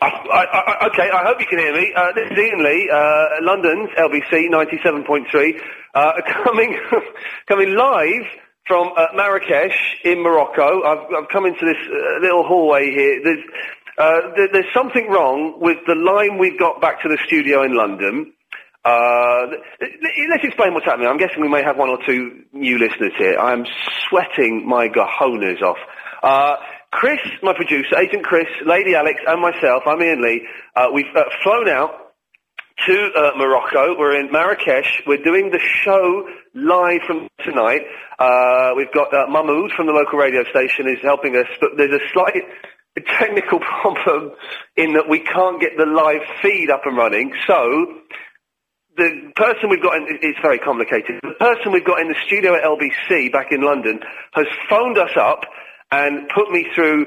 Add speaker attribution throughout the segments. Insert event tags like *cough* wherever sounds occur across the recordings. Speaker 1: Ah, I, I, I, okay, I hope you can hear me. Uh, this is Ian Lee, uh, London's LBC 97.3, uh, *laughs* coming, coming live from uh, Marrakesh in Morocco. I've, I've come into this uh, little hallway here. There's, uh, there, there's something wrong with the line we've got back to the studio in London. Uh, th- th- let's explain what's happening. I'm guessing we may have one or two new listeners here. I'm sweating my gajonas off. Uh, Chris, my producer, Agent Chris, Lady Alex, and myself, I'm Ian Lee. Uh, we've uh, flown out to uh, Morocco. We're in Marrakesh. We're doing the show live from tonight. Uh, we've got uh, Mahmoud from the local radio station is helping us, but there's a slight technical *laughs* problem in that we can't get the live feed up and running. So the person we've got in, it- it's very complicated. The person we've got in the studio at LBC back in London has phoned us up and put me through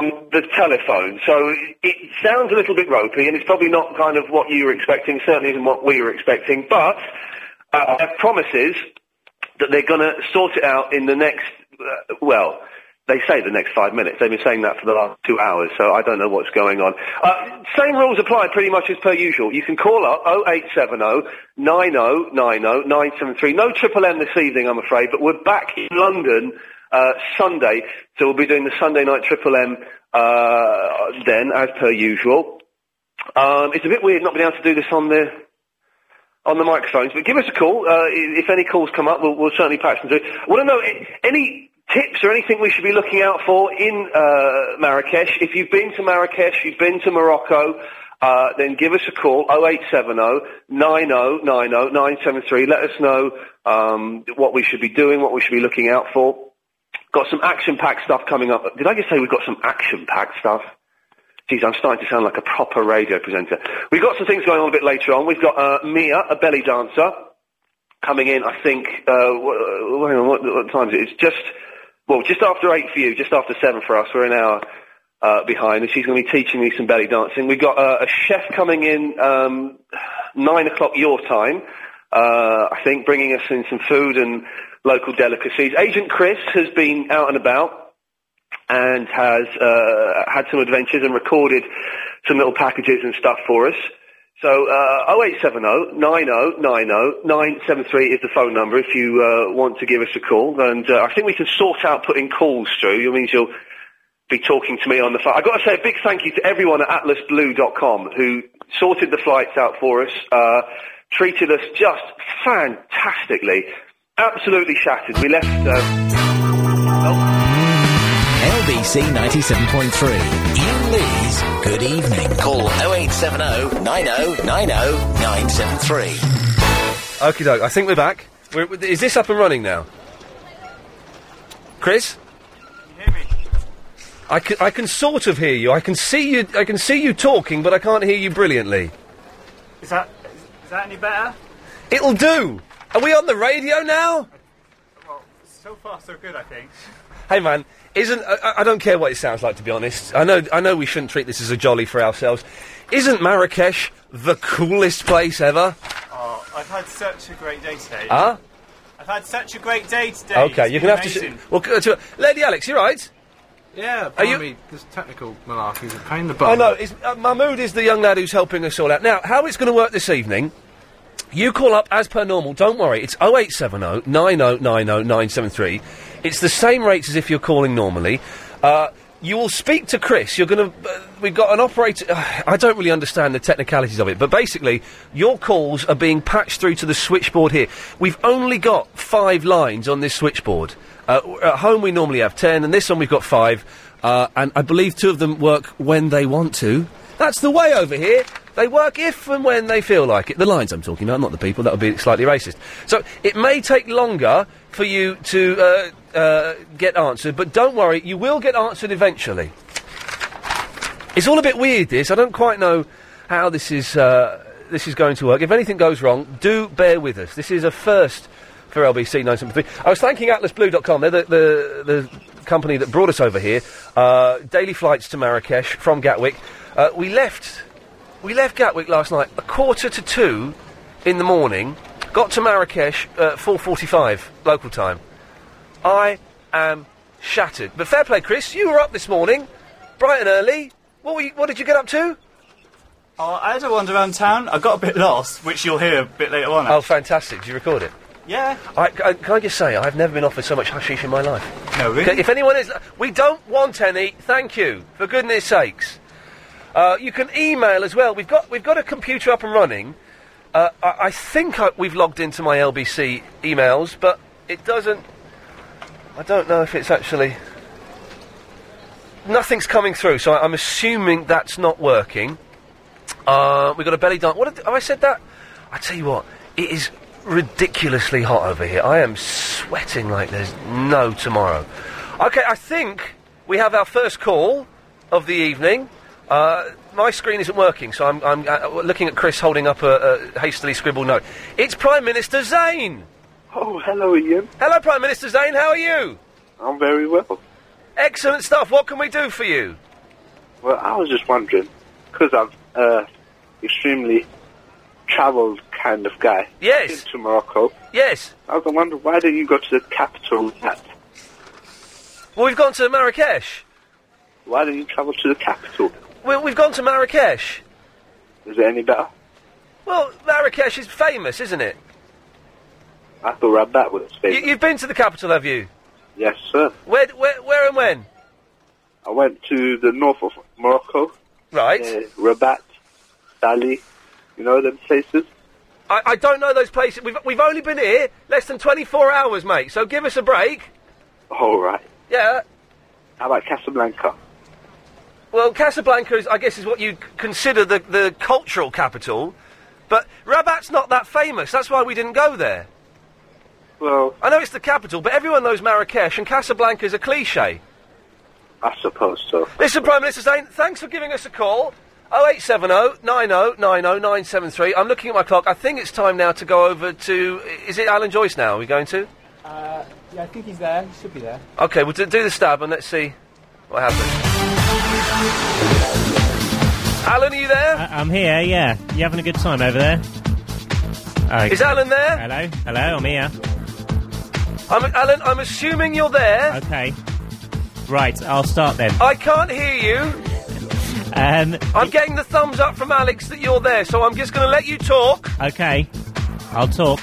Speaker 1: the telephone. So it sounds a little bit ropey and it's probably not kind of what you were expecting, certainly isn't what we were expecting, but uh, I have promises that they're going to sort it out in the next, uh, well, they say the next five minutes. They've been saying that for the last two hours, so I don't know what's going on. Uh, same rules apply pretty much as per usual. You can call up 0870 9090 973. No Triple M this evening, I'm afraid, but we're back in London uh, Sunday, so we'll be doing the Sunday night Triple M uh, then, as per usual. Um, it's a bit weird not being able to do this on the on the microphones, but give us a call. Uh, i- if any calls come up, we'll, we'll certainly patch them through. I want to know a- any tips or anything we should be looking out for in uh, Marrakesh. If you've been to Marrakesh, you've been to Morocco, uh, then give us a call, 0870 9090 973. Let us know um, what we should be doing, what we should be looking out for. Got some action-packed stuff coming up. Did I just say we've got some action-packed stuff? Geez, I'm starting to sound like a proper radio presenter. We've got some things going on a bit later on. We've got uh, Mia, a belly dancer, coming in, I think, uh, wh- hang on, what, what time is it? It's just, well, just after eight for you, just after seven for us. We're an hour uh, behind, and she's going to be teaching me some belly dancing. We've got uh, a chef coming in um, nine o'clock your time, uh, I think, bringing us in some food and local delicacies. Agent Chris has been out and about and has uh, had some adventures and recorded some little packages and stuff for us. So uh, 0870 9090 973 is the phone number if you uh, want to give us a call. And uh, I think we can sort out putting calls through. It means you'll be talking to me on the phone. I've got to say a big thank you to everyone at atlasblue.com who sorted the flights out for us, uh, treated us just fantastically. Absolutely shattered. We left... Uh,
Speaker 2: LBC 97.3. Ian Lee's Good Evening. Call 0870 9090 973.
Speaker 3: Okie doke. I think we're back. We're, is this up and running now? Chris? I can, I can sort of hear you. I can see you. I can see you talking, but I can't hear you brilliantly.
Speaker 4: Is that is, is that any better?
Speaker 3: It'll do. Are we on the radio now?
Speaker 4: Well, so far so good, I think.
Speaker 3: Hey man, isn't I, I- I don't care what it sounds like to be honest. I know I know we shouldn't treat this as a jolly for ourselves. Isn't Marrakesh the coolest place ever?
Speaker 4: Oh, I've had such a great day today.
Speaker 3: Huh?
Speaker 4: I've had such a great day today.
Speaker 3: Okay,
Speaker 4: It's
Speaker 3: you're
Speaker 4: been
Speaker 3: gonna have to.
Speaker 4: amazing.
Speaker 3: Sh- well, c- uh, to, Lady Alex, you right?
Speaker 5: Yeah,
Speaker 3: Are you-
Speaker 5: blimey, This technical malarkey is a pain in the butt.
Speaker 3: I know. Is, uh, Mahmood is the young lad who's helping us all out. Now, how it's going to work this evening? You call up as per normal. Don't worry. It's 0870 9090 973. It's the same rates as if you're calling normally. Uh, you will speak to Chris. You're going to. Uh, we've got an operator. uh, I don't really understand the technicalities of it, but basically, your calls are being patched through to the switchboard here. We've only got five lines on this switchboard. Uh, w- at home, we normally have ten, and this one we've got five. Uh, and I believe two of them work when they want to. That's the way over here. They work if and when they feel like it. The lines I'm talking about, not the people. That would be slightly racist. So it may take longer for you to uh, uh, get answered, but don't worry, you will get answered eventually. It's all a bit weird. This I don't quite know how this is uh, this is going to work. If anything goes wrong, do bear with us. This is a first for LBC 973. I was thanking AtlasBlue.com. They're the the, the company that brought us over here. Uh, daily flights to Marrakesh from Gatwick. Uh, we left we left Gatwick last night a quarter to two in the morning. Got to Marrakesh uh, 4:45 local time. I am shattered. But fair play, Chris. You were up this morning, bright and early. What, were you, what did you get up to?
Speaker 4: Oh, I had a wander around town. I got a bit lost, which you'll hear a bit later on.
Speaker 3: Oh, fantastic. Did you record it?
Speaker 4: Yeah.
Speaker 3: I, I, can I just say, I've never been offered so much hashish in my life.
Speaker 4: No, really?
Speaker 3: Okay, If anyone is. We don't want any, thank you, for goodness sakes. Uh, you can email as well. We've got, we've got a computer up and running. Uh, I, I think I, we've logged into my LBC emails, but it doesn't. I don't know if it's actually. Nothing's coming through, so I, I'm assuming that's not working. Uh, we got a belly dance. What did, have I said that? I tell you what, it is ridiculously hot over here. I am sweating like there's no tomorrow. Okay, I think we have our first call of the evening. Uh, my screen isn't working, so I'm, I'm uh, looking at Chris holding up a, a hastily scribbled note. It's Prime Minister Zayn.
Speaker 6: Oh, hello, Ian.
Speaker 3: Hello, Prime Minister Zayn. How are you?
Speaker 6: I'm very well.
Speaker 3: Excellent stuff. What can we do for you?
Speaker 6: Well, I was just wondering, because I'm uh, extremely travelled kind of guy.
Speaker 3: Yes.
Speaker 6: Into Morocco.
Speaker 3: Yes.
Speaker 6: I was wondering, why don't you go to the capital? Yet?
Speaker 3: Well, we've gone to Marrakesh.
Speaker 6: Why don't you travel to the capital?
Speaker 3: We, we've gone to Marrakesh.
Speaker 6: Is it any better?
Speaker 3: Well, Marrakesh is famous, isn't it?
Speaker 6: I thought Rabat was
Speaker 3: You,
Speaker 6: famous.
Speaker 3: you've been to the capital, have you?
Speaker 6: Yes, sir.
Speaker 3: Where, where, where and when?
Speaker 6: I went to the north of Morocco.
Speaker 3: Right.
Speaker 6: Uh, Rabat, Dali, you know them places?
Speaker 3: I, I don't know those places. We've, we've only been here less than 24 hours, mate, so give us a break.
Speaker 6: All right.
Speaker 3: Yeah.
Speaker 6: How about Casablanca?
Speaker 3: Well, Casablanca, is, I guess, is what you c- consider the, the cultural capital, but Rabat's not that famous. That's why we didn't go there.
Speaker 6: Well,
Speaker 3: I know it's the capital, but everyone knows Marrakesh, and Casablanca's a cliche.
Speaker 6: I suppose so.
Speaker 3: Listen, Prime Minister Zane, thanks for giving us a call. 0870 90 90 973. I'm looking at my clock. I think it's time now to go over to. Is it Alan Joyce now? Are we going to?
Speaker 7: Uh, yeah, I think he's there. He should be there.
Speaker 3: Okay, we'll do, do the stab and let's see what happens. Alan, are you there?
Speaker 8: I- I'm here, yeah. You having a good time over there? Oh,
Speaker 3: Is Alan there?
Speaker 8: Hello, hello, I'm here.
Speaker 3: I'm, Alan, I'm assuming you're there.
Speaker 8: Okay. Right, I'll start then.
Speaker 3: I can't hear you.
Speaker 8: Um,
Speaker 3: I'm getting the thumbs up from Alex that you're there, so I'm just going to let you talk.
Speaker 8: okay, I'll talk.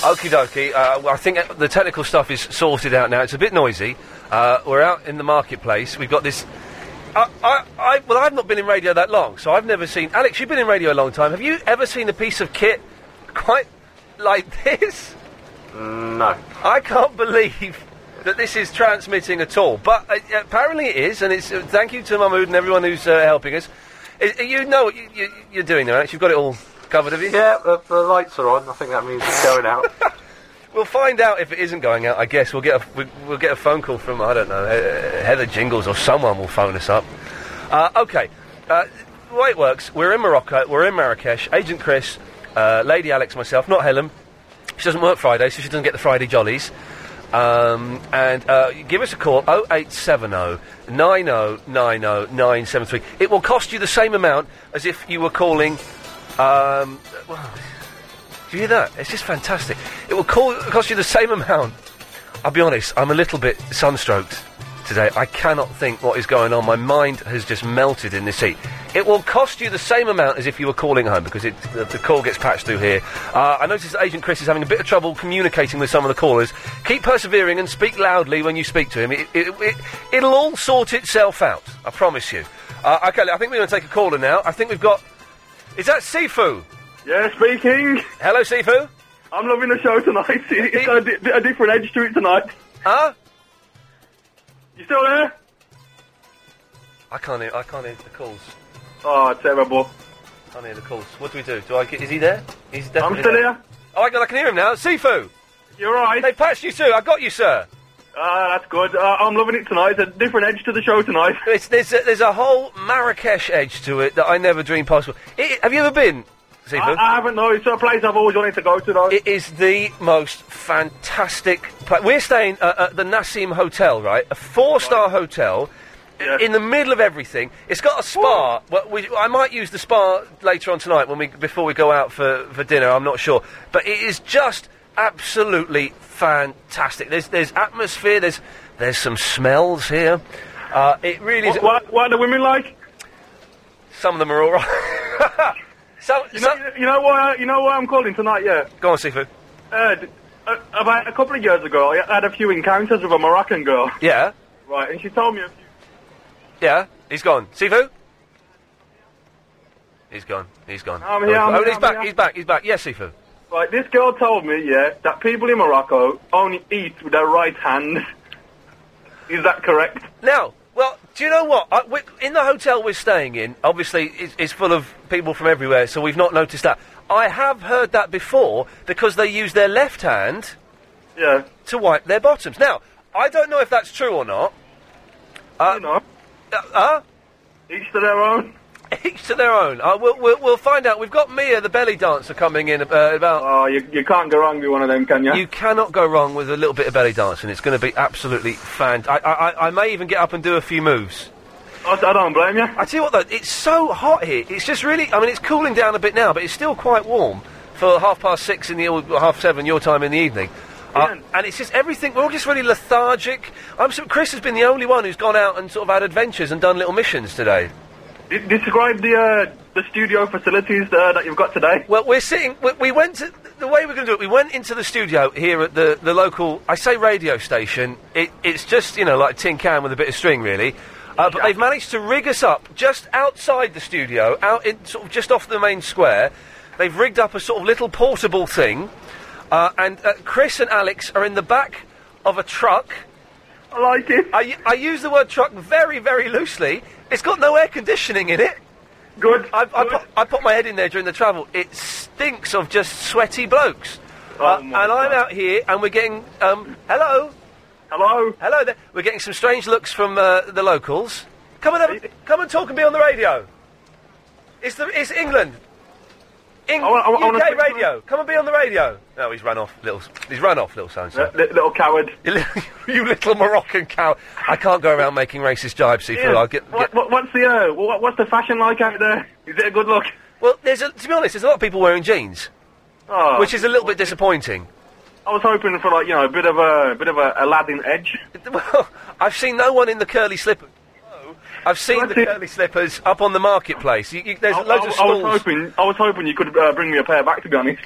Speaker 3: Okie dokie. Uh, well, I think uh, the technical stuff is sorted out now. It's a bit noisy. Uh, we're out in the marketplace. We've got this. I, I, I, well, I've not been in radio that long, so I've never seen. Alex, you've been in radio a long time. Have you ever seen a piece of kit quite like *laughs* this?
Speaker 5: Mm, No.
Speaker 3: I can't believe that this is transmitting at all, but uh, apparently it is, and it's. Uh, thank you to Mahmood and everyone who's uh, helping us. I, I- you know what you, you, you're doing there, Alex. You've got it all covered, have you?
Speaker 5: Yeah, uh, the, the lights are on. I think that means it's
Speaker 6: *laughs*
Speaker 5: going out.
Speaker 3: We'll find out if it isn't going out. I guess we'll get a, we, we'll get a phone call from I don't know uh, Heather Jingles or someone will phone us up. Uh, okay, uh, the way it works. We're in Morocco. We're in Marrakesh. Agent Chris, uh, Lady Alex, myself, not Helen. She doesn't work Friday, so she doesn't get the Friday jollies. Um, and uh, give us a call 0870 973. It will cost you the same amount as if you were calling. Um, well, do you hear that? It's just fantastic. It will call, cost you the same amount. I'll be honest, I'm a little bit sunstroked today. I cannot think what is going on. My mind has just melted in this heat. It will cost you the same amount as if you were calling home because it, the, the call gets patched through here. Uh, I noticed that Agent Chris is having a bit of trouble communicating with some of the callers. Keep persevering and speak loudly when you speak to him. It, it, it, it'll all sort itself out, I promise you. Uh, okay, I think we're going to take a caller now. I think we've got. Is that Sifu?
Speaker 9: Yeah, speaking.
Speaker 3: Hello, Sifu.
Speaker 9: I'm loving the show tonight. *laughs* It's got a, di- a different edge to it tonight.
Speaker 3: Huh?
Speaker 9: You still there?
Speaker 3: I can't hear. I can't hear the calls.
Speaker 9: Oh, terrible.
Speaker 3: Can't hear the calls. What do we do? Do I? Get, is he there? He's
Speaker 9: I'm
Speaker 3: definitely
Speaker 9: still
Speaker 3: there.
Speaker 9: here.
Speaker 3: Oh my god, I can hear him now. Sifu.
Speaker 9: You're right.
Speaker 3: They patched you too. I got you, sir.
Speaker 9: Ah, that's good. Uh, I'm loving it tonight. A different edge to the show tonight.
Speaker 3: *laughs* It's, there's a, there's a whole Marrakesh edge to it that I never dreamed possible. I have you ever been,
Speaker 9: I,
Speaker 3: Sifu?
Speaker 9: I haven't known. It's a place I've always wanted to go to, though.
Speaker 3: It is the most fantastic. Pla- We're staying uh, at the Nassim Hotel, right? A four-star hotel. i- In the middle of everything, it's got a spa. Well, we, I might use the spa later on tonight when we before we go out for, for dinner. I'm not sure, but it is just absolutely fantastic. There's there's atmosphere. There's there's some smells here. Uh, it really is.
Speaker 9: What, what, what are the women like?
Speaker 3: Some of them are all right. *laughs* so,
Speaker 9: you, know, you know why? You know why I'm calling tonight? Yeah.
Speaker 3: Go on, Sifu.
Speaker 9: Uh, d- uh, about a couple of years ago, I had a few encounters with a Moroccan girl.
Speaker 3: yeah,
Speaker 9: Right, and she told me a few.
Speaker 3: yeah. He's gone. Sifu. He's gone. He's gone.
Speaker 9: I'm here,
Speaker 3: Oh,
Speaker 9: I'm
Speaker 3: oh,
Speaker 9: here,
Speaker 3: he's
Speaker 9: I'm
Speaker 3: back.
Speaker 9: here.
Speaker 3: He's back. He's back. Yes, Sifu.
Speaker 9: Right, this girl told me, yeah, that people in Morocco only eat with their right hand. *laughs* Is that correct?
Speaker 3: Now, well, do you know what? I, we, in the hotel we're staying in, obviously, it's, it's full of people from everywhere, so we've not noticed that. I have heard that before because they use their left hand
Speaker 9: yeah.
Speaker 3: to wipe their bottoms. Now, I don't know if that's true or not. Uh, Uh, uh?
Speaker 9: Each to their own.
Speaker 3: *laughs* Each to their own. Uh, we'll, we'll, we'll find out. We've got Mia, the belly dancer, coming in uh, about.
Speaker 9: Oh, you, you can't go wrong with one of them, can you?
Speaker 3: You cannot go wrong with a little bit of belly dancing. It's going to be absolutely fantastic. I, I, I may even get up and do a few moves.
Speaker 9: I, I don't blame you.
Speaker 3: I tell you what, though, it's so hot here. It's just really. I mean, it's cooling down a bit now, but it's still quite warm for half past six in the or half seven your time in the evening. Uh, and it's just everything. We're all just really lethargic. I'm. sure Chris has been the only one who's gone out and sort of had adventures and done little missions today.
Speaker 9: D- describe the uh, the studio facilities uh, that you've got today.
Speaker 3: Well, we're sitting. We, we went to the way we're going to do it. We went into the studio here at the the local. I say radio station. It, it's just you know like a tin can with a bit of string, really. Uh, but they've managed to rig us up just outside the studio, out in sort of just off the main square. They've rigged up a sort of little portable thing, uh, and uh, Chris and Alex are in the back of a truck.
Speaker 9: I like it.
Speaker 3: I, I use the word truck very, very loosely. It's got no air conditioning in it.
Speaker 9: Good.
Speaker 3: I, I, Put, I put my head in there during the travel. It stinks of just sweaty blokes.
Speaker 9: Oh,
Speaker 3: Uh, and I'm out here, and we're getting um, hello,
Speaker 9: hello,
Speaker 3: hello. There. We're getting some strange looks from uh, the locals. Come and have, a- come and talk and be on the radio. It's the it's England. Eng-
Speaker 9: I wa- I wa- I wanna
Speaker 3: UK
Speaker 9: speak to-
Speaker 3: radio. Come and be on the radio. No, he's run off, little. s- He's run off, little son.
Speaker 9: Li- li- little coward.
Speaker 3: You, li- you little Moroccan cow. I can't go around making racist jibes, see,
Speaker 9: Ian,
Speaker 3: I'll get,
Speaker 9: what,
Speaker 3: get
Speaker 9: what, what's the uh, what, what's the fashion like out there? Is it a good look?
Speaker 3: Well, there's a, to be honest, there's a lot of people wearing jeans,
Speaker 9: Oh,
Speaker 3: which is a little bit disappointing.
Speaker 9: I was hoping for like you know a bit of a bit of a Aladdin edge.
Speaker 3: *laughs* Well, I've seen no one in the curly slippers. I've seen the
Speaker 9: That's it.
Speaker 3: curly slippers up on the marketplace. You, you, there's
Speaker 9: I,
Speaker 3: loads
Speaker 9: I-
Speaker 3: of
Speaker 9: I was
Speaker 3: stalls.
Speaker 9: hoping I was hoping you could uh, bring me a pair back. To be honest,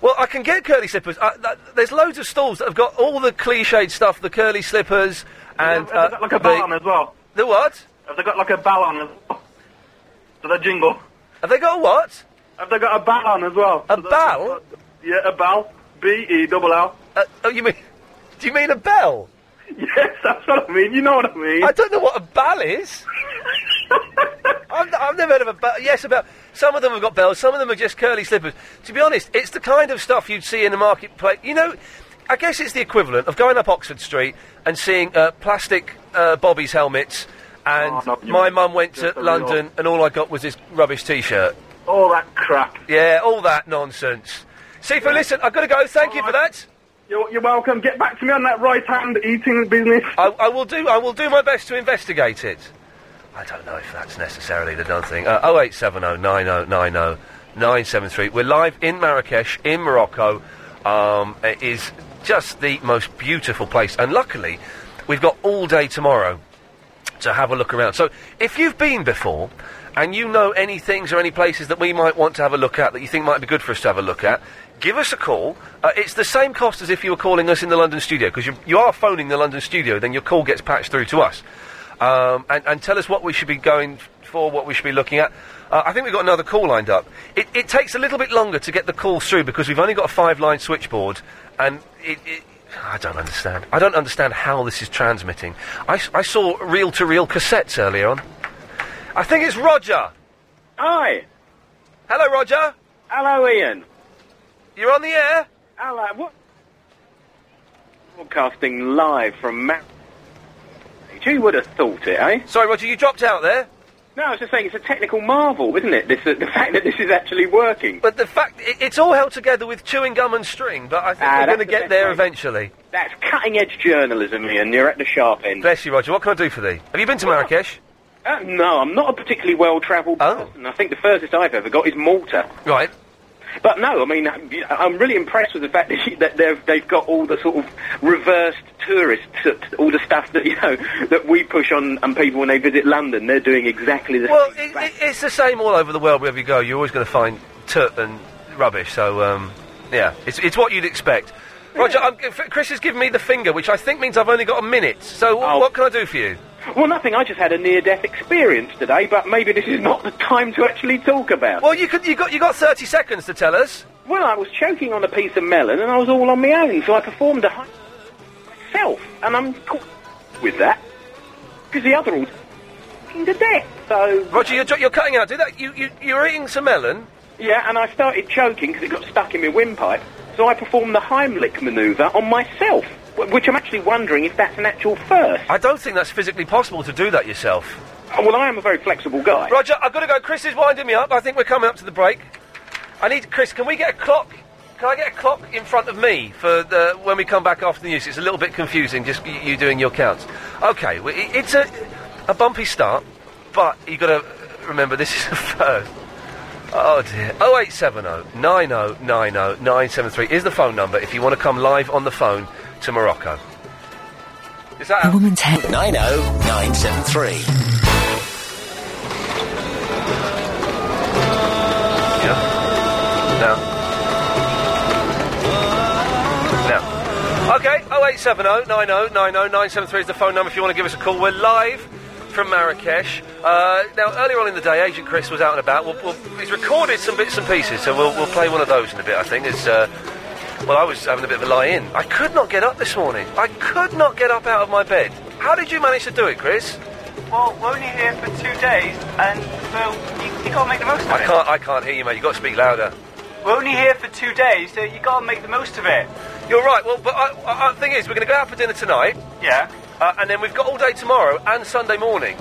Speaker 3: Well, I can get curly slippers. Uh, th- there's loads of stalls that have got all the cliched stuff, the curly slippers, and
Speaker 9: Have they
Speaker 3: uh,
Speaker 9: got like a
Speaker 3: the,
Speaker 9: bell on as well.
Speaker 3: the what?
Speaker 9: Have they got like a bell on as well? To the jingle.
Speaker 3: Have they got a what?
Speaker 9: Have they got a bell on as well?
Speaker 3: A
Speaker 9: To the-
Speaker 3: bell?
Speaker 9: Yeah, a bell. B E double L.
Speaker 3: Uh, oh, you mean? Do you mean a bell?
Speaker 9: *laughs* Yes, that's what I mean. You know what I mean.
Speaker 3: I don't know what a
Speaker 9: *laughs*
Speaker 3: bell is. I've, I've never heard of a bell. Yes, about some of them have got bells. Some of them are just curly slippers. To be honest, it's the kind of stuff you'd see in the marketplace. You know, I guess it's the equivalent of going up Oxford Street and seeing uh, plastic uh, Bobby's helmets. And
Speaker 9: Oh, no, you-
Speaker 3: my mum went to
Speaker 9: just a real-
Speaker 3: London, and all I got was this rubbish T-shirt.
Speaker 9: All that crap.
Speaker 3: Yeah, all that nonsense. Sifu, listen, I've got to go. Thank you for that.
Speaker 9: You're, you're welcome. Get back to me on that right hand eating business.
Speaker 3: I, I will do. I will do my best to investigate it. I don't know if that's necessarily the done thing. Uh, 0870 9090 973. We're live in Marrakesh, in Morocco. Um, it is just the most beautiful place, and luckily, we've got all day tomorrow to have a look around. So, if you've been before and you know any things or any places that we might want to have a look at that you think might be good for us to have a look at, give us a call. Uh, it's the same cost as if you were calling us in the London studio because you, you are phoning the London studio, then your call gets patched through to us. Um, and, and tell us what we should be going f- for, what we should be looking at. Uh, I think we've got another call lined up. It, it takes a little bit longer to get the calls through because we've only got a five line switchboard and it, it I don't understand. I don't understand how this is transmitting. I, s- I saw reel to reel cassettes earlier on. I think it's Roger.
Speaker 10: Hi.
Speaker 3: Hello, Roger.
Speaker 10: Hello, Ian.
Speaker 3: You're on the air.
Speaker 10: Hello. What? Broadcasting live from Mar- Who would have thought it, eh?
Speaker 3: Sorry, Roger, you dropped out there.
Speaker 10: No, I was just saying it's a technical marvel, isn't it? This, the fact that this is actually working.
Speaker 3: But the fact it, it's all held together with chewing gum and string. But I think
Speaker 10: Ah,
Speaker 3: we're going to
Speaker 10: that's the
Speaker 3: get
Speaker 10: best
Speaker 3: there
Speaker 10: way.
Speaker 3: eventually.
Speaker 10: That's cutting edge journalism, Ian. You're at the sharp end.
Speaker 3: Bless you, Roger. What can I do for thee? Have you been to Marrakesh?
Speaker 10: Uh, no, I'm not a particularly well travelled
Speaker 3: Oh.
Speaker 10: person. I think the furthest I've ever got is Malta.
Speaker 3: Right.
Speaker 10: But no, I mean, I- I'm really impressed with the fact that, *laughs* that they've, they've got all the sort of reversed tourists, all the stuff that, *laughs* you know, that we push on, on people when they visit London. They're doing exactly the
Speaker 3: Well,
Speaker 10: same.
Speaker 3: it, it, it's the same all over the world wherever you go. You're always going to find tut and rubbish. So, um, yeah, it's, it's what you'd expect. Roger, I'm, f- Chris has given me the finger, which I think means I've only got a minute. So,
Speaker 10: Oh.
Speaker 3: wh- what can I do for you?
Speaker 10: Well, nothing. I just had a near-death experience today, but maybe this is not the time to actually talk about.
Speaker 3: Well, you could, you got you got thirty seconds to tell us.
Speaker 10: Well, I was choking on a piece of melon, and I was all on my own, so I performed a high myself, and I'm caught with that because the other all to death. So,
Speaker 3: Roger, you're, you're cutting out. Do that. You, you you're eating some melon.
Speaker 10: Yeah, and I started choking because it got stuck in my windpipe. So I performed the Heimlich manoeuvre on myself, wh- which I'm actually wondering if that's an actual first.
Speaker 3: I don't think that's physically possible to do that yourself.
Speaker 10: Uh, Well, I am a very flexible guy.
Speaker 3: Roger, I've got to go. Chris is winding me up. I think we're coming up to the break. I need Chris. Can we get a clock? Can I get a clock in front of me for the when we come back after the news? It's a little bit confusing. Just y- you doing your counts. Okay, well, i- it's a a bumpy start, but you got to remember this is a first. Oh dear. 0870 9090 973 is the phone number if you want to come live on the phone to Morocco. Is that
Speaker 2: A woman's head. 90973.
Speaker 3: Yeah. No. No. Okay, 0870 90 90 973 is the phone number if you want to give us a call. We're live from Marrakesh. Uh, now, earlier on in the day, Agent Chris was out and about. We'll, we'll, he's recorded some bits and pieces, so we'll, we'll play one of those in a bit, I think. It's, uh, well, I was having a bit of a lie in. I could not get up this morning. I could not get up out of my bed. How did you manage to do it, Chris?
Speaker 11: Well, we're only here for two days, and well, you, you gotta make the most of
Speaker 3: I
Speaker 11: it.
Speaker 3: can't, I can't hear you, mate. You've got to speak louder.
Speaker 11: We're only here for two days, so you gotta make the most of it.
Speaker 3: You're right. Well, but I, I, I- the thing is, we're going to go out for dinner tonight.
Speaker 11: Yeah.
Speaker 3: Uh, and then we've got all day tomorrow and Sunday morning.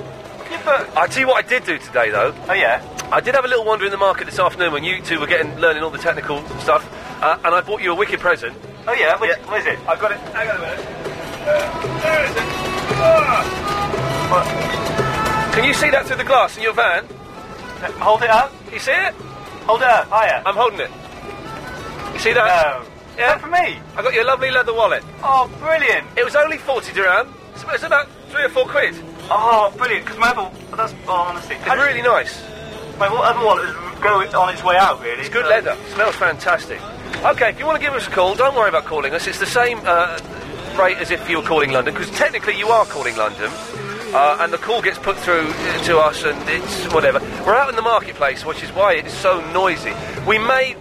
Speaker 3: I tell you what I did do today, though.
Speaker 11: Oh yeah.
Speaker 3: I did have a little wander in the market this afternoon when you two were getting learning all the technical stuff, uh, and I bought you a wicked present.
Speaker 11: Oh yeah. What, what is it? I've got it. Hang on a minute.
Speaker 3: Can you see that through the glass in your van?
Speaker 11: Hold it up.
Speaker 3: You see it?
Speaker 11: Hold it up. Higher.
Speaker 3: I'm holding it. You see that?
Speaker 11: No.
Speaker 3: Yeah.
Speaker 11: for me.
Speaker 3: I got you a lovely leather wallet.
Speaker 11: Oh, brilliant.
Speaker 3: It was only forty dirham. It's, it's about three or four quid.
Speaker 11: Oh, brilliant. Because my other, that's oh, honestly, it's
Speaker 3: really nice.
Speaker 11: My wa- other wallet was going on its way out, really.
Speaker 3: It's good leather. Smells fantastic. Okay, if you want to give us a call, don't worry about calling us. It's the same uh, rate as if you were calling London, because technically you are calling London. Uh, and the call gets put through uh, to us, and it's whatever. We're out in the marketplace, which is why it's so noisy. We may,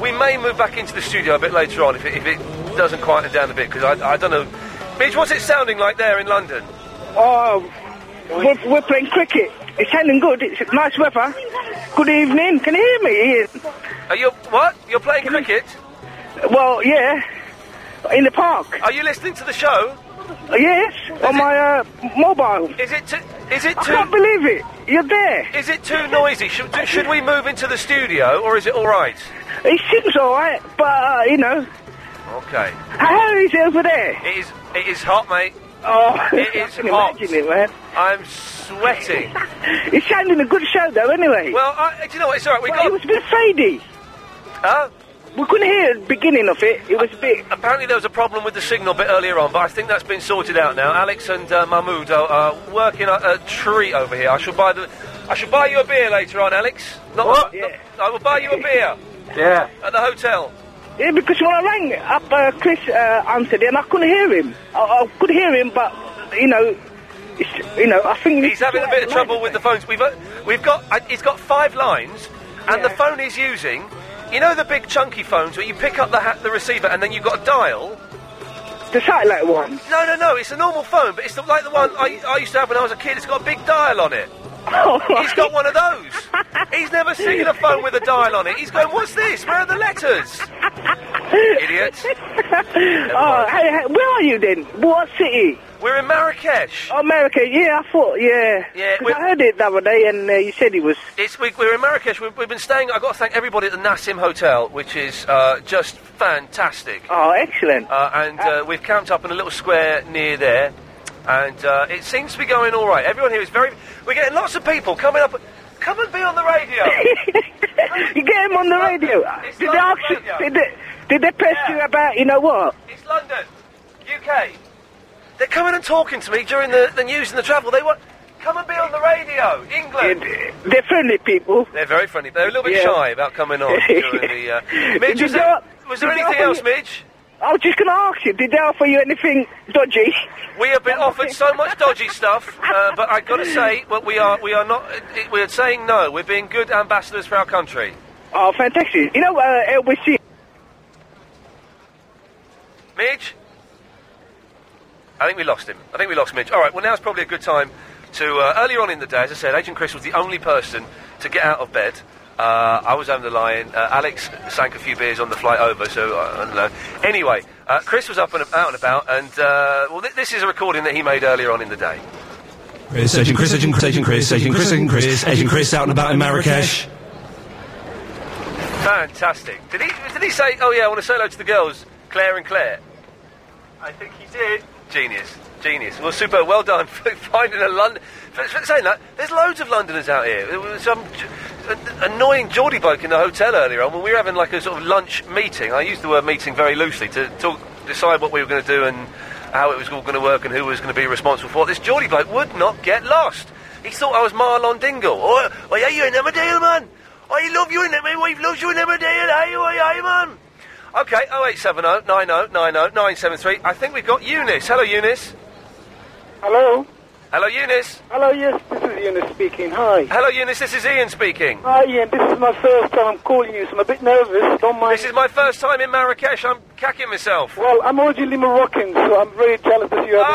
Speaker 3: we may move back into the studio a bit later on if it, if it doesn't quieten down a bit, because I, I don't know. Mitch, what's it sounding like there in London?
Speaker 12: Oh, we're, we're playing cricket. It's sounding good. It's nice weather. Good evening. Can you hear me, Ian?
Speaker 3: Are you what? You're playing cricket?
Speaker 12: Well, yeah. In the park.
Speaker 3: Are you listening to the show?
Speaker 12: Yes, on my uh, mobile.
Speaker 3: Is it too, is it
Speaker 12: I
Speaker 3: too-
Speaker 12: can't believe it. You're there.
Speaker 3: Is it too noisy? Should, do- should we move into the studio, or is it all right?
Speaker 12: It seems all right, but, uh, you know,
Speaker 3: Okay.
Speaker 12: how is it over there?
Speaker 3: It is. It is hot, mate.
Speaker 12: Oh,
Speaker 3: it
Speaker 12: *laughs* I
Speaker 3: is
Speaker 12: can
Speaker 3: hot.
Speaker 12: imagine it, man.
Speaker 3: I'm sweating.
Speaker 12: It's sounding a good show, though, anyway.
Speaker 3: well, I, Uh, do you know what? It's all right. We
Speaker 12: But
Speaker 3: got.
Speaker 12: it was a bit fadey.
Speaker 3: Huh?
Speaker 12: We couldn't hear the beginning of it. It was a bit...
Speaker 3: Apparently there was a problem with the signal a bit earlier on, but I think that's been sorted out now. Alex and uh, Mahmood are, are working a, a treat over here. I shall buy the. I shall buy you a beer later on, Alex. Not,
Speaker 12: What?
Speaker 3: not- I will buy you a beer
Speaker 12: Yeah.
Speaker 3: at the hotel.
Speaker 12: Yeah, because when I rang up, uh, Chris uh, answered it, and I couldn't hear him. I, I could hear him, but you know, it's, you know, I think
Speaker 3: He's having a bit of trouble with the phones. We've uh, we've got uh, he's got five lines, and the phone he's using, you know, the big chunky phones where you pick up the ha- the receiver and then you've got a dial.
Speaker 12: the satellite one. *laughs*
Speaker 3: No, no, no. It's a normal phone, but it's the, like the one I, I used to have when I was a kid. It's got a big dial on it. He's got one of those. He's never seen a phone with a dial on it. He's going, "What's this? Where are the letters?" Idiot.
Speaker 12: oh, hey, hey, where are you then? What city?
Speaker 3: We're in Marrakesh.
Speaker 12: Oh, America. Yeah, I thought. Yeah.
Speaker 3: Yeah,
Speaker 12: 'Cause
Speaker 3: we-
Speaker 12: I heard it the other day, and uh, you said he was. *laughs*
Speaker 3: It's, we, we're in Marrakesh. We've, we've been staying. I've got to thank everybody at the Nassim Hotel, which is uh, just fantastic.
Speaker 12: Oh, excellent.
Speaker 3: Uh, and uh, we've camped up in a little square near there, and uh, it seems to be going all right. Everyone here is very. We're getting lots of people coming up. Come and be on the radio.
Speaker 12: you get him them on the radio.
Speaker 11: It's
Speaker 12: Did they
Speaker 11: not
Speaker 12: ask
Speaker 11: the
Speaker 12: you?
Speaker 11: radio.
Speaker 12: Did they, did they press you about? You know what?
Speaker 3: It's London, UK. They're coming and talking to me during the, the news and the travel. They want come and be on the radio, England.
Speaker 12: They're friendly people.
Speaker 3: They're very friendly. They're a little bit
Speaker 12: Yeah.
Speaker 3: shy about coming
Speaker 12: *laughs*
Speaker 3: on during the. Uh... Midge,
Speaker 12: Did
Speaker 3: was
Speaker 12: you
Speaker 3: there,
Speaker 12: go-
Speaker 3: was there
Speaker 12: did you
Speaker 3: anything
Speaker 12: offer
Speaker 3: else,
Speaker 12: you-
Speaker 3: Midge?
Speaker 12: I was just going to ask you. Did they offer you anything dodgy? *laughs*
Speaker 3: We have been offered so much dodgy stuff, uh, but I've got to say, well, we are we are not it, we are saying no. We're being good ambassadors for our country.
Speaker 12: Oh, fantastic! You know, uh, LBC.
Speaker 3: Midge? I think we lost him. I think we lost Midge. All right, well, now's probably a good time to. Uh, earlier on in the day, as I said, Agent Chris was the only person to get out of bed. Uh, I was over the line. Uh, Alex sank a few beers on the flight over, so uh, I don't know. Anyway, uh, Chris was up and out and about, and uh, well, th- this is a recording that he made earlier on in the day.
Speaker 13: Chris, Agent Chris, Agent Chris, Agent Chris, Agent Chris, Agent Chris, Agent Chris, out and about in Marrakesh.
Speaker 3: Fantastic. Did he? Did he say? Oh yeah, I want to say hello to the girls, Claire and Claire.
Speaker 9: I think he did.
Speaker 3: Genius, genius. Well, super. Well done *laughs* for finding a London. For, for saying that, there's loads of Londoners out here. There was some j- an- annoying Geordie bloke in the hotel earlier on when we were having like a sort of lunch meeting. I used the word meeting very loosely to talk, decide what we were going to do and how it was all going to work and who was going to be responsible for it. This Geordie bloke would not get lost. He thought I was Marlon Dingle. Oh, oh yeah, you're in Emmerdale, man. I love you in Emmerdale. We've loved you in Emmerdale. Hey, hey, hey, man. Okay, 0870 90 90 973. I think we've got Eunice. Hello, Eunice.
Speaker 14: Hello.
Speaker 3: Hello, Eunice.
Speaker 14: Hello, yes, this is Eunice speaking. Hi.
Speaker 3: Hello, Eunice. This is Ian speaking.
Speaker 14: Hi, Ian. This is my first time calling you, so I'm a bit nervous. Don't mind.
Speaker 3: This is my first time in Marrakesh. I'm cacking myself.
Speaker 14: Well, I'm originally Moroccan, so I'm very jealous that you have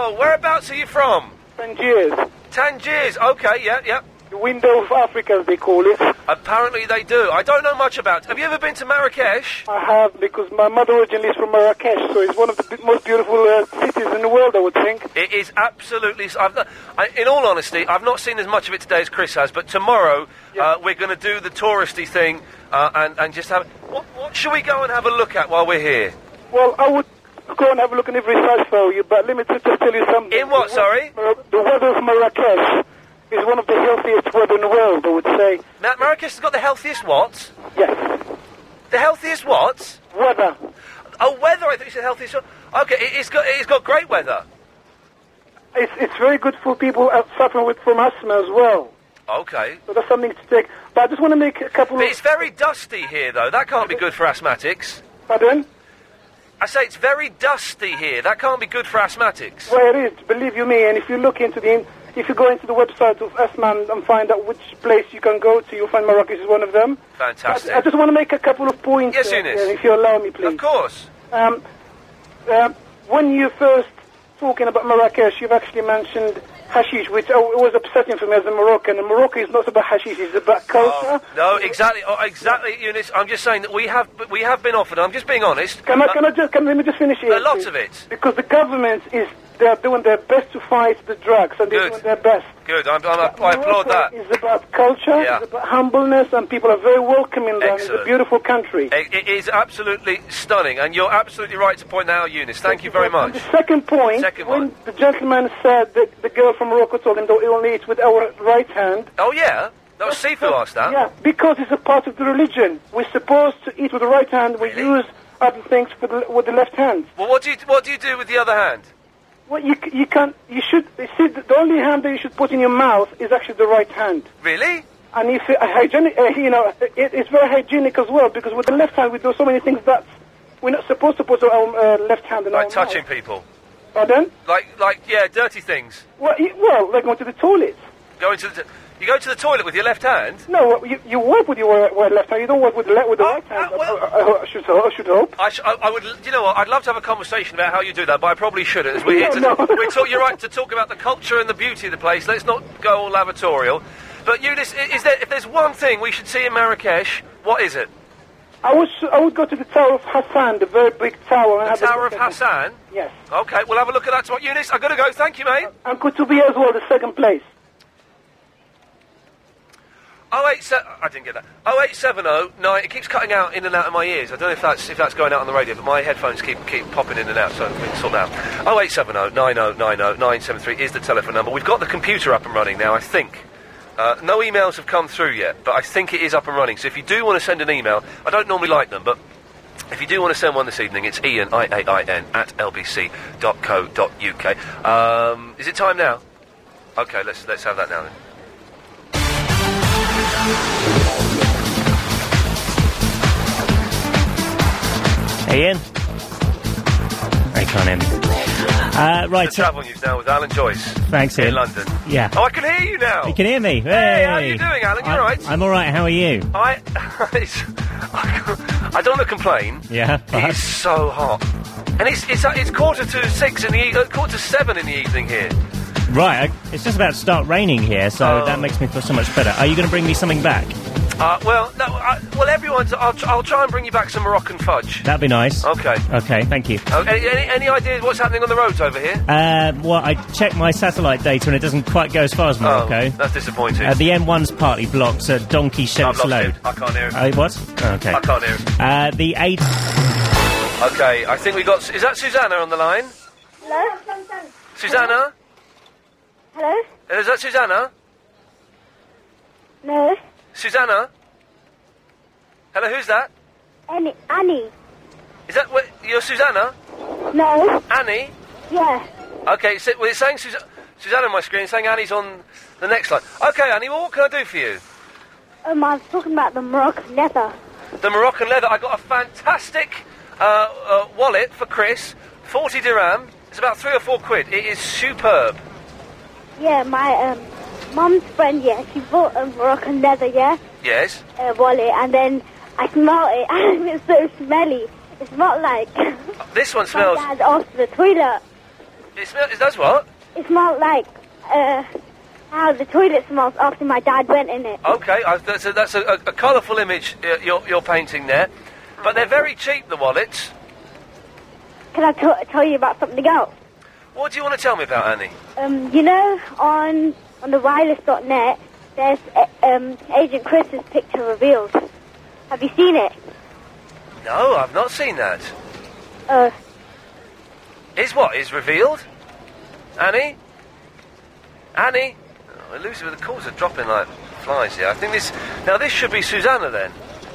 Speaker 3: Oh, whereabouts are you from?
Speaker 14: Tangiers.
Speaker 3: Tangiers. Okay, yeah, yeah.
Speaker 14: The window of Africa, as they call it.
Speaker 3: Apparently they do. I don't know much about. Have you ever been to Marrakesh?
Speaker 14: I have because my mother originally is from Marrakesh, so it's one of the b- most beautiful uh, cities in the world, I would think.
Speaker 3: It is absolutely. s- I've, not- I, in all honesty, I've not seen as much of it today as Chris has. But tomorrow uh, we're going to do the touristy thing uh, and and just have. What, what should we go and have a look at while we're here?
Speaker 14: Well, I would go and have a look in every site for you, but let me just tell you something. In what, sorry? The weather of Marrakesh is one of the healthiest weather in the world, I would say.
Speaker 3: Ma- Marrakesh has got the healthiest what?
Speaker 14: Yes.
Speaker 3: The healthiest what?
Speaker 14: Weather.
Speaker 3: Oh, weather. I thought you said healthiest. wa- Okay, it, it's got it's got great weather.
Speaker 14: It's, it's very good for people uh, suffering with from asthma as well.
Speaker 3: Okay.
Speaker 14: So that's something to take. But I just want to make a couple
Speaker 3: But
Speaker 14: of...
Speaker 3: it's very dusty here, though. That can't be good for asthmatics.
Speaker 14: Pardon?
Speaker 3: I say it's very dusty here. That can't be good for asthmatics.
Speaker 14: Well, it is, believe you me, and if you look into the... If you go into the website of asthma and- and find out which place you can go to, you'll find Marrakesh is one of them.
Speaker 3: Fantastic.
Speaker 14: I just want to make a couple of points.
Speaker 3: Yes,
Speaker 14: uh,
Speaker 3: Eunice.
Speaker 14: uh, If you allow me, please.
Speaker 3: Of course.
Speaker 14: Um, uh, when you first talking about Marrakesh, you've actually mentioned hashish, which oh, it was upsetting for me as a Moroccan. And Morocco is not about hashish; it's about culture.
Speaker 3: Um, No, exactly, oh, exactly, Eunice. I'm just saying that we have we have been offered. I'm just being honest. uh,
Speaker 14: Can I, can I just can, let me just finish here?
Speaker 3: a lot of it.
Speaker 14: Because the government is they are doing their best to fight the drugs, and they're
Speaker 3: Good.
Speaker 14: doing their best.
Speaker 3: Good. I'm, I'm, I applaud that.
Speaker 14: It's about culture,
Speaker 3: Yeah.
Speaker 14: it's about humbleness, and people are very welcoming there. and It's a
Speaker 3: Excellent.
Speaker 14: beautiful country.
Speaker 3: It, it is absolutely stunning, and you're absolutely right to point that out, Eunice. Thank you very much.
Speaker 14: The second point, when the gentleman said that the girl from Morocco told him that we only eat with our right hand,
Speaker 3: Oh yeah, that was Sifu asked that.
Speaker 14: Yeah, because it's a part of the religion. We're supposed to eat with the right hand. We use other things with the, with the left hand.
Speaker 3: Well, what do you what do you do with the other hand?
Speaker 14: Well, you c- you can you should you see the the only hand that you should put in your mouth is actually the right hand.
Speaker 3: Really?
Speaker 14: And if uh, hygienic, uh, you know, it, it's very hygienic as well because with the left hand we do so many things that we're not supposed to put our uh, left hand in
Speaker 3: Like
Speaker 14: our
Speaker 3: touching
Speaker 14: mouth.
Speaker 3: people,
Speaker 14: Pardon?
Speaker 3: like like yeah, dirty things.
Speaker 14: Well, you, well, like going to the toilet.
Speaker 3: Going to the t- you go to the toilet with your left hand.
Speaker 14: No, you, you work with your uh, left hand. You don't work with the, le-
Speaker 3: Oh,
Speaker 14: with the right hand. I, I, I should, I should hope.
Speaker 3: I, sh- I, I would, l- you know what? I'd love to have a conversation about how you do that, but I probably shouldn't. As we're here to
Speaker 14: No, no.
Speaker 3: we're talk, you're right to talk about the culture and the beauty of the place. Let's not go all lavatorial. But Eunice, i- is there if there's one thing we should see in Marrakesh, what is it?
Speaker 14: I would, I would go to the Tower of Hassan, the very big tower. And
Speaker 3: The
Speaker 14: have a
Speaker 3: Tower
Speaker 14: look
Speaker 3: of
Speaker 14: at it.
Speaker 3: Hassan.
Speaker 14: Yes.
Speaker 3: Okay, we'll have a look at that tomorrow. Eunice, I've got to go. Thank you, mate.
Speaker 14: And Kutubi as well, the second place.
Speaker 3: Oh eight se- I didn't get that. Oh eight seven oh nine. It keeps cutting out in and out of my ears. I don't know if that's if that's going out on the radio, but my headphones keep keep popping in and out. So we can sort that out. Oh eight seven oh nine oh nine oh nine seven three is the telephone number. We've got the computer up and running now. I think. Uh, no emails have come through yet, but I think it is up and running. So if you do want to send an email, I don't normally like them, but if you do want to send one this evening, it's Ian, I A I N, at lbc.co.uk. Um, is it time now? Okay, let's, let's have that now then.
Speaker 15: Hey, Ian. I can't hear me. Uh, right,
Speaker 3: The travel news now with Alan Joyce.
Speaker 15: Thanks,
Speaker 3: In
Speaker 15: Ian.
Speaker 3: London.
Speaker 15: Yeah.
Speaker 3: Oh, I can hear you now.
Speaker 15: You can hear me. Hey,
Speaker 3: how are you doing, Alan? You
Speaker 15: I-
Speaker 3: alright?
Speaker 15: I'm all right. How are you?
Speaker 3: I, *laughs* it's, I don't want to complain.
Speaker 15: Yeah. *laughs*
Speaker 3: It is so hot, and it's it's uh, it's quarter to six in the e- uh, quarter to seven in the evening here.
Speaker 15: Right. I, it's just about to start raining here, so
Speaker 3: Oh.
Speaker 15: that makes me feel so much better. Are you going to bring me something back?
Speaker 3: Uh, well, no, I, well, everyone's. I'll, tr- I'll try and bring you back some Moroccan fudge.
Speaker 15: That'd be nice.
Speaker 3: Okay.
Speaker 15: Okay. Thank you.
Speaker 3: Oh, any, any any ideas what's happening on the roads over here?
Speaker 15: Uh, well, I checked my satellite data and it doesn't quite go as far as Morocco.
Speaker 3: Oh, that's disappointing.
Speaker 15: Uh, the M1's partly blocked at Donkey Sheds
Speaker 3: lost
Speaker 15: Load.
Speaker 3: it. I can't hear it.
Speaker 15: Uh, what? Oh, okay.
Speaker 3: I can't hear it.
Speaker 15: Uh, the eight.
Speaker 3: Okay, I think we got. Su- Is that Susanna on the line?
Speaker 16: Hello?
Speaker 3: Susanna?
Speaker 16: Hello?
Speaker 3: Uh, Is that Susanna?
Speaker 16: No.
Speaker 3: Susanna? Hello, who's that?
Speaker 16: Annie. Annie.
Speaker 3: Is that what, you're Susanna?
Speaker 16: No.
Speaker 3: Annie?
Speaker 16: Yeah.
Speaker 3: Okay, so, well, it's saying Sus- Susanna on my screen, saying Annie's on the next line. Okay, Annie, well, what can I do for you?
Speaker 16: Um, I was talking about the Moroccan leather.
Speaker 3: The Moroccan leather, I got a fantastic uh, uh, wallet for Chris, 40 dirham. It's about three or four quid. It is superb.
Speaker 16: Yeah, my um, mum's friend, yeah, she bought a Moroccan leather, yeah,
Speaker 3: Yes?
Speaker 16: uh, wallet, and then I smelled it, *laughs* and it's so smelly. It smelled like
Speaker 3: This one
Speaker 16: my
Speaker 3: smells.
Speaker 16: dad off the toilet.
Speaker 3: It, smells. it does what?
Speaker 16: It smelled like uh, how the toilet smells after my dad went in it.
Speaker 3: Okay, i that's a, that's a, a, a colourful image uh, you're, you're painting there. But they're very cheap, the wallets.
Speaker 16: Can I t- tell you about something else?
Speaker 3: What do you want to tell me about, Annie?
Speaker 16: Um, you know, on on the wireless.net, there's uh, um, Agent Chris's picture revealed. Have you seen it?
Speaker 3: No, I've not seen that.
Speaker 16: Uh,
Speaker 3: Is what is revealed? Annie? Annie? Oh, Elizabeth, the calls are dropping like flies here. I think this. Now, this should be Susanna then.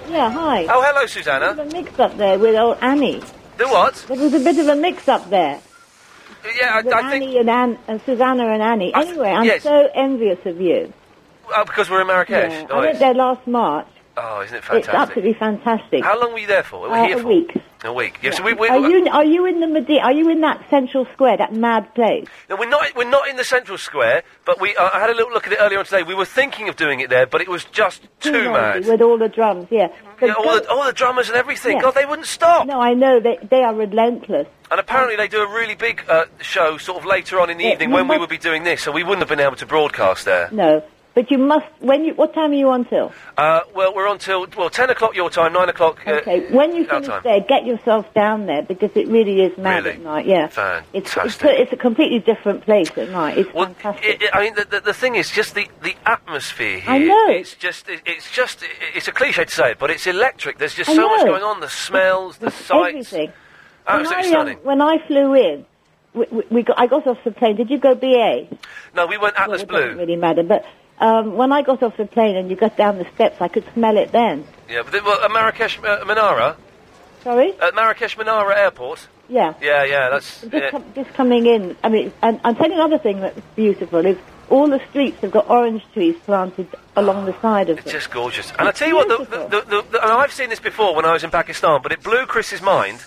Speaker 17: Yeah, hi.
Speaker 3: Oh, hello, Susanna.
Speaker 17: There was a mix up there with old Annie.
Speaker 3: The what?
Speaker 17: There was a bit of a mix up there.
Speaker 3: Yeah,
Speaker 17: with Annie and Ann, uh, Susanna and Annie. Anyway, I'm
Speaker 3: yes.
Speaker 17: so envious of you.
Speaker 3: Oh, because we're in Marrakesh.
Speaker 17: Yeah, I
Speaker 3: Oh,
Speaker 17: went
Speaker 3: it's-
Speaker 17: there last March.
Speaker 3: oh, isn't it
Speaker 17: It's
Speaker 3: fantastic?
Speaker 17: absolutely fantastic.
Speaker 3: How long were you there for? Were
Speaker 17: Uh,
Speaker 3: you here
Speaker 17: a
Speaker 3: for?
Speaker 17: week.
Speaker 3: A week. Yeah, so we, we,
Speaker 17: Are you are you in the Medi- Are you in that central square, that mad place?
Speaker 3: No, we're not. We're not in the central square, but we. Uh, I had a little look at it earlier on today. We were thinking of doing it there, but it was just too mad.
Speaker 17: With all the drums, yeah. But
Speaker 3: Yeah, all,
Speaker 17: go-
Speaker 3: the, all the drummers and everything.
Speaker 17: yeah.
Speaker 3: God, they wouldn't stop.
Speaker 17: No, I know they they are relentless.
Speaker 3: And apparently they do a really big uh, show sort of later on in the
Speaker 17: Yeah,
Speaker 3: evening
Speaker 17: you
Speaker 3: when we
Speaker 17: must-
Speaker 3: would be doing this, so we wouldn't have been able to broadcast there.
Speaker 17: No, but you must. When you what time are you on till?
Speaker 3: Uh, well, we're on till well ten o'clock your time, nine o'clock. Uh,
Speaker 17: Okay, when you
Speaker 3: our
Speaker 17: finish
Speaker 3: time.
Speaker 17: there, get yourself down there because it really is mad
Speaker 3: Really?
Speaker 17: at night. Yeah, it's it's,
Speaker 3: Fantastic.
Speaker 17: a, it's a completely different place at night. It's fantastic.
Speaker 3: It- it- I mean, the, the, the thing is, just the, the atmosphere here.
Speaker 17: I know.
Speaker 3: It's just, it, it's just, it, it's a cliche to say it, but it's electric. There's just
Speaker 17: I
Speaker 3: so much
Speaker 17: know.
Speaker 3: going on. The smells, the sights.
Speaker 17: Everything. when, I,
Speaker 3: Absolutely
Speaker 17: um,
Speaker 3: Ah, stunning.
Speaker 17: when I flew in, we, we, we got, I got off the plane. Did you go BA?
Speaker 3: No, we went Atlas
Speaker 17: Doesn't
Speaker 3: Blue.
Speaker 17: really matter. But um, when I got off the plane and you got down the steps, I could smell it then.
Speaker 3: Yeah, but the, well, at Marrakesh uh, Manara.
Speaker 17: Sorry?
Speaker 3: At Marrakesh Manara Airport.
Speaker 17: Yeah.
Speaker 3: Yeah, yeah, that's.
Speaker 17: Just,
Speaker 3: yeah.
Speaker 17: com- just coming in, I mean, and I'll tell you another thing that's beautiful is all the streets have got orange trees planted along the side of
Speaker 3: It's
Speaker 17: them.
Speaker 3: just gorgeous. And I tell you what, the, the, the, the, the, and I've seen this before when I was in Pakistan, but it blew Chris's mind.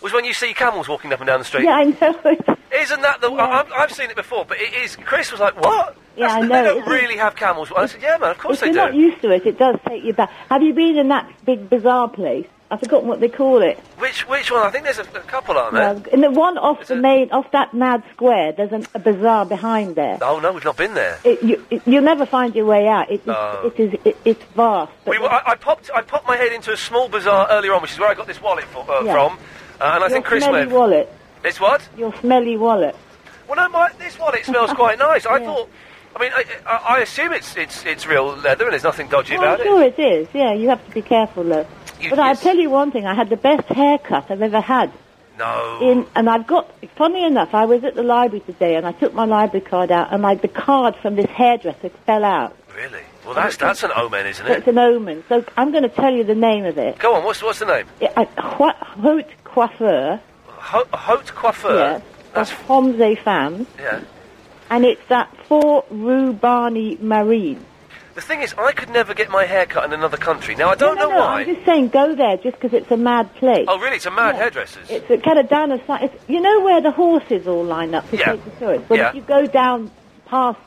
Speaker 3: Was when you see camels walking up and down the street.
Speaker 17: Yeah, I know. *laughs*
Speaker 3: Isn't that the? I, I've- I've seen it before, but it is. Chris was like, "What?
Speaker 17: Yeah, I
Speaker 3: They
Speaker 17: know.
Speaker 3: don't really have camels." I said, "Yeah, man, of course
Speaker 17: if you're
Speaker 3: they
Speaker 17: not
Speaker 3: do."
Speaker 17: used to it, it does take you back. Have you been in that big bizarre place? I've forgotten what they call it.
Speaker 3: Which which one? I think there's a, a couple, aren't there?
Speaker 17: Well, in the one off the main, off that mad square, there's an, a bazaar behind there.
Speaker 3: oh no, we've not been there.
Speaker 17: It, you, it, you'll never find your way out. It is,
Speaker 3: No.
Speaker 17: it is, it, it's vast.
Speaker 3: We were, I, I popped I popped my head into a small bazaar earlier on, which is where I got this wallet for, uh,
Speaker 17: Yeah.
Speaker 3: from, uh, and I
Speaker 17: your
Speaker 3: think Chris
Speaker 17: smelly
Speaker 3: went.
Speaker 17: wallet.
Speaker 3: It's what?
Speaker 17: Your smelly wallet.
Speaker 3: Well, no, my, this wallet smells
Speaker 17: *laughs*
Speaker 3: quite nice. I thought. I mean, I, I, I assume it's it's it's real leather, and there's nothing dodgy
Speaker 17: Well, I'm
Speaker 3: about it.
Speaker 17: sure it is. Yeah, you have to be careful though.
Speaker 3: You-
Speaker 17: but
Speaker 3: yes.
Speaker 17: I'll tell you one thing: I had the best haircut I've ever had.
Speaker 3: No.
Speaker 17: In and I've got. Funny enough, I was at the library today, and I took my library card out, and my the card from this hairdresser fell out.
Speaker 3: really? Well, that's that's an omen, isn't it?
Speaker 17: It's an omen. So I'm going to tell you the name of it.
Speaker 3: Go on. What's what's the name?
Speaker 17: it I, Hwa- Haute Coiffure.
Speaker 3: Ho- Haute
Speaker 17: Yeah.
Speaker 3: coiffeur.
Speaker 17: Of Homze Fam.
Speaker 3: Yeah.
Speaker 17: And it's that for Rue Barney Marine.
Speaker 3: The thing is, I could never get my hair cut in another country. Now I don't
Speaker 17: no,
Speaker 3: know
Speaker 17: no,
Speaker 3: why.
Speaker 17: I'm just saying, go there just because it's a mad place.
Speaker 3: Oh, really? It's a mad hairdressers.
Speaker 17: It's a kind of down a side. It's, you know where the horses all line up to
Speaker 3: Yeah.
Speaker 17: take the tourists? Well,
Speaker 3: Yeah.
Speaker 17: if you go down past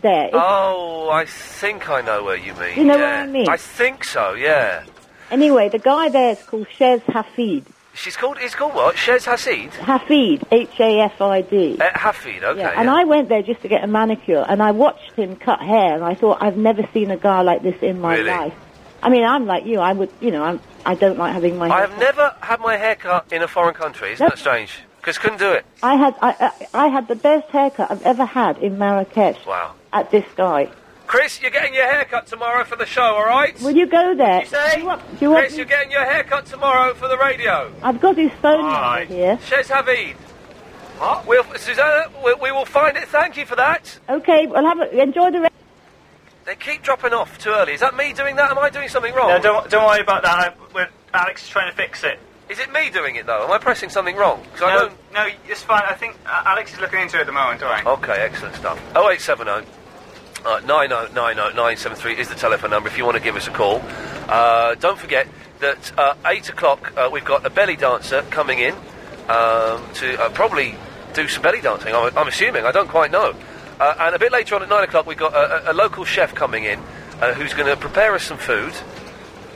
Speaker 17: there, it's-
Speaker 3: Oh, I think I know where you mean.
Speaker 17: You know what
Speaker 3: yeah.
Speaker 17: I mean?
Speaker 3: I think so. Yeah.
Speaker 17: Anyway, the guy there is called Shez Hafid.
Speaker 3: She's called. It's called what? Shez Hasid.
Speaker 17: Hafid, H A F I D.
Speaker 3: Uh, Hafid. Okay.
Speaker 17: Yeah, and I went there just to get a manicure, and I watched him cut hair, and I thought I've never seen a guy like this in my
Speaker 3: Really?
Speaker 17: life. I mean, I'm like you. I would, you know, I'm. I don't like having my.
Speaker 3: I
Speaker 17: hair
Speaker 3: have never had my hair cut in a foreign country. Isn't
Speaker 17: No.
Speaker 3: that strange? Because couldn't do it.
Speaker 17: I had. I, I I had the best haircut I've ever had in Marrakesh.
Speaker 3: Wow.
Speaker 17: At this guy.
Speaker 3: Chris, you're getting your hair cut tomorrow for the show. All right.
Speaker 17: Will you go there?
Speaker 3: You say?
Speaker 17: Do you want- do you want
Speaker 3: Chris,
Speaker 17: me-
Speaker 3: you're getting your hair cut tomorrow for the radio.
Speaker 17: I've got his phone number here.
Speaker 3: Shez Havid. What? We'll, Susanna, we, we will find it. Thank you for that.
Speaker 17: Okay, well have a, enjoy the. Rest.
Speaker 3: They keep dropping off too early. Is that me doing that? Am I doing something wrong?
Speaker 4: No, don't don't worry about that. I, we're, Alex is trying to fix it.
Speaker 3: Is it me doing it though? Am I pressing something wrong? 'Cause I
Speaker 4: No,
Speaker 3: don't.
Speaker 4: no, it's fine. I think uh, Alex is looking into it at the moment. All right.
Speaker 3: Okay, excellent stuff. Oh, 0870 uh, 9090973 is the telephone number if you want to give us a call. Uh, don't forget that uh, 8 o'clock uh, we've got a belly dancer coming in um, to uh, probably do some belly dancing, I'm, I'm assuming. I don't quite know. Uh, and a bit later on at 9 o'clock we've got a, a, a local chef coming in uh, who's going to prepare us some food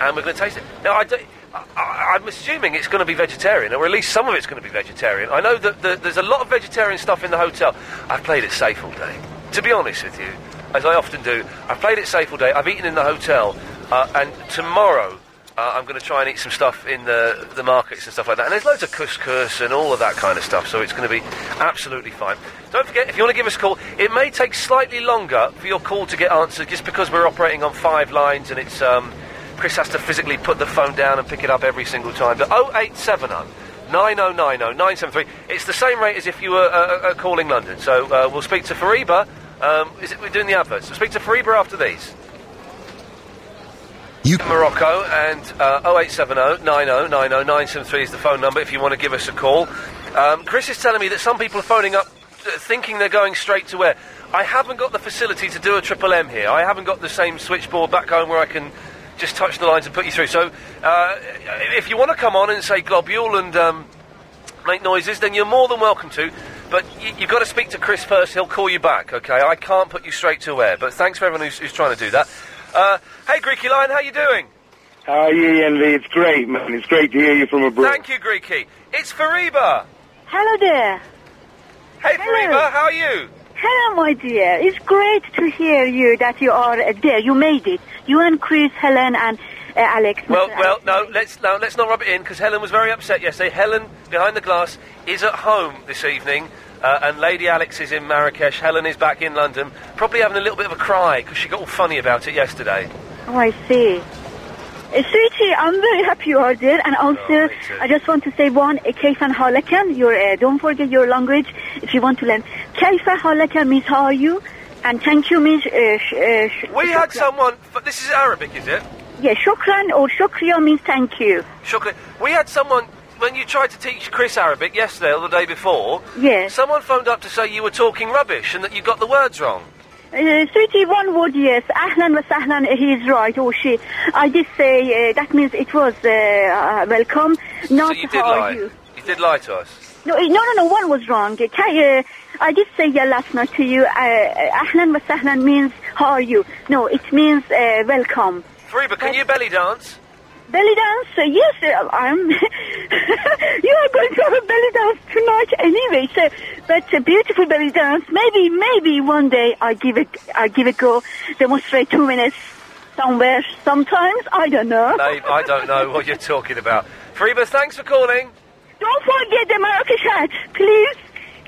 Speaker 3: and we're going to taste it. Now, I don't- I, I, I'm assuming it's going to be vegetarian, or at least some of it's going to be vegetarian. I know that the, there's a lot of vegetarian stuff in the hotel. I've played it safe all day. To be honest with you, as I often do, I've played it safe all day. I've eaten in the hotel, uh, and tomorrow uh, I'm going to try and eat some stuff in the, the markets and stuff like that. And there's loads of couscous and all of that kind of stuff, so it's going to be absolutely fine. Don't forget, if you want to give us a call, it may take slightly longer for your call to get answered just because we're operating on five lines and it's. Um, Chris has to physically put the phone down and pick it up every single time. oh But 0870 9090 973. It's the same rate as if you were uh, uh, uh, calling London. So uh, we'll speak to Fariba. Um, is it, we're doing the adverts. We'll speak to Fariba after these. You Morocco and uh, 0870 9090 973 is the phone number if you want to give us a call. Um, Chris is telling me that some people are phoning up uh, thinking they're going straight to where. I haven't got the facility to do a triple M here. I haven't got the same switchboard back home where I can just touch the lines and put you through. So uh, if you want to come on and say globule and um, make noises, then you're more than welcome to. But y- you've got to speak to Chris first. He'll call you back. Okay, I can't put you straight to air. But thanks for everyone who's, who's trying to do that. Uh, hey, Greeky Lion, how you doing?
Speaker 18: How are you, Envy? It's great, man. It's great to hear you from abroad.
Speaker 3: Thank you, Greeky. It's Fariba.
Speaker 19: Hello there.
Speaker 3: Hey, Fariba, how are you?
Speaker 19: Hello, my dear. It's great to hear you that you are uh, there. You made it. You and Chris, Helen, and uh, Alex.
Speaker 3: Well,
Speaker 19: Mr.
Speaker 3: well, no, let's no, let's not rub it in because Helen was very upset yesterday. Helen behind the glass is at home this evening, uh, and Lady Alex is in Marrakesh. Helen is back in London, probably having a little bit of a cry because she got all funny about it yesterday.
Speaker 19: Alex. Oh, I see. Uh, Sweetie, I'm very happy you are there, and also I just want to say one, uh, كيفا حالك? Your uh, don't forget your language if you want to learn. كيفا حالك means how are you, and thank you means uh, sh- uh, sh-
Speaker 3: We had
Speaker 19: shukran.
Speaker 3: someone. f- This is Arabic, is it?
Speaker 19: Yeah, shukran or shukriya means thank you.
Speaker 3: Shukri. We had someone when you tried to teach Chris Arabic yesterday or the day before.
Speaker 19: Yes.
Speaker 3: Someone phoned up to say you were talking rubbish and that you got the words wrong.
Speaker 19: Uh, 31 would, yes. Ahlan wa sahlan, uh, he is right, or she. I did say, uh, that means it was uh, uh, welcome,
Speaker 3: so
Speaker 19: not
Speaker 3: you did
Speaker 19: how
Speaker 3: lie.
Speaker 19: are you.
Speaker 3: did lie to us.
Speaker 19: No, uh, no, no, no, one was wrong. Uh, Kay, uh, I did say yeah last night to you, uh, uh, ahlan wa sahlan means how are you. No, it means uh, welcome.
Speaker 3: Fariba, can you belly dance?
Speaker 19: Belly dance, uh, yes, uh, I'm. *laughs* you are going to have a belly dance tonight anyway. So, but a beautiful belly dance. Maybe, maybe one day I give it, I give it go. Demonstrate two minutes somewhere, sometimes. I don't know.
Speaker 3: Babe, I don't know what you're talking about. Fariba, thanks for calling.
Speaker 19: Don't forget the Marrakesh hat, please.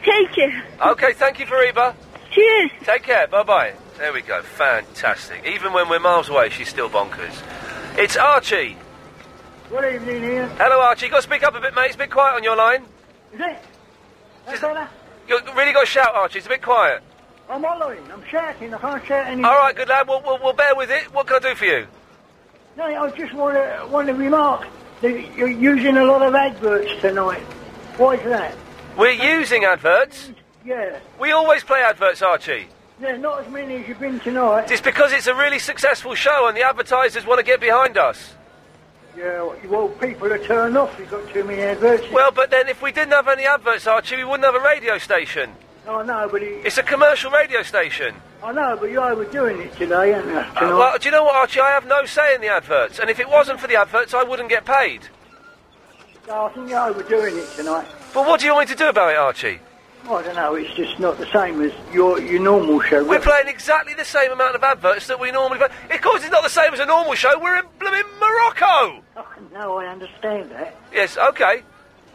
Speaker 19: Take it.
Speaker 3: Okay, thank you, Fariba.
Speaker 19: Cheers.
Speaker 3: Take care. Bye bye. There we go. Fantastic. Even when we're miles away, she's still bonkers. It's Archie.
Speaker 20: Good evening, Ian.
Speaker 3: Hello, Archie. Got to speak up a bit, mate. It's a bit quiet on your line.
Speaker 20: Is it? That's all right.
Speaker 3: You really got to shout, Archie. It's a bit quiet.
Speaker 20: I'm hollering. I'm shouting. I can't shout anymore.
Speaker 3: All right, good lad. We'll, we'll, we'll bear with it. What can I do for you?
Speaker 20: No, I just want to want to remark that you're using a lot of adverts tonight. Why is that?
Speaker 3: We're using adverts.
Speaker 20: Yeah,
Speaker 3: We always play adverts, Archie.
Speaker 20: yeah, not as many as you've been tonight.
Speaker 3: It's because it's a really successful show and the advertisers want to get behind us.
Speaker 20: Yeah, well, people are turned off. You've got too many adverts.
Speaker 3: Well, but then if we didn't have any adverts, Archie, we wouldn't have a radio station.
Speaker 20: I know, but it,
Speaker 3: It's a commercial radio station.
Speaker 20: I know, but you overdoing it today, aren't you? Tonight.
Speaker 3: Uh, Well, do you know what, Archie? I have no say in the adverts, and if it wasn't for the adverts, I wouldn't get paid.
Speaker 20: No, I think you're overdoing it tonight.
Speaker 3: But what do you want me to do about it, Archie?
Speaker 20: I don't know. It's just not the same as your your normal show.
Speaker 3: We're playing exactly the same amount of adverts that we normally play. Of course, it's not the same as a normal show. We're in blooming Morocco.
Speaker 20: No, I understand that.
Speaker 3: Yes, okay.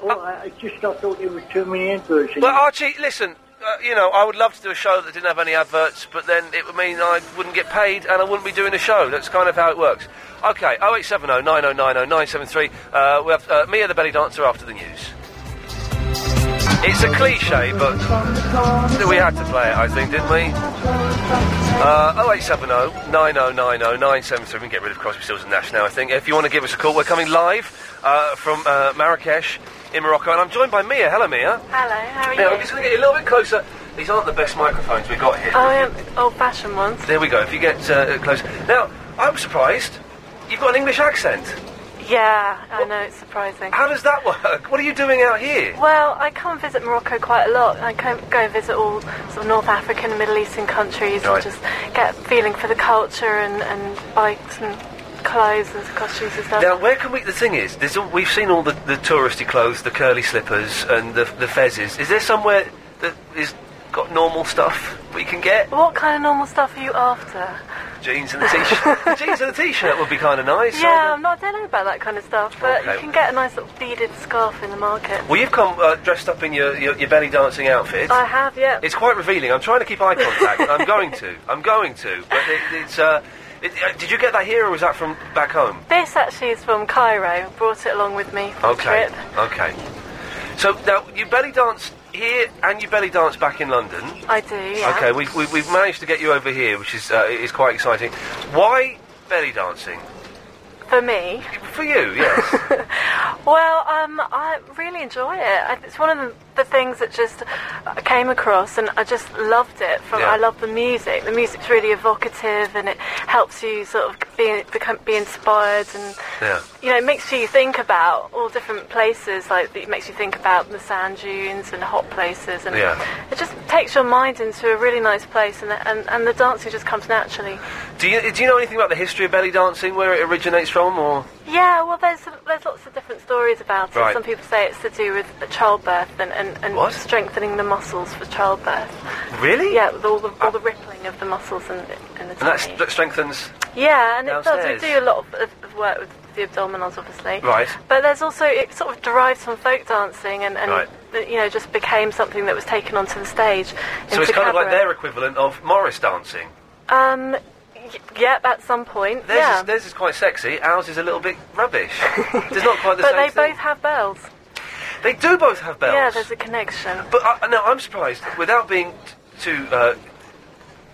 Speaker 20: Well, I, I just I thought there were too many adverts. in
Speaker 3: But
Speaker 20: it.
Speaker 3: Archie, listen. Uh, you know, I would love to do a show that didn't have any adverts, but then it would mean I wouldn't get paid and I wouldn't be doing a show. That's kind of how it works. Okay, 0870 9090 973. Uh, we have uh, Mia the Belly Dancer after the news. It's a cliche, but we had to play it, I think, didn't we? Uh, 0870 9090 973. We can get rid of Crosby, Stills and Nash now, I think. If you want to give us a call, we're coming live uh, from uh, Marrakesh in Morocco, and I'm joined by Mia. Hello, Mia.
Speaker 21: Hello, how are
Speaker 3: Now, I'm
Speaker 21: you?
Speaker 3: just going to get you a little bit closer. These aren't the best microphones we've got here.
Speaker 21: Oh, yeah, old-fashioned ones.
Speaker 3: There we go. If you get uh, close. Now, I'm surprised. You've got an English accent.
Speaker 21: Yeah, I know, it's surprising.
Speaker 3: How does that work? What are you doing out here?
Speaker 21: Well, I come and visit Morocco quite a lot. I co- go and visit all sort of North African and Middle Eastern countries and
Speaker 3: Right.
Speaker 21: just get a feeling for the culture and, and buy some clothes and costumes and stuff.
Speaker 3: Now, where can we? The thing is, there's all, we've seen all the, the touristy clothes, the curly slippers, and the the fezzes. Is there somewhere that is got normal stuff we can get?
Speaker 21: What kind of normal stuff are you after?
Speaker 3: Jeans and a t-shirt.
Speaker 21: *laughs*
Speaker 3: The jeans and a t-shirt would be kind of nice.
Speaker 21: yeah, I'm not, I don't know about that kind of stuff, but
Speaker 3: Okay.
Speaker 21: you can get a nice little beaded scarf in the market.
Speaker 3: Well, you've come uh, dressed up in your, your, your belly dancing outfit.
Speaker 21: I have, yeah.
Speaker 3: It's quite revealing. I'm trying to keep eye contact. I'm going to. I'm going to. But it, it's. Uh, it, uh, did you get that here, or was that from back home?
Speaker 21: This actually is from Cairo. Brought it along with me for
Speaker 3: Okay.
Speaker 21: the trip.
Speaker 3: Okay. So now you belly dance here, and you belly dance back in London.
Speaker 21: I do. Yeah.
Speaker 3: Okay, we've, we we've managed to get you over here, which is uh, is quite exciting. Why belly dancing?
Speaker 21: For me.
Speaker 3: For you,
Speaker 21: *laughs*
Speaker 3: yes.
Speaker 21: Well, um, I really enjoy it. I, it's one of the, the things that just I came across, and I just loved it. From
Speaker 22: Yeah.
Speaker 21: I love the music. The music's really evocative, and it helps you sort of be become, be inspired, and
Speaker 22: Yeah.
Speaker 21: you know, it makes you think about all different places. Like it makes you think about the sand dunes and hot places, and
Speaker 3: Yeah.
Speaker 21: it just takes your mind into a really nice place, and the, and, and the dancing just comes naturally.
Speaker 3: do you do you know anything about the history of belly dancing, where it originates from, or?
Speaker 21: Yeah, well, there's there's lots of different stories about it.
Speaker 3: Right.
Speaker 21: Some people say it's to do with childbirth and, and,
Speaker 3: What?
Speaker 21: and strengthening the muscles for childbirth.
Speaker 3: Really?
Speaker 21: Yeah, with all the, all the rippling of the muscles and, and the
Speaker 3: And that's,
Speaker 21: tummy.
Speaker 3: that strengthens.
Speaker 21: yeah, and it
Speaker 3: downstairs.
Speaker 21: does. We do a lot of, of, of work with the abdominals, obviously.
Speaker 3: Right.
Speaker 21: But there's also it sort of derives from folk dancing and, and
Speaker 3: Right.
Speaker 21: th- you know just became something that was taken onto the stage.
Speaker 3: So it's
Speaker 21: into
Speaker 3: kind of like
Speaker 21: cabaret.
Speaker 3: their equivalent of Morris dancing.
Speaker 21: Um, y- yep, at some point.
Speaker 3: Theirs,
Speaker 21: yeah.
Speaker 3: is, theirs is quite sexy. Ours is a little bit
Speaker 21: *laughs*
Speaker 3: rubbish. It's not quite the
Speaker 21: but
Speaker 3: same
Speaker 21: they
Speaker 3: thing.
Speaker 21: both have bells.
Speaker 3: They do both have bells.
Speaker 21: Yeah, there's a connection.
Speaker 3: But I, no, I'm surprised. Without being t- too uh,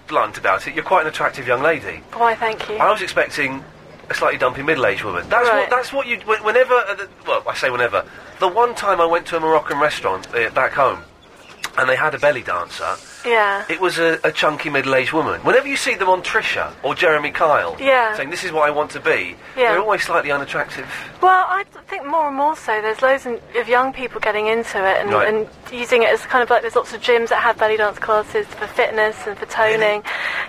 Speaker 3: blunt about it, you're quite an attractive young lady.
Speaker 21: Why, thank you.
Speaker 3: I was expecting a slightly dumpy middle-aged woman. That's what.
Speaker 21: Right.
Speaker 3: That's what you. wh- Whenever. Uh, the, well, I say whenever. The one time I went to a Moroccan restaurant uh, back home, and they had a belly dancer.
Speaker 21: Yeah.
Speaker 3: It was a, a chunky middle-aged woman. Whenever you see them on Trisha or Jeremy Kyle,
Speaker 21: Yeah.
Speaker 3: saying this is what I want to be,
Speaker 21: Yeah.
Speaker 3: they're always slightly unattractive.
Speaker 21: Well, I th- think more and more so. There's loads in- of young people getting into it and,
Speaker 3: Right.
Speaker 21: and using it as kind of like there's lots of gyms that have belly dance classes for fitness and for toning.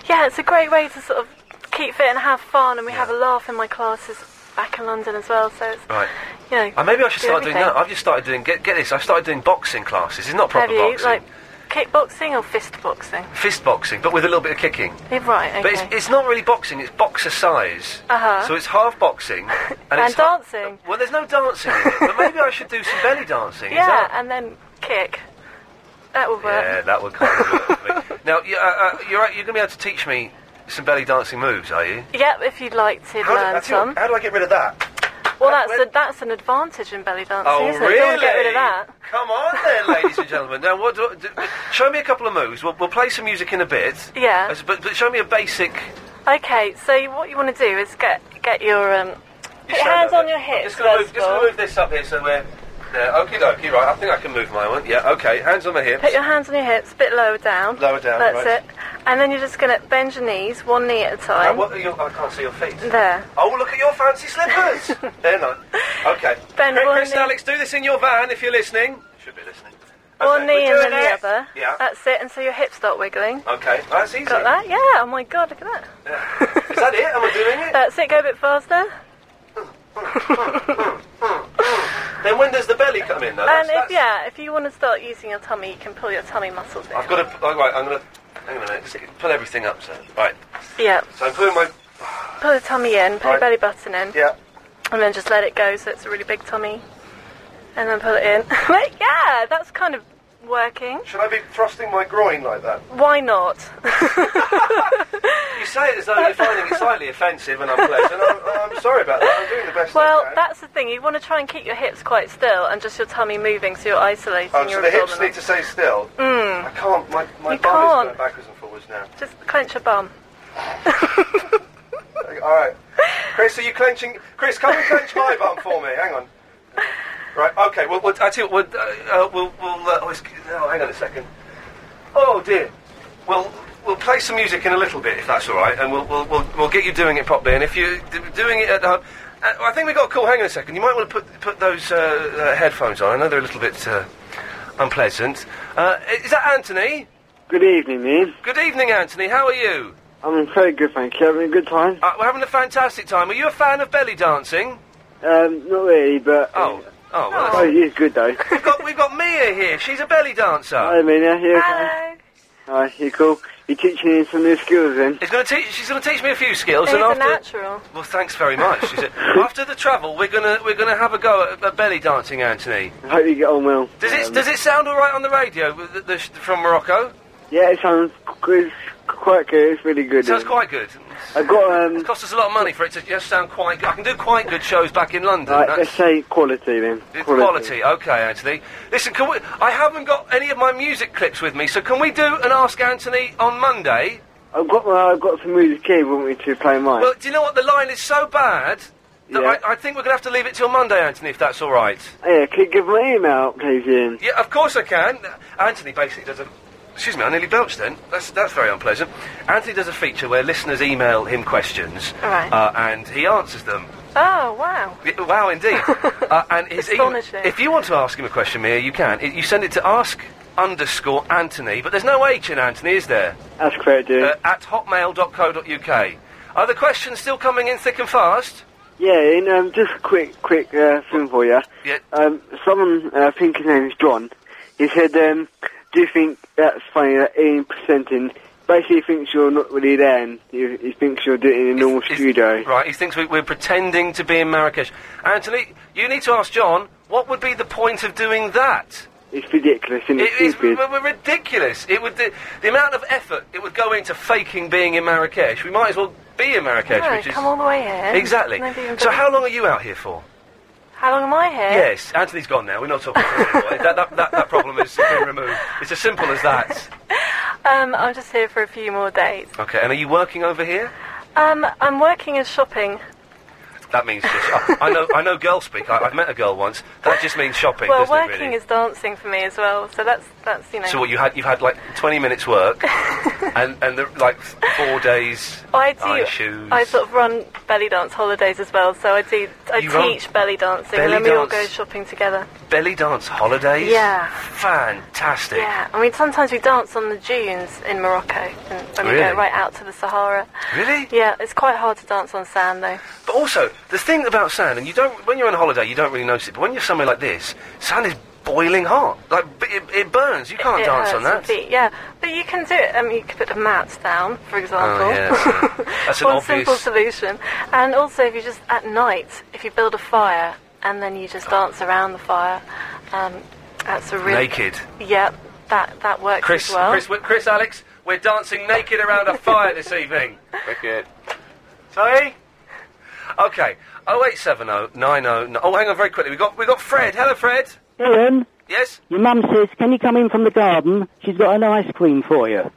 Speaker 21: Yeah, it's a great way to sort of keep fit and have fun, and we have a laugh in my classes back in London as well. So it's
Speaker 3: Right.
Speaker 21: you know.
Speaker 3: Uh, maybe I should
Speaker 21: do
Speaker 3: start doing
Speaker 21: everything.
Speaker 3: that. I've just started doing. Get, get this. I've started doing boxing classes. It's not proper
Speaker 21: have you
Speaker 3: boxing.
Speaker 21: like kickboxing or fist boxing?
Speaker 3: Fist boxing, but with a little bit of kicking.
Speaker 21: Yeah, right. Okay.
Speaker 3: But it's, it's not really boxing. It's boxer size.
Speaker 21: Uh-huh.
Speaker 3: So it's half boxing and,
Speaker 21: *laughs* and
Speaker 3: it's ha-
Speaker 21: dancing.
Speaker 3: well, there's no dancing in it, but maybe I should do some belly dancing.
Speaker 21: *laughs*
Speaker 3: Is
Speaker 21: yeah,
Speaker 3: that-
Speaker 21: and then kick. That will work.
Speaker 3: yeah, that would kind of work
Speaker 21: *laughs*
Speaker 3: for me. Now, you, uh, uh, you're, right, you're going to be able to teach me some belly dancing moves, are you?
Speaker 21: *laughs* Yep, if you'd like to
Speaker 3: How do,
Speaker 21: learn
Speaker 3: I tell you
Speaker 21: some.
Speaker 3: what, how do I get rid of that?
Speaker 21: Well, that's a, that's an advantage in belly dancing.
Speaker 3: Oh,
Speaker 21: isn't It? Don't wanna get rid
Speaker 3: really?
Speaker 21: of that.
Speaker 3: Come on then, ladies and gentlemen. Now, what do, do, show me a couple of moves. We'll, we'll play some music in a bit.
Speaker 21: Yeah.
Speaker 3: As- But, but show me a basic.
Speaker 21: *laughs* Okay, so you- what you want to do is get get your um, put your
Speaker 3: show
Speaker 21: hands
Speaker 3: that
Speaker 21: on
Speaker 3: bit.
Speaker 21: your
Speaker 3: I'm
Speaker 21: hips
Speaker 3: Just gonna, move,
Speaker 21: first
Speaker 3: just
Speaker 21: of all.
Speaker 3: gonna move this up here so we're. There. Okie dokie, right. I think I can move my one. Yeah, okay. Hands on my hips.
Speaker 21: Put your hands on your hips, a bit lower down.
Speaker 3: Lower down,
Speaker 21: That's it.
Speaker 3: right.
Speaker 21: And then you're just going to bend your knees, one knee at a
Speaker 3: Uh,
Speaker 21: time.
Speaker 3: what are your, I can't see your feet.
Speaker 21: There.
Speaker 3: Oh, look at your fancy slippers.
Speaker 21: *laughs*
Speaker 3: They're nice. Okay.
Speaker 21: Bend
Speaker 3: Chris,
Speaker 21: one
Speaker 3: Chris
Speaker 21: knee-
Speaker 3: and Alex, do this in your van if you're listening. Should be listening.
Speaker 21: One knee
Speaker 3: we're
Speaker 21: and then
Speaker 3: doing
Speaker 21: the
Speaker 3: it.
Speaker 21: other.
Speaker 3: Yeah.
Speaker 21: That's it, and so your hips start wiggling.
Speaker 3: Okay, that's easy.
Speaker 21: Got that? Yeah, oh my god, look at that.
Speaker 3: Is that it? Am I doing it?
Speaker 21: That's it, go a bit faster.
Speaker 3: Then when does the belly come in? Though?
Speaker 21: and
Speaker 3: That's,
Speaker 21: if,
Speaker 3: that's,
Speaker 21: yeah, if you want to start using your tummy, you can pull your tummy muscles in.
Speaker 3: I've got to. Oh, right, I'm gonna. Hang on a minute. Just pull everything up, sir. Right.
Speaker 21: Yeah,
Speaker 3: So I'm putting my.
Speaker 21: pull the tummy in, put
Speaker 3: Right.
Speaker 21: the belly button in.
Speaker 3: Yeah.
Speaker 21: And then just let it go so it's a really big tummy. And then pull it in. *laughs* Wait, yeah, that's kind of working.
Speaker 3: Should I be thrusting my groin like that?
Speaker 21: Why not?
Speaker 3: You say it as though you're finding it
Speaker 21: *laughs*
Speaker 3: slightly offensive and unpleasant. I'm, I'm sorry about that. I'm doing the best
Speaker 21: Well,
Speaker 3: I can.
Speaker 21: that's the thing. You want to try and keep your hips quite still and just your tummy moving so you're isolating
Speaker 3: Oh, so
Speaker 21: your
Speaker 3: the
Speaker 21: abdominal.
Speaker 3: hips need to stay still.
Speaker 21: Mm.
Speaker 3: I can't. My, my
Speaker 21: You
Speaker 3: bum is
Speaker 21: can't.
Speaker 3: going backwards and forwards now.
Speaker 21: Just clench your bum.
Speaker 3: All right. Chris, are you clenching? Chris, come and clench my bum for me. Hang on. Right. Okay. Well, we'll I tell you, what, we'll, uh, uh, we'll, we'll uh, oh, it's- no, hang on a second. Oh dear. We'll we'll play some music in a little bit if that's all right, and we'll we'll we'll, we'll get you doing it properly. And if you're d- doing it at home. Uh, I think we got a call. Hang on a second. You might want to put put those uh, uh, headphones on. I know they're a little bit uh, unpleasant. Uh, is that Anthony?
Speaker 22: Good evening, Ian.
Speaker 3: Good evening, Anthony. How are you?
Speaker 22: I'm very good, thank you. Having a good time?
Speaker 3: Uh, we're having a fantastic time. Are you a fan of belly dancing?
Speaker 22: Um, not really, but...
Speaker 3: Oh, oh, well,
Speaker 22: Oh,
Speaker 3: that's-
Speaker 22: it is good, though.
Speaker 3: we've got we've got Mia here. She's a belly dancer.
Speaker 22: Hi, Mina. You okay?
Speaker 21: Hello.
Speaker 22: Hi, you cool? You teaching me some new skills, then?
Speaker 3: She's going to teach. She's going to teach me a few skills,
Speaker 21: It's
Speaker 3: and
Speaker 21: a
Speaker 3: after
Speaker 21: natural.
Speaker 3: well, thanks very much.
Speaker 22: *laughs*
Speaker 3: She said, after the travel, we're gonna we're gonna have a go at, at belly dancing, Anthony.
Speaker 22: I hope you get on well.
Speaker 3: Does it
Speaker 22: Um,
Speaker 3: does it sound all right on the radio with the, the, sh- from Morocco?
Speaker 22: Yeah, it sounds good. It's quite good. It's really good.
Speaker 3: sounds
Speaker 22: Ian.
Speaker 3: quite good.
Speaker 22: I've got, um...
Speaker 3: It cost us a lot of money for it to just sound quite. good. I can do quite good shows back in London.
Speaker 22: Right,
Speaker 3: That's-
Speaker 22: let's say quality, then.
Speaker 3: It's quality. Okay, Anthony. Listen, can we? I haven't got any of my music clips with me, so can we do an Ask Anthony on Monday?
Speaker 22: I've got my... I've got some music here, wouldn't we, to play mine?
Speaker 3: Well, do you know what? The line is so bad that
Speaker 22: Yeah.
Speaker 3: I, I think we're going to have to leave it till Monday, Anthony, if that's all right.
Speaker 22: Oh, Yeah, can you give my email out, please, Ian?
Speaker 3: Yeah, of course I can. Anthony basically does a. Excuse me, I nearly belched then. That's, that's very unpleasant. Anthony does a feature where listeners email him questions,
Speaker 21: All right.
Speaker 3: uh, and he answers them.
Speaker 21: Oh, wow.
Speaker 3: Y-
Speaker 21: *laughs*
Speaker 3: Wow, indeed. uh, and his email-
Speaker 21: Astonishing.
Speaker 3: if you want to ask him a question, Mia, you can. I- you send it to ask underscore Anthony, but there's no H in Anthony, is there?
Speaker 22: That's correct, Ian.
Speaker 3: Uh, at hotmail.co.uk. Are the questions still coming in thick and fast?
Speaker 22: Yeah, and um, just a quick, quick uh, thing for you.
Speaker 3: Yeah.
Speaker 22: Um, someone, uh, I think his name is John. He said, um, "Do you think that's funny that Ian presenting basically thinks you're not really there? And he, he thinks you're doing it in a normal studio."
Speaker 3: Right, he thinks we, we're pretending to be in Marrakesh. Anthony, you need to ask John, what would be the point of doing that?
Speaker 22: It's ridiculous, isn't it?
Speaker 3: It is
Speaker 22: Stupid.
Speaker 3: we're, we're ridiculous. It would the, the amount of effort it would go into faking being in Marrakesh. We might as well be in Marrakesh,
Speaker 21: No,
Speaker 3: which is
Speaker 21: come all the way here.
Speaker 3: exactly.
Speaker 21: Maybe even
Speaker 3: So
Speaker 21: better.
Speaker 3: how long are you out here for?
Speaker 21: How long am I here?
Speaker 3: Yes, Anthony's gone now. We're not talking. to him anymore. that, that, that, that problem is been removed. It's as simple as that.
Speaker 21: Um, I'm just here for a few more days.
Speaker 3: Okay, and are you working over here?
Speaker 21: Um, I'm working in shopping.
Speaker 3: That means just. I, I know. I know. Girl speak. I, I've met a girl once. That just means shopping,
Speaker 21: well,
Speaker 3: doesn't it?
Speaker 21: working
Speaker 3: Really.
Speaker 21: is dancing for me as well, so that's, that's you know.
Speaker 3: So what you had? You've had like twenty minutes
Speaker 21: *laughs*
Speaker 3: work, and and the, like four days.
Speaker 21: I do.
Speaker 3: eye shoes.
Speaker 21: I sort of run belly dance holidays as well, so I do. I
Speaker 3: You run
Speaker 21: teach belly dancing,
Speaker 3: belly
Speaker 21: and then we all
Speaker 3: dance-
Speaker 21: go shopping together.
Speaker 3: Belly dance holidays.
Speaker 21: Yeah.
Speaker 3: Fantastic.
Speaker 21: Yeah, I mean sometimes we dance on the dunes in Morocco, and when we
Speaker 3: Really?
Speaker 21: go right out to the Sahara.
Speaker 3: Really?
Speaker 21: Yeah, it's quite hard to dance on sand though.
Speaker 3: But also the thing about sand, and you don't when you're on holiday, you don't really notice it. But when you're somewhere like this, sand is boiling hot. Like b- it, it burns. You can't
Speaker 21: it
Speaker 3: dance
Speaker 21: hurts
Speaker 3: on
Speaker 21: your
Speaker 3: that.
Speaker 21: Feet. Yeah, but you can do it. I mean, you could put a mat down, for example.
Speaker 3: Oh,
Speaker 21: *laughs*
Speaker 3: yes, That's an
Speaker 21: One
Speaker 3: obvious.
Speaker 21: simple solution. And also, if you just at night, if you build a fire and then you just dance around the fire, um, that's a really
Speaker 3: Naked.
Speaker 21: Yeah, that that works
Speaker 3: Chris,
Speaker 21: as well.
Speaker 3: Chris, we- Chris, Alex,
Speaker 21: *laughs*
Speaker 3: we're dancing naked around a fire this evening. Wicked. Sorry. Okay, 0870 90. Oh, hang on, very quickly. We got we got Fred. Hello, Fred.
Speaker 23: Ian?
Speaker 3: Yes?
Speaker 23: Your mum says, can you come in from the garden? She's got an ice cream for you.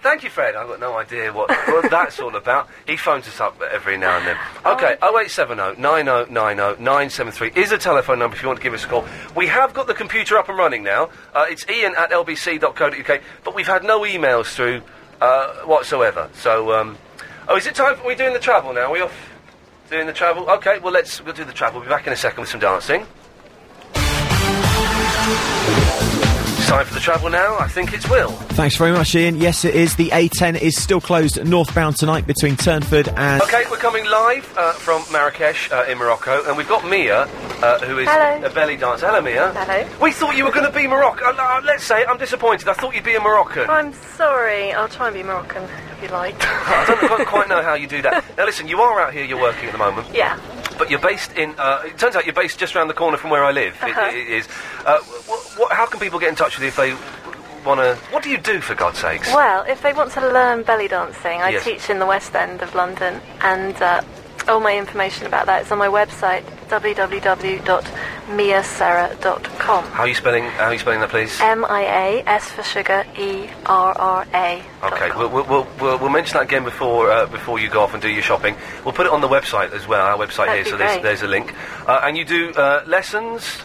Speaker 3: Thank you, Fred. I've got no idea what, what that's all about. He phones us up every now and then. Okay, 0870 9090 973 is a telephone number if you want to give us a call. We have got the computer up and running now. Uh, it's ian at lbc.co.uk, but we've had no emails through uh, whatsoever. So, um, oh, is it time for we doing the travel now? Are we off doing the travel? Okay, well, let's we'll do the travel. We'll be back in a second with some dancing. It's time for the travel now. I think it's Will.
Speaker 24: Thanks very much, Ian. Yes, it is. The A10 is still closed northbound tonight between Turnford and.
Speaker 3: Okay, we're coming live uh, from Marrakesh uh, in Morocco, and we've got Mia, uh, who is
Speaker 21: Hello.
Speaker 3: a belly dancer. Hello, Mia.
Speaker 21: Hello.
Speaker 3: We thought you were going to be Morocco. Uh, uh, let's say it, I'm disappointed. I thought you'd be a Moroccan.
Speaker 21: I'm sorry. I'll try and be Moroccan if you like. *laughs*
Speaker 3: I don't quite, quite know how you do that. Now, listen, you are out here. You're working at the moment.
Speaker 21: yeah.
Speaker 3: But you're based in. Uh, it turns out you're based just around the corner from where I live. It-
Speaker 21: Uh-huh.
Speaker 3: it is. Uh, wh- wh- how can people get in touch with you if they want to? What do you do, for God's sakes?
Speaker 21: Well, if they want to learn belly dancing, I
Speaker 3: Yes.
Speaker 21: teach in the West End of London, and uh, all my information about that is on my website www.miasarah.com.
Speaker 3: How are you spelling? How are you spelling that, please?
Speaker 21: M I A S for sugar, E R R A.
Speaker 3: Okay, we'll, we'll- we'll, we'll, we'll mention that again before uh, before you go off and do your shopping. We'll put it on the website as well, our website
Speaker 21: That'd
Speaker 3: here,
Speaker 21: be
Speaker 3: so there's,
Speaker 21: great.
Speaker 3: there's a link. Uh, and you do uh, lessons?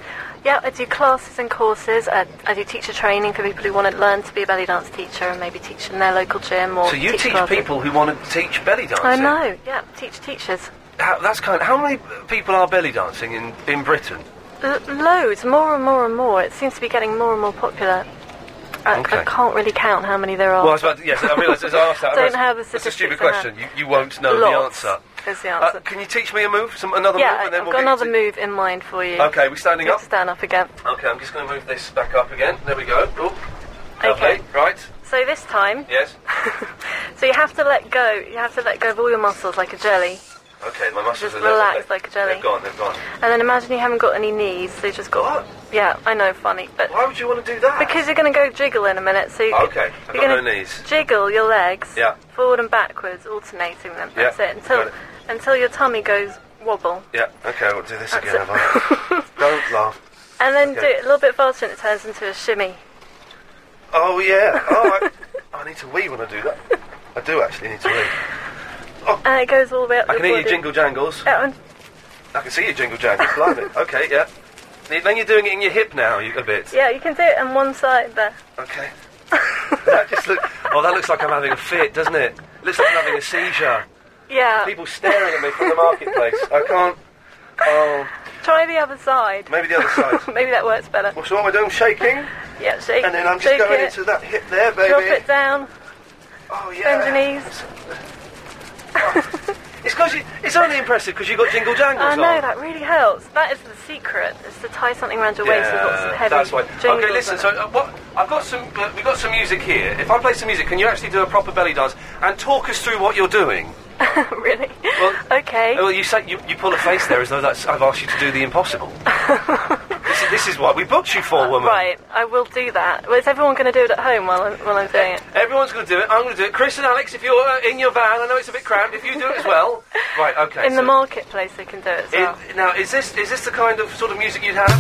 Speaker 21: Yeah, I do classes and courses. I, I do teacher training for people who want to learn to be a belly dance teacher and maybe teach in their local gym or
Speaker 3: so you teach
Speaker 21: classes.
Speaker 3: people who want to teach belly dancing?
Speaker 21: I know. Yeah, teach teachers.
Speaker 3: How, that's kind how many people are belly dancing in, in Britain?
Speaker 21: L- loads, more and more and more. It seems to be getting more and more popular. I,
Speaker 3: Okay.
Speaker 21: I can't really count how many there are.
Speaker 3: Well, I was about to, yes, I realised as I asked that. I
Speaker 21: Oh. *laughs* Don't have
Speaker 3: realised
Speaker 21: the
Speaker 3: That's a stupid
Speaker 21: statistics on that.
Speaker 3: question. You, you won't know
Speaker 21: Lots.
Speaker 3: the answer.
Speaker 21: Is the answer.
Speaker 3: Uh, can you teach me a move? Some, another
Speaker 21: yeah,
Speaker 3: move? And then
Speaker 21: I've
Speaker 3: we'll
Speaker 21: got
Speaker 3: get
Speaker 21: another
Speaker 3: into-
Speaker 21: move in mind for you.
Speaker 3: Okay, we standing
Speaker 21: You have
Speaker 3: up?
Speaker 21: to Stand up again.
Speaker 3: Okay, I'm just going to move this back up again. There we go. Ooh. Okay. Right.
Speaker 21: So this time,
Speaker 3: Yes.
Speaker 21: so you have to let go. You have to let go of all your muscles like a jelly,
Speaker 3: Okay, my muscles
Speaker 21: Just
Speaker 3: are level.
Speaker 21: relax
Speaker 3: They-
Speaker 21: like a jelly.
Speaker 3: They've gone, they've gone.
Speaker 21: and then imagine you haven't got any knees. So you just got.
Speaker 3: What?
Speaker 21: Yeah, I know, funny, but
Speaker 3: why would you want to do that?
Speaker 21: Because you're going to go jiggle in a minute. So you
Speaker 3: Okay, I've
Speaker 21: you're
Speaker 3: got no
Speaker 21: gonna
Speaker 3: knees.
Speaker 21: Jiggle your legs.
Speaker 3: Yeah.
Speaker 21: Forward and backwards, alternating them.
Speaker 3: Yeah,
Speaker 21: That's it. Until
Speaker 3: got it.
Speaker 21: until your tummy goes wobble,
Speaker 3: Yeah, okay, we'll do this again,
Speaker 21: *laughs*
Speaker 3: have I? Don't laugh.
Speaker 21: and then
Speaker 3: Okay.
Speaker 21: do it a little bit faster, and it turns into a shimmy.
Speaker 3: Oh, yeah. Oh, I, I need to wee when I do that. I do actually need
Speaker 21: *laughs*
Speaker 3: to wee.
Speaker 21: And it goes all the way up
Speaker 3: Oh. I
Speaker 21: your
Speaker 3: can hear you
Speaker 21: body.
Speaker 3: jingle jangles.
Speaker 21: That one.
Speaker 3: I can see you jingle jangles. Love it. Okay, yeah. Then you're doing it in your hip now, you, a bit.
Speaker 21: Yeah, you can do it on one side there.
Speaker 3: Okay. that just look. Oh, that looks like I'm having a fit, doesn't it? Looks like I'm having a seizure.
Speaker 21: Yeah.
Speaker 3: People staring at me from the marketplace. I can't. Oh,
Speaker 21: Try the other side.
Speaker 3: maybe the
Speaker 21: *laughs*
Speaker 3: other side.
Speaker 21: Maybe that works better.
Speaker 3: Well, so what am I doing? Shaking?
Speaker 21: Yeah, shake.
Speaker 3: And then I'm just
Speaker 21: shake
Speaker 3: going
Speaker 21: it.
Speaker 3: into that hip there, baby.
Speaker 21: Drop it down.
Speaker 3: Oh
Speaker 21: yeah. Bend your knees.
Speaker 3: It's because it's only impressive because you've got jingle jangles
Speaker 21: I know
Speaker 3: on.
Speaker 21: that really helps. That is the secret: is to tie something around your waist with lots of heavy
Speaker 3: that's why.
Speaker 21: jingles.
Speaker 3: Okay, listen.
Speaker 21: on
Speaker 3: So
Speaker 21: it.
Speaker 3: uh, what? I've got some. Uh, we've got some music here. If I play some music, can you actually do a proper belly dance and talk us through what you're doing?
Speaker 21: really?
Speaker 3: Oh,
Speaker 21: okay.
Speaker 3: Well, you say you, you pull a face there as though that's I've asked you to do
Speaker 21: *laughs*
Speaker 3: the impossible. this, is, this is what we booked you for, Oh, woman.
Speaker 21: Right, I will do that. Well, is everyone going to do it at home while I'm, while I'm doing it?
Speaker 3: Everyone's going to do it. I'm going to do it. Chris and Alex, if you're uh, in your van, I know it's a bit cramped. If you do it
Speaker 21: *laughs*
Speaker 3: as well, right? Okay.
Speaker 21: In the
Speaker 3: so-
Speaker 21: marketplace, they can do it as
Speaker 3: In-
Speaker 21: well.
Speaker 3: now, is this is this the kind of sort of music you'd have?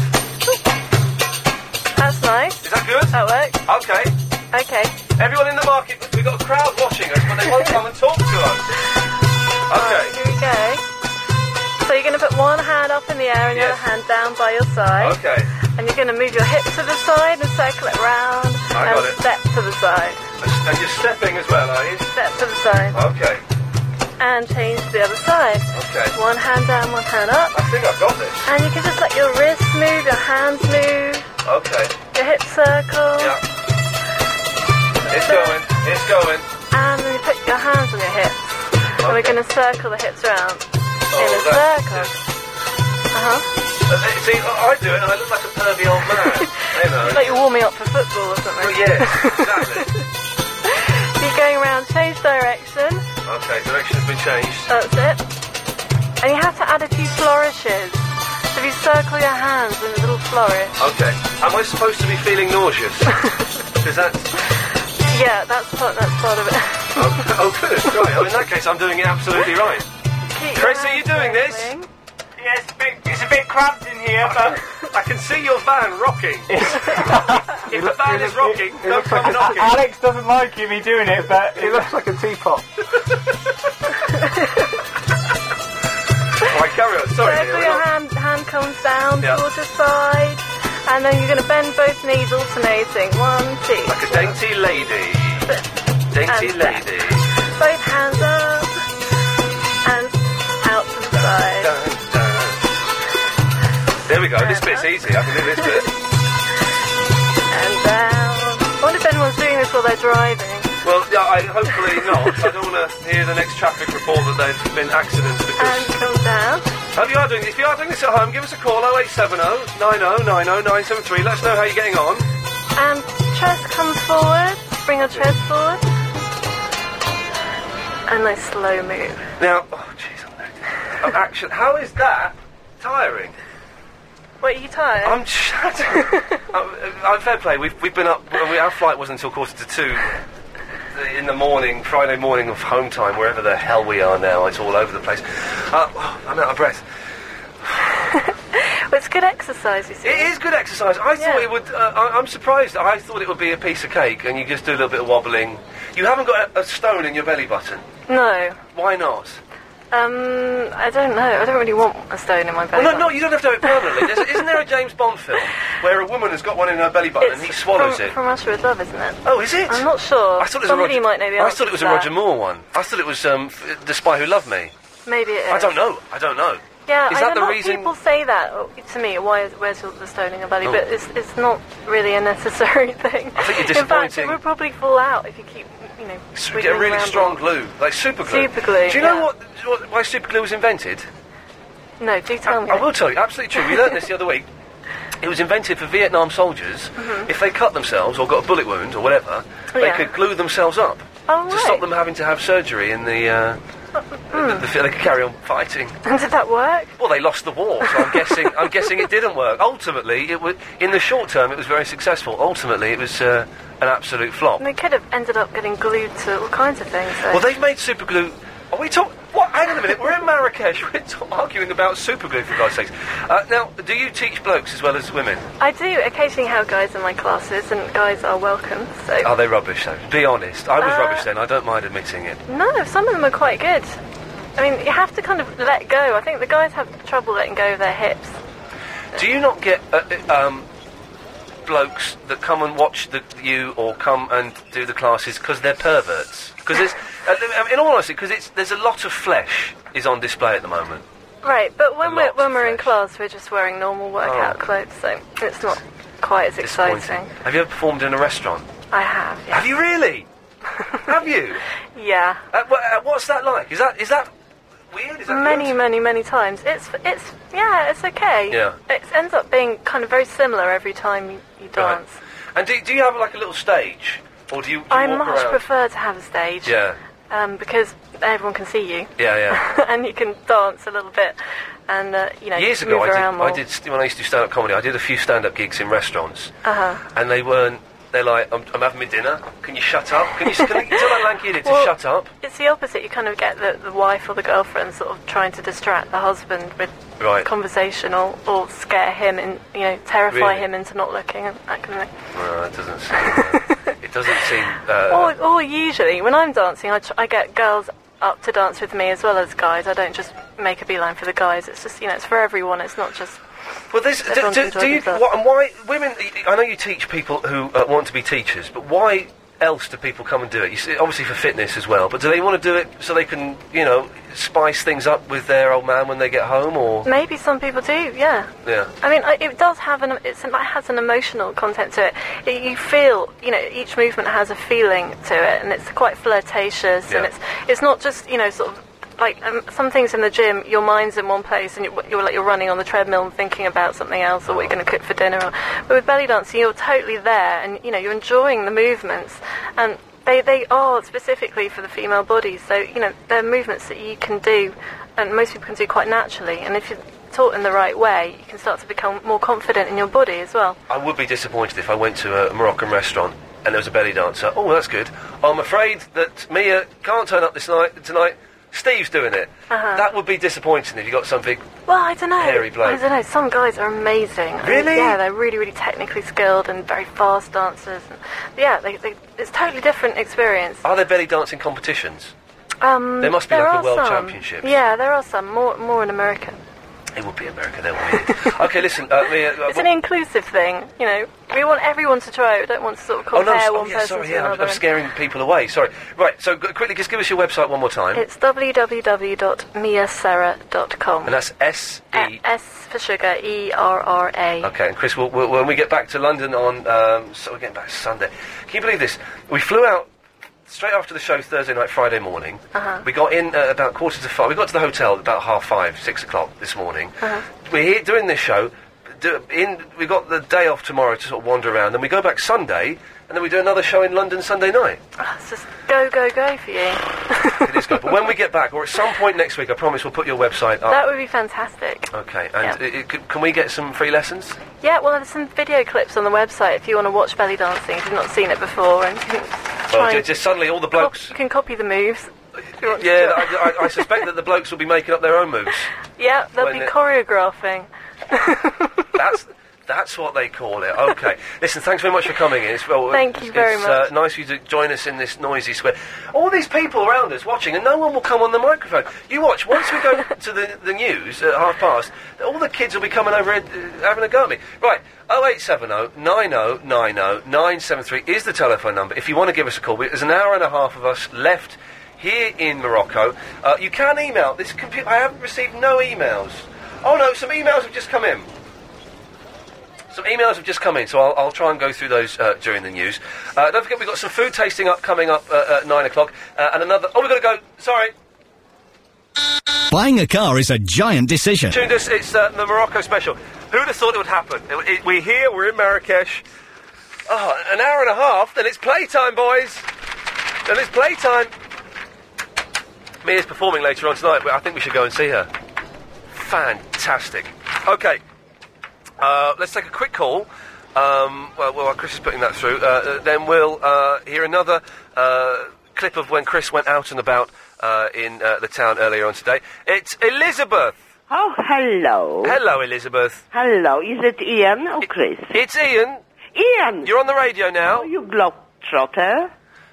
Speaker 21: That's nice.
Speaker 3: Is that good?
Speaker 21: That works.
Speaker 3: Okay.
Speaker 21: Okay.
Speaker 3: Everyone in the market, we've got a crowd watching us, but they won't come and talk to us. Okay.
Speaker 21: Here we go. So you're going to put one hand up in the air and the
Speaker 3: Yes.
Speaker 21: other hand down by your side.
Speaker 3: Okay.
Speaker 21: And you're going to move your hip to the side and circle it round.
Speaker 3: I
Speaker 21: and
Speaker 3: got it.
Speaker 21: step to the side.
Speaker 3: And you're stepping as well, are you?
Speaker 21: Step to the side.
Speaker 3: Okay.
Speaker 21: And change to the other side.
Speaker 3: Okay.
Speaker 21: One hand down, one hand up.
Speaker 3: I think I've got this.
Speaker 21: And you can just let your wrists move, your hands move,
Speaker 3: Okay.
Speaker 21: your hips circle.
Speaker 3: Yeah. It's going. It's going.
Speaker 21: And then you put your hands on your hips. And we're going to circle the hips round.
Speaker 3: Oh,
Speaker 21: in a
Speaker 3: that-
Speaker 21: circle. Uh huh.
Speaker 3: Uh, uh, see, I I do it and I look like a pervy old man.
Speaker 10: *laughs*
Speaker 3: you know.
Speaker 21: It's like you're warming up for football or something.
Speaker 3: Well, yes, exactly.
Speaker 21: *laughs* You're going around, change direction.
Speaker 3: okay, direction's been changed.
Speaker 21: That's it. And you have to add a few flourishes. So if you circle your hands in a little flourish.
Speaker 3: Okay. Am I supposed to be feeling
Speaker 21: *laughs*
Speaker 3: nauseous? Is that...
Speaker 21: Yeah, that's part, that's part of it.
Speaker 3: Oh, oh good. Right. Well, in that case, I'm doing it absolutely right. Chris, are you doing this?
Speaker 11: Yes, it's a bit, it's a bit cramped in here, but
Speaker 3: *laughs* I can see your
Speaker 9: *laughs*
Speaker 3: van rocking. if the van is rocking, don't come knocking.
Speaker 4: *laughs* Alex doesn't like you me doing it, but it looks like a teapot.
Speaker 3: Right, carry on.
Speaker 21: so
Speaker 3: *laughs* Sorry,
Speaker 21: put
Speaker 3: dear.
Speaker 21: your hand, hand comes down
Speaker 3: Yeah.
Speaker 21: towards your side, and then you're going to bend both knees, alternating. One, two.
Speaker 3: Like a dainty lady. Dainty
Speaker 21: And back.
Speaker 3: lady.
Speaker 21: Both hands up and out to the side.
Speaker 3: There we go. This bit's easy. I can do this bit.
Speaker 21: And down. I wonder if anyone's doing this while they're driving.
Speaker 3: Well, yeah, I, hopefully not. I don't want to hear the next traffic report that there's been accidents because.
Speaker 21: Come down.
Speaker 3: If you are doing if you are doing this at home, give us a call 0870 90 90 973. Let us know how you're getting on.
Speaker 21: And chest comes forward. Bring your chest forward. And nice slow move.
Speaker 3: Now, oh jeez, I'm, I'm Oh, actually. How is that tiring?
Speaker 21: What, are you tired?
Speaker 3: I'm shattered. i i Uh, fair play. We've, we've been up. We, our flight wasn't until quarter to two in the morning, Friday morning of home time, wherever the hell we are now. It's all over the place. Uh, oh, I'm out of breath.
Speaker 21: Well, it's good exercise, you see.
Speaker 3: It is good exercise. I thought it would. Uh, I, I'm surprised. I thought it would be a piece of cake, and you just do a little bit of wobbling. You haven't got a, a stone in your belly button.
Speaker 21: No.
Speaker 3: Why not?
Speaker 21: Um, I don't know. I don't really want a stone in my belly.
Speaker 3: Well, no,
Speaker 21: button.
Speaker 3: no, you don't have to have it permanently. There's, isn't there a James Bond film where a woman has got one in her belly button and he swallows
Speaker 21: from,
Speaker 3: it?
Speaker 21: From Russia with Love, isn't it?
Speaker 3: Oh, is it?
Speaker 21: I'm not sure.
Speaker 3: I thought it was
Speaker 21: Somebody
Speaker 3: a
Speaker 21: might
Speaker 3: Roger,
Speaker 21: know the
Speaker 3: I
Speaker 21: answer
Speaker 3: thought it was
Speaker 21: to
Speaker 3: a
Speaker 21: that.
Speaker 3: Roger Moore one. I thought it was um, f- The Spy Who Loved Me.
Speaker 21: Maybe it is.
Speaker 3: I don't know. I don't know.
Speaker 21: Yeah,
Speaker 3: is
Speaker 21: I
Speaker 3: that
Speaker 21: know
Speaker 3: the
Speaker 21: a lot of
Speaker 3: reason?
Speaker 21: people say that uh, to me. Why is where's your, the stone in your belly?
Speaker 3: Oh.
Speaker 21: But it's, it's not really a necessary *laughs* thing.
Speaker 3: I think you're
Speaker 21: In fact,
Speaker 3: disappointing.
Speaker 21: it would probably fall out if you keep, you know,
Speaker 3: S-
Speaker 21: wiggling
Speaker 3: Get a really
Speaker 21: around.
Speaker 3: strong glue, like super glue.
Speaker 21: Super glue,
Speaker 3: Do you know
Speaker 21: yeah.
Speaker 3: what, what why super glue was invented?
Speaker 21: No, do tell me.
Speaker 3: I will tell you. Absolutely true. We learned this the other week. It was invented for Vietnam soldiers.
Speaker 21: Mhm.
Speaker 3: If they cut themselves or got a bullet wound or whatever, they
Speaker 21: Yeah.
Speaker 3: could glue themselves up
Speaker 21: Oh,
Speaker 3: to
Speaker 21: right.
Speaker 3: stop them having to have surgery in the. Uh,
Speaker 21: Hmm.
Speaker 3: the, the, they could carry on fighting.
Speaker 21: And did that work?
Speaker 3: Well, they lost the war, so I'm guessing. I'm guessing it didn't work. Ultimately, it was in the short term, it was very successful. Ultimately, it was uh, an absolute flop.
Speaker 21: They could have ended up getting glued to all kinds of things. Though.
Speaker 3: Well, they've made superglue. Are we talking? What? Hang on a minute. We're in Marrakesh. *laughs* We're t- arguing about superglue for God's sakes. Uh, now, do you teach blokes as well as women?
Speaker 21: I do occasionally have guys in my classes, and guys are welcome. So
Speaker 3: Are they rubbish though? Be honest. I was
Speaker 21: Uh,
Speaker 3: rubbish then. I don't mind admitting it.
Speaker 21: No, some of them are quite good. I mean, you have to kind of let go. I think the guys have trouble letting go of their hips.
Speaker 3: Do you not get uh, uh, um, blokes that come and watch the, you or come and do the classes because they're perverts? Because it's, uh, um, in all honesty, because it's there's a lot of flesh is on display at the moment.
Speaker 21: Right, but when we're when we're in class, we're just wearing normal workout
Speaker 3: Oh.
Speaker 21: clothes, so it's not quite as exciting.
Speaker 3: Have you ever performed in a restaurant?
Speaker 21: I have.
Speaker 3: Have you really?
Speaker 21: *laughs*
Speaker 3: have you?
Speaker 21: Yeah.
Speaker 3: Uh, wha- uh, what's that like? Is that is that weird? Is that
Speaker 21: Many,
Speaker 3: good?
Speaker 21: many, many times. It's it's yeah, it's okay.
Speaker 3: Yeah.
Speaker 21: It ends up being kind of very similar every time you, you
Speaker 3: Right.
Speaker 21: dance.
Speaker 3: And do, do you have like a little stage, or do you? Do you
Speaker 21: I
Speaker 3: walk
Speaker 21: much
Speaker 3: around?
Speaker 21: prefer to have a stage.
Speaker 3: Yeah,
Speaker 21: Um, because everyone can see you.
Speaker 3: yeah, yeah.
Speaker 21: *laughs* and you can dance a little bit, and uh, you know
Speaker 3: Years
Speaker 21: move
Speaker 3: ago, I did,
Speaker 21: around more.
Speaker 3: I did st- when I used to do stand-up comedy. I did a few stand-up gigs in restaurants,
Speaker 21: Uh huh.
Speaker 3: and they weren't. They're like, I'm, I'm having my dinner. Can you shut up? Can you, s- can you tell that lanky idiot
Speaker 21: Well-
Speaker 3: to shut up?
Speaker 21: It's the opposite. You kind of get the, the wife or the girlfriend sort of trying to distract the husband with
Speaker 3: Right.
Speaker 21: conversation or, or scare him and you know terrify
Speaker 3: Really?
Speaker 21: him into not looking and that kind of thing.
Speaker 3: No, it doesn't seem. Uh,
Speaker 21: *laughs*
Speaker 3: it doesn't seem. Uh,
Speaker 21: or, or usually when I'm dancing, I, tr- I get girls up to dance with me as well as guys. I don't just make a beeline for the guys. It's just you know it's for everyone. It's not just.
Speaker 3: well, this, do,
Speaker 21: everyone
Speaker 3: do,
Speaker 21: enjoy
Speaker 3: do you?
Speaker 21: themselves.
Speaker 3: What, and why women? I know you teach people who uh, want to be teachers, but why else do people come and do it? You see, obviously for fitness as well, but do they want to do it so they can, you know, spice things up with their old man when they get home, or
Speaker 21: Maybe some people do, yeah.
Speaker 3: yeah?
Speaker 21: I mean, I- it does have an it's, it has an emotional content to it. it. You feel, you know, each movement has a feeling to it, and it's quite flirtatious,
Speaker 5: Yeah.
Speaker 21: and it's it's not just you know sort of like um, some things in the gym. Your mind's in one place, and you're, you're like you're running on the treadmill and thinking about something else or what you're going to cook for dinner. Or, but with belly dancing, you're totally there, and you know you're enjoying the movements and. They, they are specifically for the female body, so you know they're movements that you can do, and most people can do quite naturally. And if you taught in the right way, you can start to become more confident in your body as well.
Speaker 3: I would be disappointed if I went to a Moroccan restaurant and there was a belly dancer. Oh, that's good. I'm afraid that Mia can't turn up this night tonight. Steve's doing it.
Speaker 21: Uh-huh.
Speaker 3: That would be disappointing if you got something.
Speaker 21: Well, I don't know.
Speaker 3: Hairy bloke.
Speaker 21: I don't know. Some guys are amazing. I mean,
Speaker 3: Really?
Speaker 21: yeah, they're really, really technically skilled and very fast dancers. And yeah, they, they, it's totally different experience.
Speaker 3: Are there belly dancing competitions?
Speaker 21: Um,
Speaker 3: There must be,
Speaker 21: there
Speaker 3: like, a
Speaker 21: are
Speaker 3: world
Speaker 21: some.
Speaker 3: championships.
Speaker 21: Yeah, there are some. More, more in America.
Speaker 3: It would be America. They'll win.
Speaker 21: *laughs*
Speaker 3: it. okay, listen. Uh, Mia, uh,
Speaker 21: It's an inclusive thing, you know. We want everyone to try. it. We don't want to sort of
Speaker 3: Oh
Speaker 21: compare
Speaker 3: no! s-
Speaker 21: one
Speaker 3: Oh yeah,
Speaker 21: person
Speaker 3: sorry.
Speaker 21: to
Speaker 3: Yeah, I'm,
Speaker 21: another.
Speaker 3: I'm scaring people away. Sorry. Right. So g- quickly, just give us your website one more time.
Speaker 21: It's www.miasarah.com.
Speaker 3: and that's S E.
Speaker 21: S for sugar, E R R A.
Speaker 3: Okay, and Chris, we'll, we'll, when we get back to London on, um, so we're getting back Sunday. Can you believe this? We flew out straight after the show Thursday night, Friday morning.
Speaker 5: Uh-huh.
Speaker 3: We got in at about quarter to five. We got to the hotel at about half five, six o'clock this morning.
Speaker 21: Uh-huh.
Speaker 9: Uh-huh.
Speaker 3: We're here doing this show. Do, in we got the day off tomorrow to sort of wander around. Then we go back Sunday, and then we do another show in London Sunday
Speaker 21: *laughs*
Speaker 3: night.
Speaker 21: It's just go, go, go for you.
Speaker 3: it is good. But when we get back, or at some point next week, I promise we'll put your website up.
Speaker 21: That would be fantastic.
Speaker 3: okay, and it, it, c- can we get some free lessons?
Speaker 21: Yeah, well, there's some video clips on the website if you want to watch belly dancing if you've not seen it before. And you can
Speaker 3: Well,
Speaker 21: try
Speaker 3: ju-
Speaker 21: and
Speaker 3: just suddenly all the blokes.
Speaker 21: you can copy the moves.
Speaker 3: Yeah, I, I, I suspect that the blokes will be making up their own moves.
Speaker 21: Yeah, they'll
Speaker 3: When
Speaker 21: be
Speaker 3: it-
Speaker 21: choreographing.
Speaker 3: That's that's what they call it. Okay. Listen, thanks very much for coming in. It's, well,
Speaker 21: Thank
Speaker 3: it's,
Speaker 21: you very
Speaker 3: it's,
Speaker 21: much.
Speaker 3: Uh, nice of you to join us in this noisy square. All these people around us watching, and no one will come on the microphone. You watch. Once we
Speaker 21: *laughs*
Speaker 3: go to the, the news at half past, all the kids will be coming over here uh, having a go at me. Right. 0870 9090 973 is the telephone number. If you want to give us a call, We- there's an hour and a half of us left here in Morocco. Uh, you can email. This computer. I haven't received no emails. Oh no, some emails have just come in. Some emails have just come in, so I'll, I'll try and go through those uh, during the news. Uh, don't forget, we've got some food tasting up coming up uh, at nine o'clock, uh, and another. Oh, we've got to go. Sorry.
Speaker 6: Buying a car is a giant decision.
Speaker 3: Tuned us. It's uh, the Morocco special. Who'd have thought it would happen? It- it- we're here. We're in Marrakesh. Oh, an hour and a half. Then it's playtime, boys. Then it's playtime. Mia's performing later on tonight. but I think we should go and see her. Fantastic. Okay. Uh, let's take a quick call. Um, well, well, while Chris is putting that through, uh, uh, then we'll uh, hear another uh, clip of when Chris went out and about uh, in uh, the town earlier on today. It's Elizabeth.
Speaker 7: Oh, hello.
Speaker 3: Hello, Elizabeth.
Speaker 7: Hello. Is it Ian or Chris?
Speaker 3: It's Ian.
Speaker 7: Ian.
Speaker 3: You're on the radio now.
Speaker 7: you globetrotter.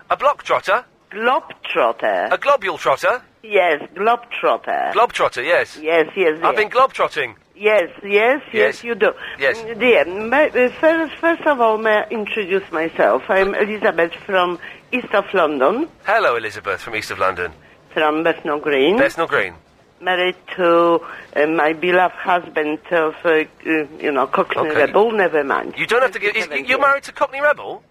Speaker 3: A block trotter.
Speaker 7: Globetrotter.
Speaker 3: A globule trotter.
Speaker 7: yes, globetrotter.
Speaker 3: Globetrotter, yes.
Speaker 7: yes, yes, yes.
Speaker 3: I've been globetrotting.
Speaker 7: Yes, yes, yes,
Speaker 3: Yes.
Speaker 7: you do.
Speaker 3: Yes.
Speaker 7: Mm, Dear, may, uh, first, first of all, may I introduce myself? I'm Elizabeth from east of London,
Speaker 3: Hello, Elizabeth from east of London.
Speaker 7: from Bethnal Green,
Speaker 3: Bethnal Green.
Speaker 7: married to uh, my beloved husband of, uh, uh, you know, Cockney
Speaker 3: Okay.
Speaker 7: Rebel, never mind.
Speaker 3: You don't have to give. Is, you're married to Cockney Rebel?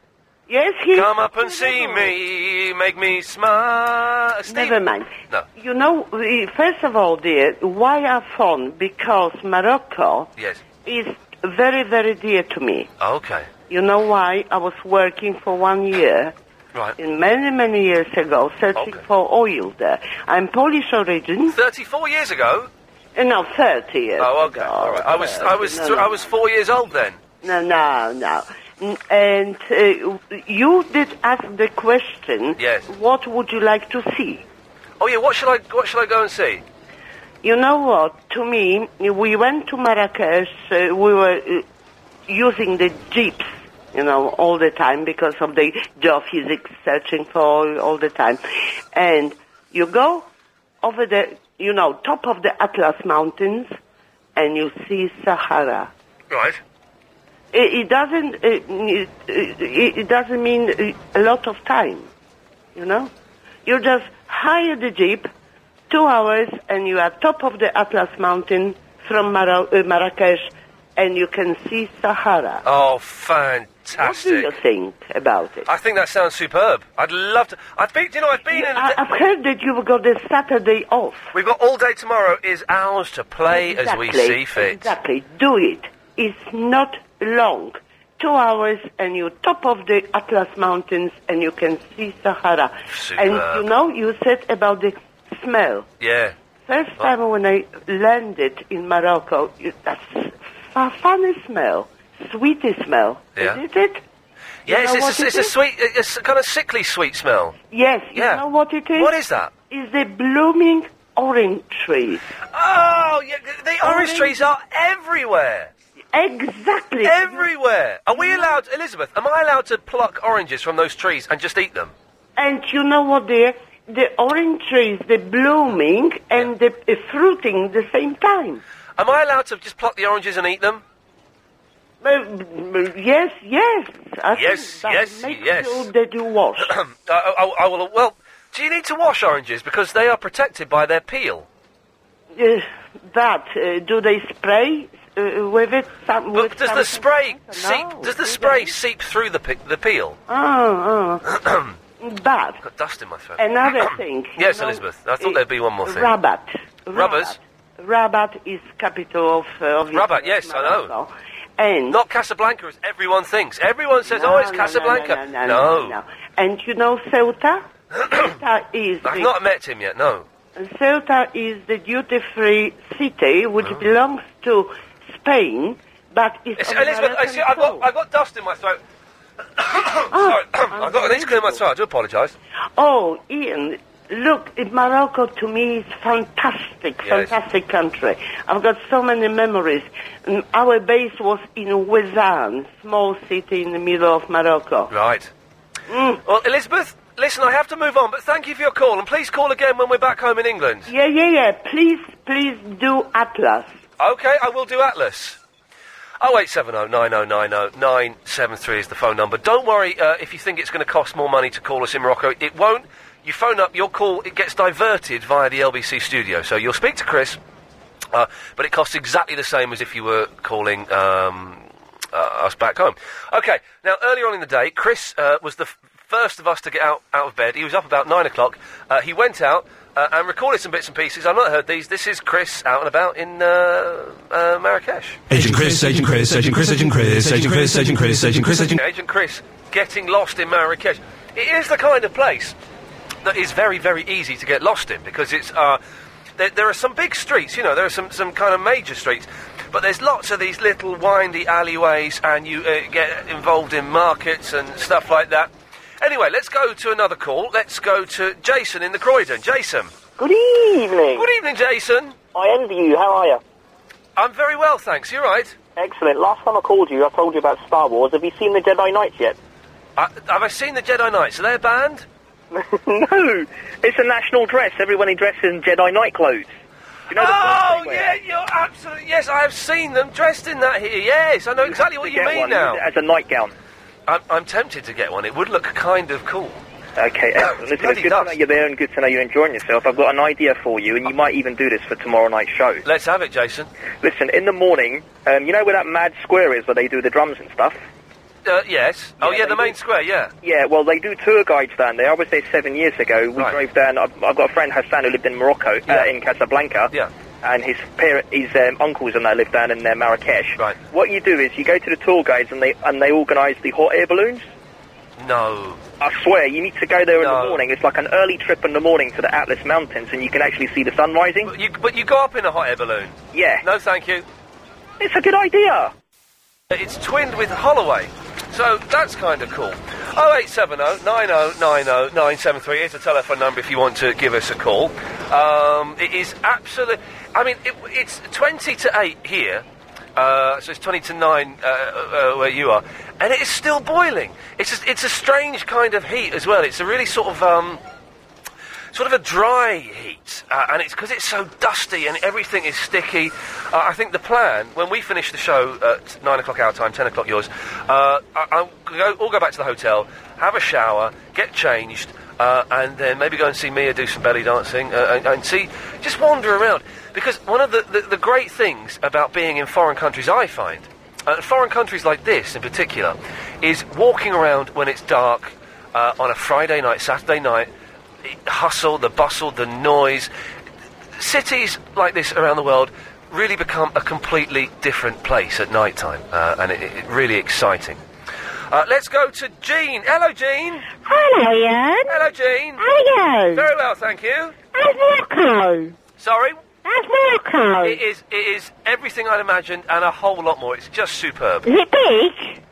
Speaker 7: Yes, he.
Speaker 3: Come up and see me, make me smile. Steve-
Speaker 7: Never mind.
Speaker 3: No.
Speaker 7: You know, we- first of all, dear, why our phone? Because Morocco
Speaker 3: Yes.
Speaker 7: is very, very dear to me.
Speaker 3: Okay.
Speaker 7: You know why? I was working for one year,
Speaker 3: Right.
Speaker 7: in many, many years ago, searching for oil there. I'm Polish origin.
Speaker 3: Thirty-four years ago.
Speaker 7: Uh, no, 30 years.
Speaker 3: Oh, okay. All right. I was, I was,
Speaker 7: no,
Speaker 3: th-
Speaker 7: no.
Speaker 3: I was four years old then.
Speaker 7: No, no, no. N- And uh, you did ask the question,
Speaker 3: Yes.
Speaker 7: what would you like to see?
Speaker 3: Oh yeah. What shall I? What shall I go and see?
Speaker 7: You know what? To me, we went to Marrakesh. Uh, we were uh, using the jeeps, you know, all the time because of the geophysics searching for oil all the time. And you go over the, you know, top of the Atlas Mountains, and you see Sahara.
Speaker 3: Right.
Speaker 7: It, it doesn't. It, it, it it doesn't mean uh, a lot of time, you know. You just hire the jeep, two hours, and you are top of the Atlas Mountain from Mara- uh, Marrakesh, and you can see Sahara.
Speaker 3: Oh, fantastic!
Speaker 7: What do you think about it?
Speaker 3: I think that sounds superb. I'd love to. I've been. You know, I've been in.
Speaker 7: I, I've heard that you've got a Saturday off.
Speaker 3: We've got all day tomorrow. Is ours to play as we
Speaker 7: Exactly,
Speaker 3: see fit.
Speaker 7: Exactly. Do it. It's not long. Two hours and you top of the Atlas Mountains and you can see Sahara. And
Speaker 3: Superb.
Speaker 7: you know, you said about the smell.
Speaker 3: Yeah.
Speaker 7: First time when I landed in Morocco, you, that's a funny smell, sweety smell.
Speaker 3: Yeah.
Speaker 7: Is it? You
Speaker 3: Yes,
Speaker 7: know what
Speaker 3: it's a,
Speaker 7: it
Speaker 3: it's a
Speaker 7: is?
Speaker 3: sweet, a, a s- kind of sickly sweet smell.
Speaker 7: Yes, you
Speaker 3: Yeah.
Speaker 7: know what it is?
Speaker 3: What is that?
Speaker 7: is a blooming orange tree.
Speaker 3: Oh, yeah, th- the orange trees are everywhere.
Speaker 7: Exactly.
Speaker 3: Everywhere. Are we allowed, Elizabeth? Am I allowed to pluck oranges from those trees and just eat them?
Speaker 7: And you know what, dear? The orange trees, the blooming and the uh, fruiting the same time.
Speaker 3: Am I allowed to just pluck the oranges and eat them?
Speaker 7: Uh, b- b- yes, yes. I
Speaker 3: yes,
Speaker 7: think that
Speaker 3: yes,
Speaker 7: makes
Speaker 3: yes.
Speaker 7: Sure that you wash.
Speaker 3: *clears throat* I, I- I will. Well, do you need to wash oranges because they are protected by their peel?
Speaker 7: Uh, that uh, do they spray uh, with it? Some, with
Speaker 3: Does the
Speaker 7: something?
Speaker 3: spray
Speaker 7: I don't know.
Speaker 3: seep? Does the spray seep through the pe- the peel? *clears throat*
Speaker 7: Oh,
Speaker 3: Got
Speaker 7: oh. but
Speaker 3: dust in my throat. *clears throat*
Speaker 7: another thing.
Speaker 3: Yes, Elizabeth. I thought there'd be one more thing.
Speaker 7: Rabat.
Speaker 3: Rubbers.
Speaker 7: Rabat is capital of. Uh, of
Speaker 3: Rabat. Yes, I know.
Speaker 7: And
Speaker 3: not Casablanca, as everyone thinks. Everyone says,
Speaker 7: No,
Speaker 3: "Oh, it's
Speaker 7: no, no,
Speaker 3: Casablanca."
Speaker 7: no, no, no, no, no. And you know Ceuta. Ceuta is.
Speaker 3: *clears throat* I've
Speaker 7: the-
Speaker 3: not met him yet. No.
Speaker 7: Ceuta is the duty-free city which belongs to Spain, but is
Speaker 3: It's,
Speaker 7: on
Speaker 3: Elizabeth, I
Speaker 7: American
Speaker 3: see, I've got I've got dust in my throat. *coughs* Sorry, I've got I need to clear my throat. I do apologise.
Speaker 7: Oh, Ian, look, it- Morocco to me is fantastic,
Speaker 3: Yes.
Speaker 7: fantastic country. I've got so many memories. Mm, Our base was in Wezan, small city in the middle of Morocco.
Speaker 3: Right. Mm. Well, Elizabeth, listen, I have to move on, but thank you for your call, and please call again when we're back home in England.
Speaker 7: Yeah, yeah, yeah. Please, please do Atlas.
Speaker 3: Okay, I will do Atlas. 0870 9090 973 is the phone number. Don't worry uh, if you think it's going to cost more money to call us in Morocco. It won't. You phone up, your call, it gets diverted via the LBC studio. So you'll speak to Chris, uh, but it costs exactly the same as if you were calling um, uh, us back home. Okay, now earlier on in the day, Chris uh, was the f- first of us to get out, out of bed. He was up about nine o'clock. Uh, he went out uh, and recorded some bits and pieces. I've not heard these. This is Chris out and about in uh, uh, Marrakesh.
Speaker 13: Agent Chris, Agent Chris, Agent Chris, Agent Chris, Agent Chris, Agent Chris, Agent Chris, Agent
Speaker 3: Agent Chris getting lost in Marrakesh. It is the kind of place that is very, very easy to get lost in because it's. Uh, there, there are some big streets, you know, there are some, some kind of major streets, but there's lots of these little windy alleyways and you uh, get involved in markets and stuff like that. Anyway, let's go to another call. Let's go to Jason in the Croydon. Jason.
Speaker 2: Good evening.
Speaker 3: Good e- evening, Jason.
Speaker 2: I envy you. How are you?
Speaker 3: I'm very well, thanks. You're right.
Speaker 2: Excellent. Last time I called you, I told you about Star Wars. Have you seen the Jedi Knights yet?
Speaker 3: Uh, have I seen the Jedi Knights? Are they a band?
Speaker 2: *laughs* no, it's a national dress. Everybody dresses in Jedi Knight clothes.
Speaker 3: oh, yeah, you're absolutely. Yes, I have seen them dressed in that here. Yes, I know exactly what you
Speaker 2: get
Speaker 3: mean
Speaker 2: one
Speaker 3: now.
Speaker 2: as a nightgown.
Speaker 3: I'm, I'm tempted to get one. It would look kind of cool. *coughs*
Speaker 2: Okay, excellent. Listen, it's
Speaker 3: bloody
Speaker 2: good to know
Speaker 3: nuts.
Speaker 2: you're there and good to know you're enjoying yourself. I've got an idea for you, and you might even do this for tomorrow night's show.
Speaker 3: Let's have it, Jason.
Speaker 2: Listen, in the morning, um, you know where that mad square is where they do the drums and stuff?
Speaker 3: Uh, yes. Oh,
Speaker 2: Yeah,
Speaker 3: yeah, the
Speaker 2: they
Speaker 3: main square, yeah.
Speaker 2: Yeah, well, they do tour guides down there. I was there seven years ago. We drove down. I've, I've got a friend, Hassan, who lived in Morocco, uh, in Casablanca.
Speaker 3: Yeah.
Speaker 2: And his parent, his um, uncles and they live down in uh, Marrakesh.
Speaker 3: Right.
Speaker 2: What you do is you go to the tour guides and they and they organise the hot air balloons.
Speaker 3: No.
Speaker 2: I swear, you need to go there in
Speaker 3: No.
Speaker 2: the morning. It's like an early trip in the morning to the Atlas Mountains, and you can actually see the sun rising.
Speaker 3: You, but you go up in a hot air balloon.
Speaker 2: Yeah.
Speaker 3: No, thank you.
Speaker 2: It's a good idea.
Speaker 3: It's twinned with Holloway. So that's kind of cool. Oh, 0870 9090 973 is the telephone number if you want to give us a call. Um, it is absolute. I mean, it, it's 20 to 8 here, uh, so it's 20 to 9 uh, uh, where you are, and it is still boiling. It's a, it's a strange kind of heat as well. It's a really sort of. Um, sort of a dry heat, uh, and it's because it's so dusty and everything is sticky. Uh, I think the plan, when we finish the show at nine o'clock our time, ten o'clock yours, uh, I- I'll go, all go back to the hotel, have a shower, get changed, uh, and then maybe go and see Mia do some belly dancing uh, and, and see, just wander around. Because one of the, the, the great things about being in foreign countries, I find, uh, foreign countries like this in particular, is walking around when it's dark uh, on a Friday night, Saturday night, the hustle, the bustle, the noise. Cities like this around the world really become a completely different place at night time, uh, and it, it really exciting. Uh, let's go to Jean. Hello, Jean.
Speaker 5: Hello, Ian.
Speaker 3: Hello, Jean.
Speaker 5: How are you?
Speaker 3: Very well, thank you.
Speaker 5: How's Morocco?
Speaker 3: Sorry.
Speaker 5: How's Morocco?
Speaker 3: It is. It is everything I'd imagined and a whole lot more. It's just superb.
Speaker 5: Is it
Speaker 3: *laughs*
Speaker 5: big?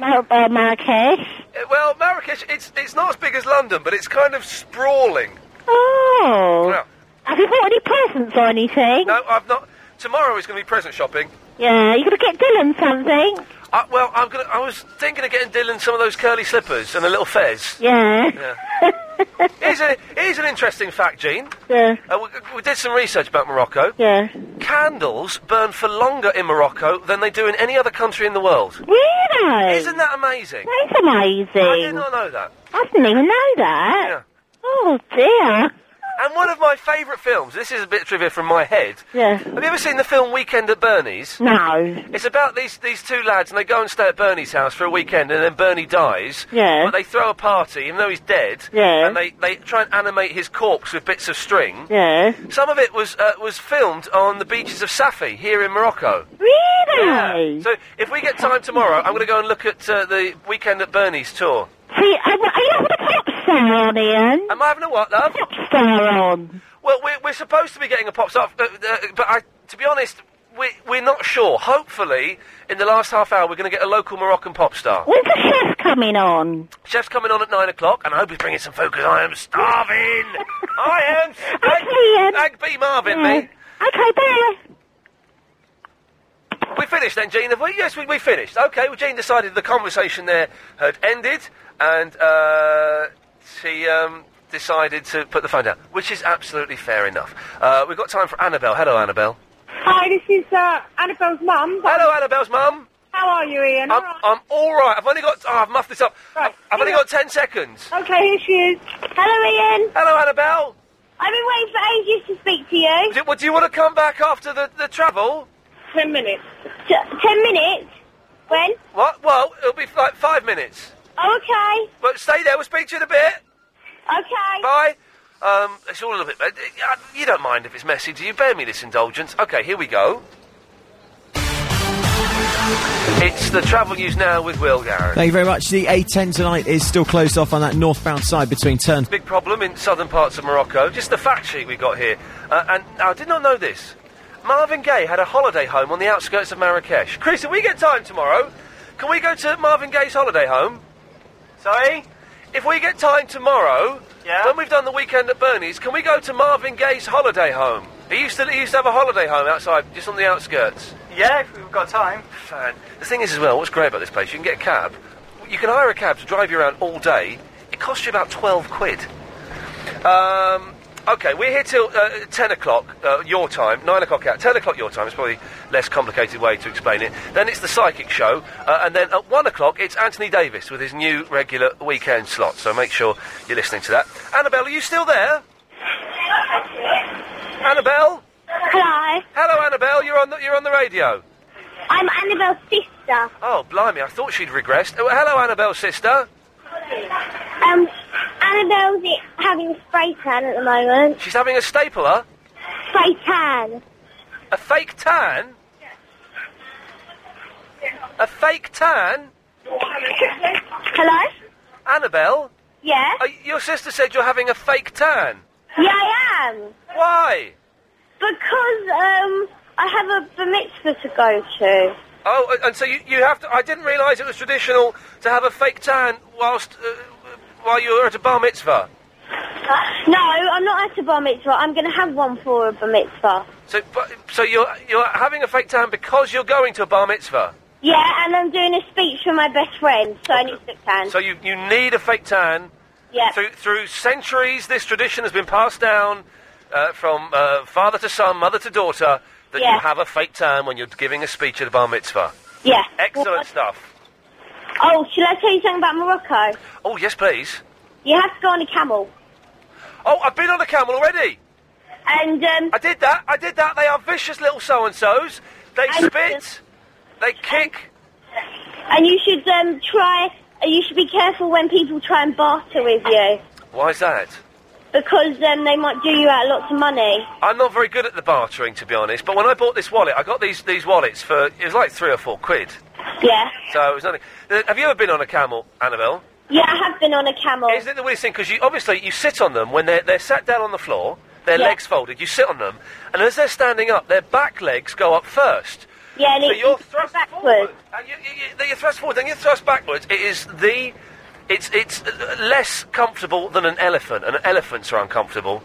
Speaker 5: Mar- uh, Marrakesh? *laughs*
Speaker 3: Uh, Well, Marrakesh, it's it's not as big as London, but it's kind of sprawling.
Speaker 5: Oh. Have you bought any presents or anything?
Speaker 3: No, Oh, I've not. Tomorrow is going to be present shopping.
Speaker 5: Yeah, you going to get Dylan something?
Speaker 3: Uh, well, I'm gonna, I was thinking of getting Dylan some of those curly slippers and a little fez.
Speaker 5: Yeah.
Speaker 3: Yeah. here's, a, here's an interesting fact, Gene.
Speaker 5: Yeah.
Speaker 3: Uh, we, we did some research about Morocco.
Speaker 5: Yeah.
Speaker 3: Candles burn for longer in Morocco than they do in any other country in the world.
Speaker 5: Really?
Speaker 3: Isn't that amazing?
Speaker 5: That is amazing.
Speaker 3: I did not know that.
Speaker 5: I didn't even know that.
Speaker 3: Yeah.
Speaker 5: Oh dear.
Speaker 3: And one of my favourite films, this is a bit of trivia from my head.
Speaker 5: Yeah.
Speaker 3: Have you ever seen the film Weekend at Bernie's?
Speaker 5: No.
Speaker 3: It's about these, these two lads, and they go and stay at Bernie's house for a weekend, and then Bernie dies.
Speaker 5: Yeah.
Speaker 3: But they throw a party, even though he's dead.
Speaker 5: Yeah.
Speaker 3: And they, they try and animate his corpse with bits of string.
Speaker 5: Yeah.
Speaker 3: Some of it was uh, was filmed on the beaches of Safi here in Morocco.
Speaker 5: Really?
Speaker 3: So if we get time tomorrow, I'm going to go and look at uh, the Weekend at Bernie's tour.
Speaker 5: See, I, are you having a pop star on, Ian?
Speaker 3: Am I having a what, love?
Speaker 5: Star on.
Speaker 3: Well, we're, we're supposed to be getting a pop star, but, uh, but I, to be honest, we, we're not sure. Hopefully, in the last half hour, we're going to get a local Moroccan pop star.
Speaker 5: When's the chef coming on?
Speaker 3: Chef's coming on at nine o'clock, and I hope he's bringing some food because I am starving. I am.
Speaker 5: Okay, Ian.
Speaker 3: Ag B Marvin, mate.
Speaker 5: Okay, bye.
Speaker 3: We finished then, Gene, have we? Yes, we, we finished. Okay, well, Gene decided the conversation there had ended, and uh, she um, decided to put the phone down, which is absolutely fair enough. Uh, we've got time for Annabelle. Hello, Annabelle.
Speaker 9: Hi, this is uh, Annabelle's mum.
Speaker 3: Hello, Annabelle's mum.
Speaker 9: How are you, Ian?
Speaker 3: I'm, I'm all right. I've only got. Oh, I've muffed this up. I've, I've only got ten seconds.
Speaker 9: Okay, here she is. Hello, Ian.
Speaker 3: Hello, Annabelle.
Speaker 9: I've been waiting for ages to speak to you.
Speaker 3: Do, well, do you want to come back after the, the travel?
Speaker 9: Ten minutes. ten minutes? When?
Speaker 3: What? Well, it'll be like five minutes.
Speaker 9: Okay.
Speaker 3: But stay there. We'll speak to you in a bit.
Speaker 9: Okay.
Speaker 3: Bye. Um, it's all a little bit. uh, uh, You don't mind if it's messy, do you? Bear me this indulgence. Okay, here we go. It's the travel news now with Will Garrett.
Speaker 24: Thank you very much. The A10 tonight is still closed off on that northbound side between turn.
Speaker 3: Big problem in southern parts of Morocco. Just the fact sheet we got here. Uh, and I did not know this. Marvin Gaye had a holiday home on the outskirts of Marrakesh. Chris, if we get time tomorrow, can we go to Marvin Gaye's holiday home? Sorry? If we get time tomorrow, when we've done the weekend at Bernie's, can we go to Marvin Gaye's holiday home? He used to, he used to have a holiday home outside, just on the outskirts.
Speaker 11: Yeah, if we've got time.
Speaker 3: Fan. The thing is, as well, what's great about this place, you can get a cab. You can hire a cab to drive you around all day. It costs you about 12 quid. Um, okay, we're here till uh, 10 o'clock uh, your time, 9 o'clock out. 10 o'clock your time is probably less complicated way to explain it. Then it's the psychic show, uh, and then at 1 o'clock it's Anthony Davis with his new regular weekend slot, so make sure you're listening to that. Annabelle, are you still there? Annabelle?
Speaker 9: Hello.
Speaker 3: Hello, Annabelle, you're on the, you're on the radio.
Speaker 9: I'm Annabelle's sister.
Speaker 3: Oh, blimey, I thought she'd regressed. Oh, hello, Annabelle's sister.
Speaker 9: Um, Annabelle's i- having spray tan at the moment.
Speaker 3: She's having a stapler,
Speaker 9: Spray tan.
Speaker 3: a fake tan. A fake tan?
Speaker 9: Hello?
Speaker 3: Annabelle?
Speaker 9: Yeah?
Speaker 3: Uh, your sister said you're having a fake tan.
Speaker 9: Yeah, I am.
Speaker 3: Why?
Speaker 9: Because, um, I have a bar mitzvah to go to.
Speaker 3: Oh, a- and so you, you have to. I didn't realise it was traditional to have a fake tan whilst uh, while you were at a bar mitzvah.
Speaker 9: No, I'm not at a bar mitzvah. I'm going to have one for a bar mitzvah.
Speaker 3: So, but, so you're you're having a fake tan because you're going to a bar mitzvah.
Speaker 9: Yeah, and I'm doing a speech for my best friend, so I need to look tan.
Speaker 3: So you, you need a fake tan.
Speaker 9: Yeah.
Speaker 3: Through through centuries, this tradition has been passed down uh, from uh, father to son, mother to daughter. That you
Speaker 9: Yeah.
Speaker 3: have a fake tan when you're giving a speech at a bar mitzvah.
Speaker 9: Yeah.
Speaker 3: Excellent stuff.
Speaker 9: Oh, shall I tell you something about Morocco?
Speaker 3: Oh yes, please.
Speaker 9: You have to go on a camel.
Speaker 3: Oh, I've been on a camel already.
Speaker 9: And um,
Speaker 3: I did that. I did that. They are vicious little so and so's. They spit. They kick.
Speaker 9: And you should um, try, you should be careful when people try and barter with you,
Speaker 3: Why's that?
Speaker 9: because um, they might do you out lots of money.
Speaker 3: I'm not very good at the bartering, to be honest. But when I bought this wallet, I got these these wallets for it was like three or four quid.
Speaker 9: Yeah.
Speaker 3: So it was nothing. Uh, Have you ever been on a camel, Annabelle?
Speaker 9: Yeah, I have been on a camel.
Speaker 3: Isn't it the weirdest thing? Because you obviously you sit on them when they're they're sat down on the floor, their
Speaker 9: Yeah.
Speaker 3: legs folded. You sit on them, and as they're standing up, their back legs go up first.
Speaker 9: Yeah, and
Speaker 3: so
Speaker 9: it-
Speaker 3: you're
Speaker 9: it's
Speaker 3: thrust backwards. And you, you, you, then you thrust forward, then you thrust backwards. It is the It's it's uh, less comfortable than an elephant, and elephants are uncomfortable.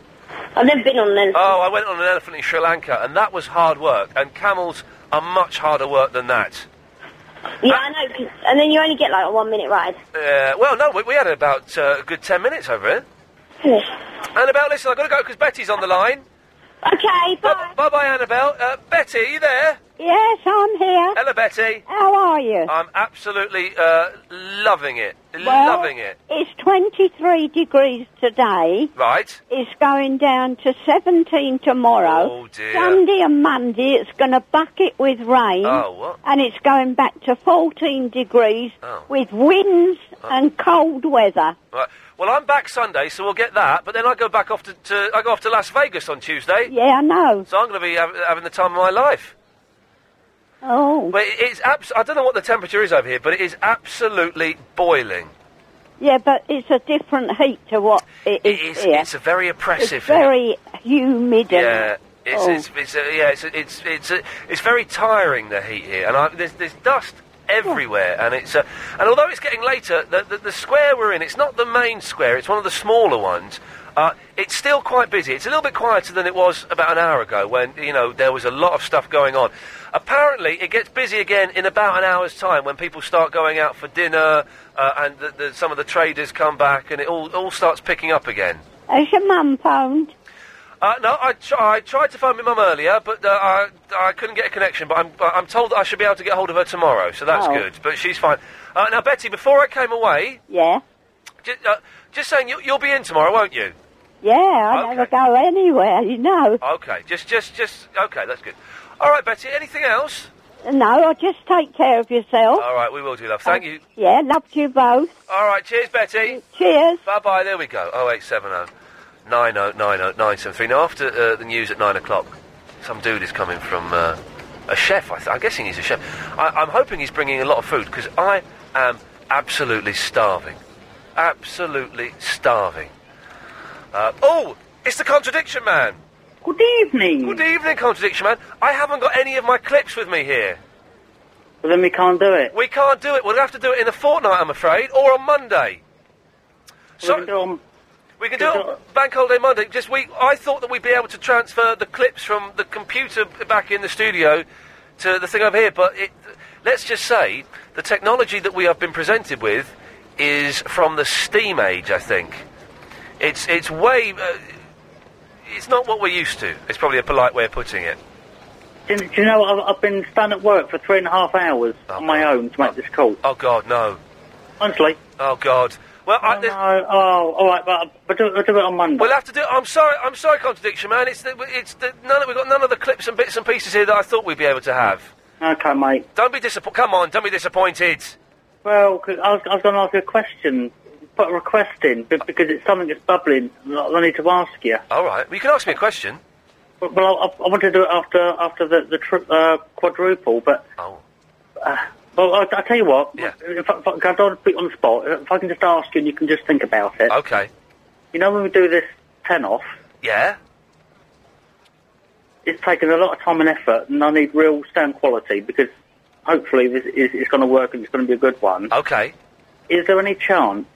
Speaker 9: I've never been on an elephant.
Speaker 3: Oh, I went on an elephant in Sri Lanka, and that was hard work. And camels are much harder work than that.
Speaker 9: yeah, I know. 'cause- and then you only get like a one minute ride.
Speaker 3: Uh, well, no, we, we had about uh, a good ten minutes over it. Annabelle, listen, I've got to go because Betty's on the line.
Speaker 9: Okay, bye.
Speaker 3: Bye bye, Annabelle. Uh, Betty, are you there?
Speaker 25: Yes, I'm here.
Speaker 3: Hello, Betty.
Speaker 25: How are you?
Speaker 3: I'm absolutely uh, loving it.
Speaker 25: Well,
Speaker 3: loving it.
Speaker 25: It's 23 degrees today.
Speaker 3: Right?
Speaker 25: It's going down to 17 tomorrow.
Speaker 3: Oh, dear.
Speaker 25: Sunday and Monday, it's going to bucket with rain.
Speaker 3: Oh, what?
Speaker 25: And it's going back to 14 degrees
Speaker 3: Oh.
Speaker 25: with winds
Speaker 3: Oh.
Speaker 25: and cold weather.
Speaker 3: Right. Well, I'm back Sunday, so we'll get that. But then I go back off to, to I go off to Las Vegas on Tuesday.
Speaker 25: Yeah, I know.
Speaker 3: So I'm going to be hav- having the time of my life.
Speaker 25: Oh.
Speaker 3: But it- it's abs- I don't know what the temperature is over here, but it is absolutely boiling.
Speaker 25: Yeah, but it's a different heat to what it is
Speaker 3: It's
Speaker 25: here.
Speaker 3: it's a very oppressive.
Speaker 25: It's very humid. and-
Speaker 3: Yeah, it's,
Speaker 25: Oh.
Speaker 3: it's, it's, uh, yeah, it's, it's, it's, uh, it's very tiring the heat here, and I, there's, there's dust everywhere, and it's, uh, and although it's getting later, the, the, the square we're in, it's not the main square, it's one of the smaller ones. Uh, it's still quite busy. It's a little bit quieter than it was about an hour ago when, you know, there was a lot of stuff going on. Apparently, it gets busy again in about an hour's time when people start going out for dinner uh, and the, the, some of the traders come back and it all, all starts picking up again.
Speaker 25: Has your mum phoned?
Speaker 3: Uh, no, I, tr- I tried to phone my mum earlier, but uh, I, I couldn't get a connection. But I'm, I'm told that I should be able to get hold of her tomorrow, so that's
Speaker 25: Oh.
Speaker 3: good. But she's fine. Uh, now, Betty, before I came away,
Speaker 25: Yeah.
Speaker 3: ju- uh, just saying you, you'll be in tomorrow, won't you?
Speaker 25: Yeah, I never go anywhere, you know.
Speaker 3: Okay, just, just, just. Okay, that's good. All right, Betty. Anything else?
Speaker 25: No, I just take care of yourself.
Speaker 3: Oh. All right, we will do, love.
Speaker 25: Oh.
Speaker 3: Thank you.
Speaker 25: Uh, Yeah, loved you both.
Speaker 3: All right, cheers, Betty.
Speaker 25: Cheers.
Speaker 3: Bye bye. There we go. Oh eight seven oh nine oh nine oh nine seven three. Now after uh, the news at nine o'clock, some dude is coming from uh, a chef. I th- I'm guessing he's a chef. I- I'm hoping he's bringing a lot of food because I am absolutely starving, absolutely starving. Uh, oh, it's the contradiction man.
Speaker 23: Good evening.
Speaker 3: Good evening, contradiction man. I haven't got any of my clips with me here.
Speaker 23: Well, then we can't do it.
Speaker 3: We can't do it. We'll have to do it in a fortnight, I'm afraid, or on Monday. So we can do, it on Bank Holiday Monday. Just we, I thought that we'd be able to transfer the clips from the computer back in the studio to the thing over here, but it, let's just say the technology that we have been presented with is from the Steam age. I think it's it's way. Uh, it's not what we're used to. It's probably a polite way of putting it.
Speaker 23: Do, do you know, I've, I've been standing at work for three and a half hours on my own to make this call.
Speaker 3: Oh, God, no.
Speaker 23: Honestly.
Speaker 3: Oh, God. Well, I,
Speaker 23: no, oh, all right, but, but do, we'll do it on Monday.
Speaker 3: We'll have to do. I'm sorry. I'm sorry, contradiction man. It's the, it's the, none. Of, we've got none of the clips and bits and pieces here that I thought we'd be able to have.
Speaker 23: Okay, mate.
Speaker 3: Don't be disappointed. Come on, don't be disappointed.
Speaker 23: Well, 'cause I was, I was going to ask you a question. Put a request in, but because it's something that's bubbling, and I I need to ask you.
Speaker 3: All right. Well, you can ask me a question.
Speaker 23: But, well, I, I want to do it after after the, the tri- uh, quadruple, but...
Speaker 3: Oh.
Speaker 23: Uh, well, I, I tell you what. Yeah. If I, if I, 'cause I don't want to put you on the spot. If I can just ask you and you can just think about it.
Speaker 3: Okay.
Speaker 23: You know when we do this 10 off,
Speaker 3: Yeah.
Speaker 23: it's taken a lot of time and effort, and I need real sound quality because hopefully this is it's going to work and it's going to be a good one.
Speaker 3: Okay.
Speaker 23: Is there any chance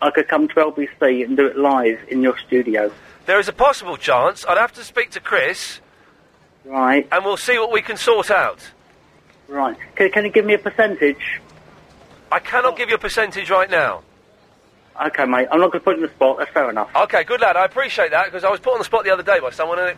Speaker 23: I could come to LBC and do it live in your studio?
Speaker 3: There is a possible chance. I'd have to speak to Chris,
Speaker 23: Right,
Speaker 3: and we'll see what we can sort out.
Speaker 23: right. Can, can you give me a percentage?
Speaker 3: I cannot give you a percentage right now.
Speaker 23: Okay, mate. I'm not going to put you on the spot. That's fair enough.
Speaker 3: Okay, good lad. I appreciate that because I was put on the spot the other day by someone and it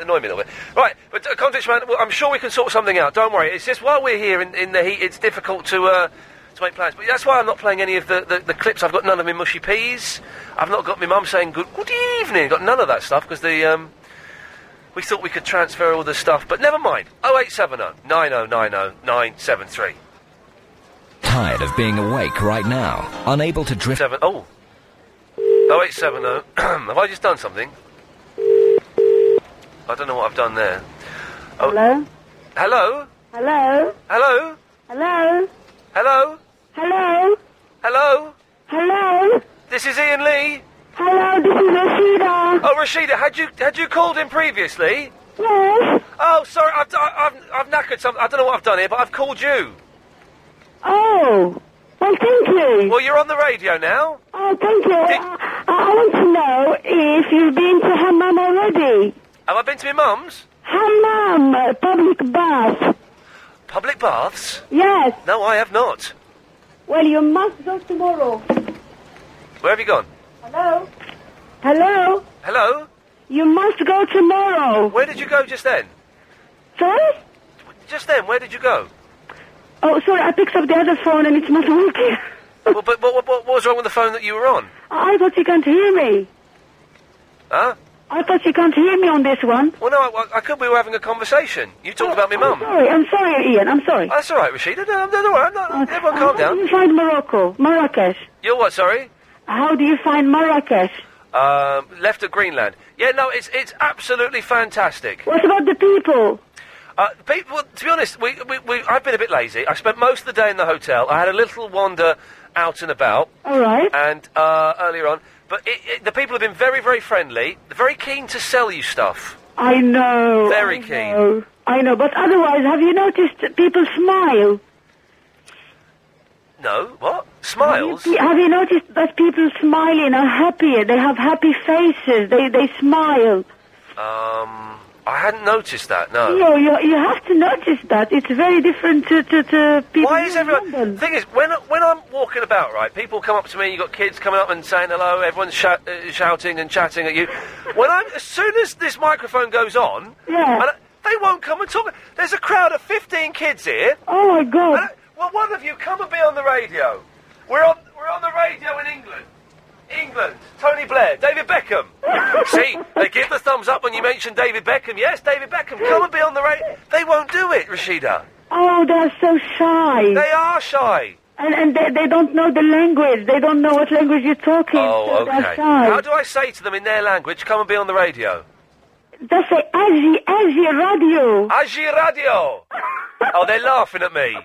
Speaker 3: annoyed me a little bit. Right, but uh, Condition Man, well, I'm sure we can sort something out. Don't worry. It's just while we're here in, in the heat, it's difficult to uh, to make plans. But that's why I'm not playing any of the, the, the clips. I've got none of my mushy peas. I've not got my mum saying good good evening. Got none of that stuff because the um, we thought we could transfer all the stuff, but never mind. 0870 9090 973.
Speaker 26: Tired of being awake right now, unable to drift.
Speaker 3: Seven, oh. 0870. oh. *clears throat* Have I just done something? I don't know what I've done there. Oh.
Speaker 25: Hello?
Speaker 3: Hello?
Speaker 25: Hello?
Speaker 3: Hello?
Speaker 25: Hello?
Speaker 3: Hello?
Speaker 25: Hello?
Speaker 3: Hello?
Speaker 25: Hello?
Speaker 3: This is Ian Lee.
Speaker 25: Hello, this is Rashida.
Speaker 3: Oh, Rashida, had you had you called in previously?
Speaker 25: Yes.
Speaker 3: Oh, sorry, I've, d- I- I've, I've knackered something. I don't know what I've done here, but I've called you.
Speaker 25: Oh. Well,
Speaker 8: Oh, thank you.
Speaker 3: Well, you're on the radio now.
Speaker 8: Oh, thank you. I, I want to know if you've been to her mum already.
Speaker 3: Have I been to my mum's?
Speaker 8: Her mum, uh, public bath.
Speaker 3: Public baths?
Speaker 8: Yes.
Speaker 3: No, I have not.
Speaker 8: Well, you must go tomorrow.
Speaker 3: Where have you gone?
Speaker 8: Hello? Hello?
Speaker 3: Hello?
Speaker 8: You must go tomorrow.
Speaker 3: Where did you go just then?
Speaker 8: Sorry?
Speaker 3: Just then, where did you go?
Speaker 8: Oh, sorry, I picked up the other phone and it's not working.
Speaker 3: well, but what, what, what was wrong with the phone that you were on?
Speaker 8: I thought you can't hear me.
Speaker 3: Huh?
Speaker 8: I thought you can't hear me on this one.
Speaker 3: Well, no, I, I could. We were having a conversation. You talked about my mum.
Speaker 8: Sorry, I'm sorry, Ian, I'm sorry.
Speaker 3: Oh, that's all right, Rashida. No, I'm not all right. I'm not, everyone,
Speaker 8: How
Speaker 3: calm
Speaker 8: do you
Speaker 3: down.
Speaker 8: find Morocco? Marrakesh.
Speaker 3: You're what? Sorry.
Speaker 8: How do you find Marrakesh?
Speaker 3: Um, left of Greenland. Yeah, no, it's it's absolutely fantastic.
Speaker 8: What about the people?
Speaker 3: Uh, people, to be honest, we, we, we, I've been a bit lazy. I spent most of the day in the hotel. I had a little wander out and about.
Speaker 8: All right.
Speaker 3: And uh, earlier on, but it, it, the people have been very, very friendly. Very keen to sell you stuff.
Speaker 8: I know.
Speaker 3: Very
Speaker 8: I
Speaker 3: keen.
Speaker 8: know, I know, but otherwise, have you noticed that people smile?
Speaker 3: No, what? Smiles.
Speaker 8: Pe- Have you noticed that people smiling are happier? They have happy faces. They they smile.
Speaker 3: Um, I hadn't noticed that. No.
Speaker 8: You, you you have to notice that. It's very different to to, to people.
Speaker 3: Why is everyone? Thing is, when when I'm walking about, right, people come up to me. You have got kids coming up and saying hello. Everyone's shou- uh, shouting and chatting at you. when I'm, as soon as this microphone goes on,
Speaker 8: Yeah.
Speaker 3: and I- they won't come and talk. There's a crowd of 15 kids here.
Speaker 8: Oh my God!
Speaker 3: Well, one of you come and be on the radio. We're on we're on the radio in England. England. Tony Blair,
Speaker 8: *laughs*
Speaker 3: David Beckham. See, they give the thumbs up when you mention David Beckham. Yes, David Beckham, come and be on the radio. They won't do it, Rashida.
Speaker 8: Oh, they're so shy.
Speaker 3: They are shy.
Speaker 8: And and they, they don't know the language. They don't know what language you're talking.
Speaker 3: Oh,
Speaker 8: so
Speaker 3: okay.
Speaker 8: They're shy.
Speaker 3: How do I say to them in their language, come and be on the radio?
Speaker 8: they say Azi Azi Radio.
Speaker 3: Aji Radio! oh, they're laughing at me.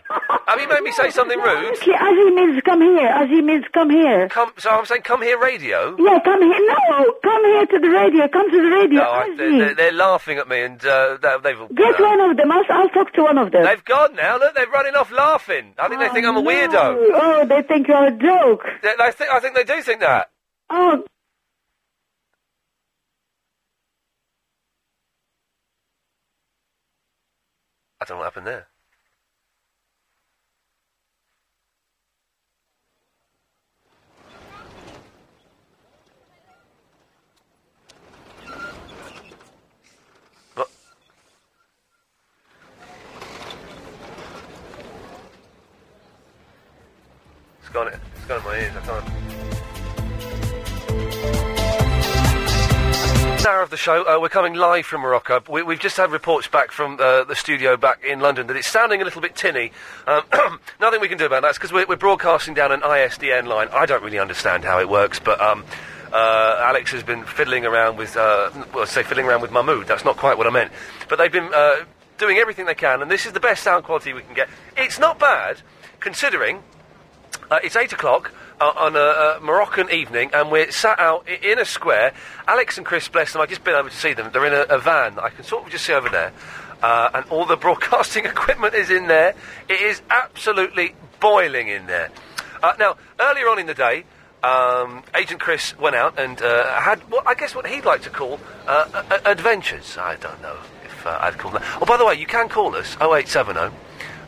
Speaker 3: Have you made me say something rude?
Speaker 8: Actually, Azi means come here. Azi means come here.
Speaker 3: Come, so I'm saying, come here, radio?
Speaker 8: Yeah, come here. No, come here to the radio. Come to the radio.
Speaker 3: No, I, they're, they're, they're laughing at me and uh, they- they've all.
Speaker 8: Get
Speaker 3: no.
Speaker 8: one of them. I'll, I'll talk to one of them.
Speaker 3: They've gone now. Look, they're running off laughing. I think they think I'm a weirdo.
Speaker 8: Oh, they think you're a joke.
Speaker 3: They, they think, I think they do think that.
Speaker 8: Oh,
Speaker 3: I don't know what happened there. What? It's gone. It's gone in my ears. I can't. This hour of the show, uh, we're coming live from Morocco. We, we've just had reports back from uh, the studio back in London that it's sounding a little bit tinny. Um, *clears throat* nothing we can do about that because we're, we're broadcasting down an ISDN line. I don't really understand how it works, but um, uh, Alex has been fiddling around with, uh, well, I say fiddling around with Mahmood. That's not quite what I meant. But they've been uh, doing everything they can, and this is the best sound quality we can get. It's not bad, considering uh, it's eight o'clock uh, on a, uh Moroccan evening, and we're sat out i- in a square. Alex and Chris, bless them, I've just been able to see them. They're in a, a van that I can sort of just see over there, uh, and all the *laughs* broadcasting equipment is in there. It is absolutely boiling in there. Uh, now, earlier on in the day, um, Agent Chris went out and uh, had, what I guess, what he'd like to call uh, a- a- adventures. I don't know if uh, I'd call them that. Oh, by the way, you can call us 0870.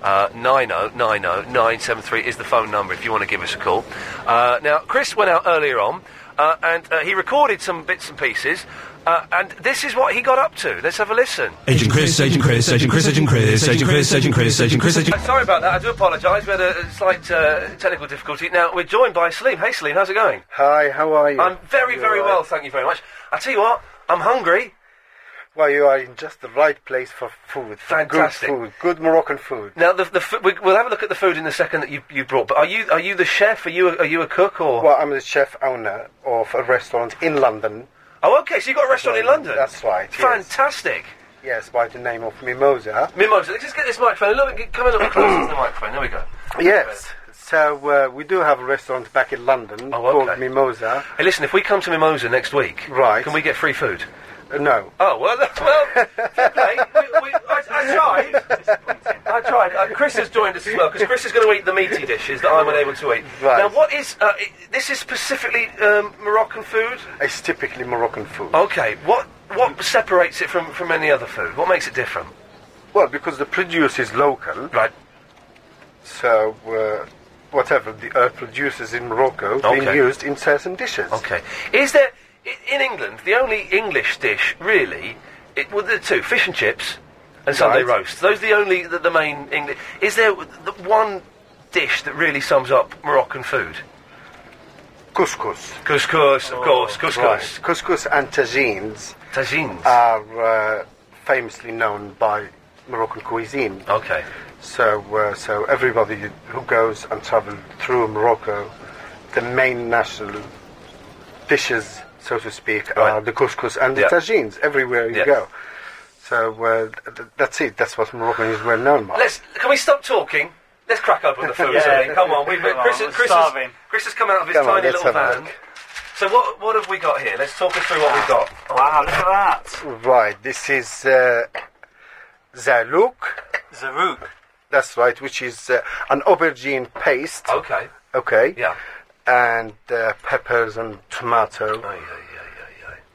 Speaker 3: Uh, oh, 9090973 is the phone number if you want to give us a call. Uh, now, Chris went out earlier on uh, and uh, he recorded some bits and pieces, uh, and this is what he got up to. Let's have a listen.
Speaker 13: Agent Chris, Agent Chris, Agent Chris, Agent Chris, Agent Chris, Agent Chris, Agent Chris, Agent
Speaker 3: Uh, sorry about that, I do apologise. We had a a slight uh, technical difficulty. Now, we're joined by Salim. Hey, Salim, how's it going?
Speaker 27: Hi, how are you?
Speaker 3: I'm very,
Speaker 27: You
Speaker 3: very
Speaker 27: all
Speaker 3: well,
Speaker 27: right?
Speaker 3: thank you very much. I tell you what, I'm hungry.
Speaker 27: Well, you are in just the right place for food. for
Speaker 3: Fantastic.
Speaker 27: Good food. Good Moroccan food.
Speaker 3: Now, the, the f- we, we'll have a look at the food in a second that you, you brought, but are you, are you the chef? Are you, a, are you a cook or?
Speaker 27: Well, I'm the chef owner of a restaurant in London.
Speaker 3: Oh, okay, so you got a restaurant in London?
Speaker 27: That's right.
Speaker 3: Fantastic.
Speaker 27: Yes, by the name of Mimosa.
Speaker 3: Mimosa, let's just get this microphone a little bit, come a little bit closer to the microphone. There we go.
Speaker 27: Yes. So uh, we do have a restaurant back in London
Speaker 3: Oh,
Speaker 27: called Mimosa.
Speaker 3: Hey, listen, if we come to Mimosa next week, right? Can we get free food?
Speaker 27: Uh, no.
Speaker 3: *laughs*
Speaker 27: *laughs*
Speaker 3: Oh well, that- well, fair play. We- we- I, I tried. I tried. uh, Chris has joined us as well because Chris is going to eat the meaty dishes that I'm unable to eat.
Speaker 27: Right.
Speaker 3: Now, what is uh, i this? Is specifically um, Moroccan food?
Speaker 27: It's typically Moroccan food.
Speaker 3: Okay. What what separates it from from any other food? What makes it different?
Speaker 27: Well, because the produce is local.
Speaker 3: Right.
Speaker 27: So, uh, whatever the earth produces in Morocco being
Speaker 3: Okay.
Speaker 27: used in certain dishes.
Speaker 3: Okay. Is there i- in England the only English dish really? It well, the two fish and chips and Sunday
Speaker 27: Right.
Speaker 3: roast. Those are the only the, the main English. Is there the one dish that really sums up Moroccan food?
Speaker 27: Couscous.
Speaker 3: Couscous, of course, couscous.
Speaker 27: Right. Oh, Couscous and tagines.
Speaker 3: Tagines
Speaker 27: are uh, famously known by Moroccan cuisine.
Speaker 3: Okay.
Speaker 27: So, uh, so everybody who goes and travels through Morocco, the main national dishes, so to speak, are the couscous and the
Speaker 3: Yeah.
Speaker 27: tagines everywhere you
Speaker 3: Yeah.
Speaker 27: go. So uh, th- th- that's it. That's what Moroccan is well known by.
Speaker 3: Let's can we stop talking? Let's crack open the food.
Speaker 27: *laughs* Yeah.
Speaker 3: something. Come on, we've
Speaker 27: Come on,
Speaker 3: Chris,
Speaker 27: we're
Speaker 3: Chris, has,
Speaker 27: starving.
Speaker 3: Chris has come out of his
Speaker 27: Come on,
Speaker 3: tiny
Speaker 27: let's
Speaker 3: little
Speaker 27: have a
Speaker 3: van. So what what have we got here? Let's talk us through what we've got.
Speaker 27: Wow, look at that! Right, this is uh, zaruk.
Speaker 4: Zaruk.
Speaker 27: That's right, which is uh, an aubergine paste.
Speaker 3: Okay.
Speaker 27: Okay.
Speaker 3: Yeah.
Speaker 27: And uh, peppers and tomato.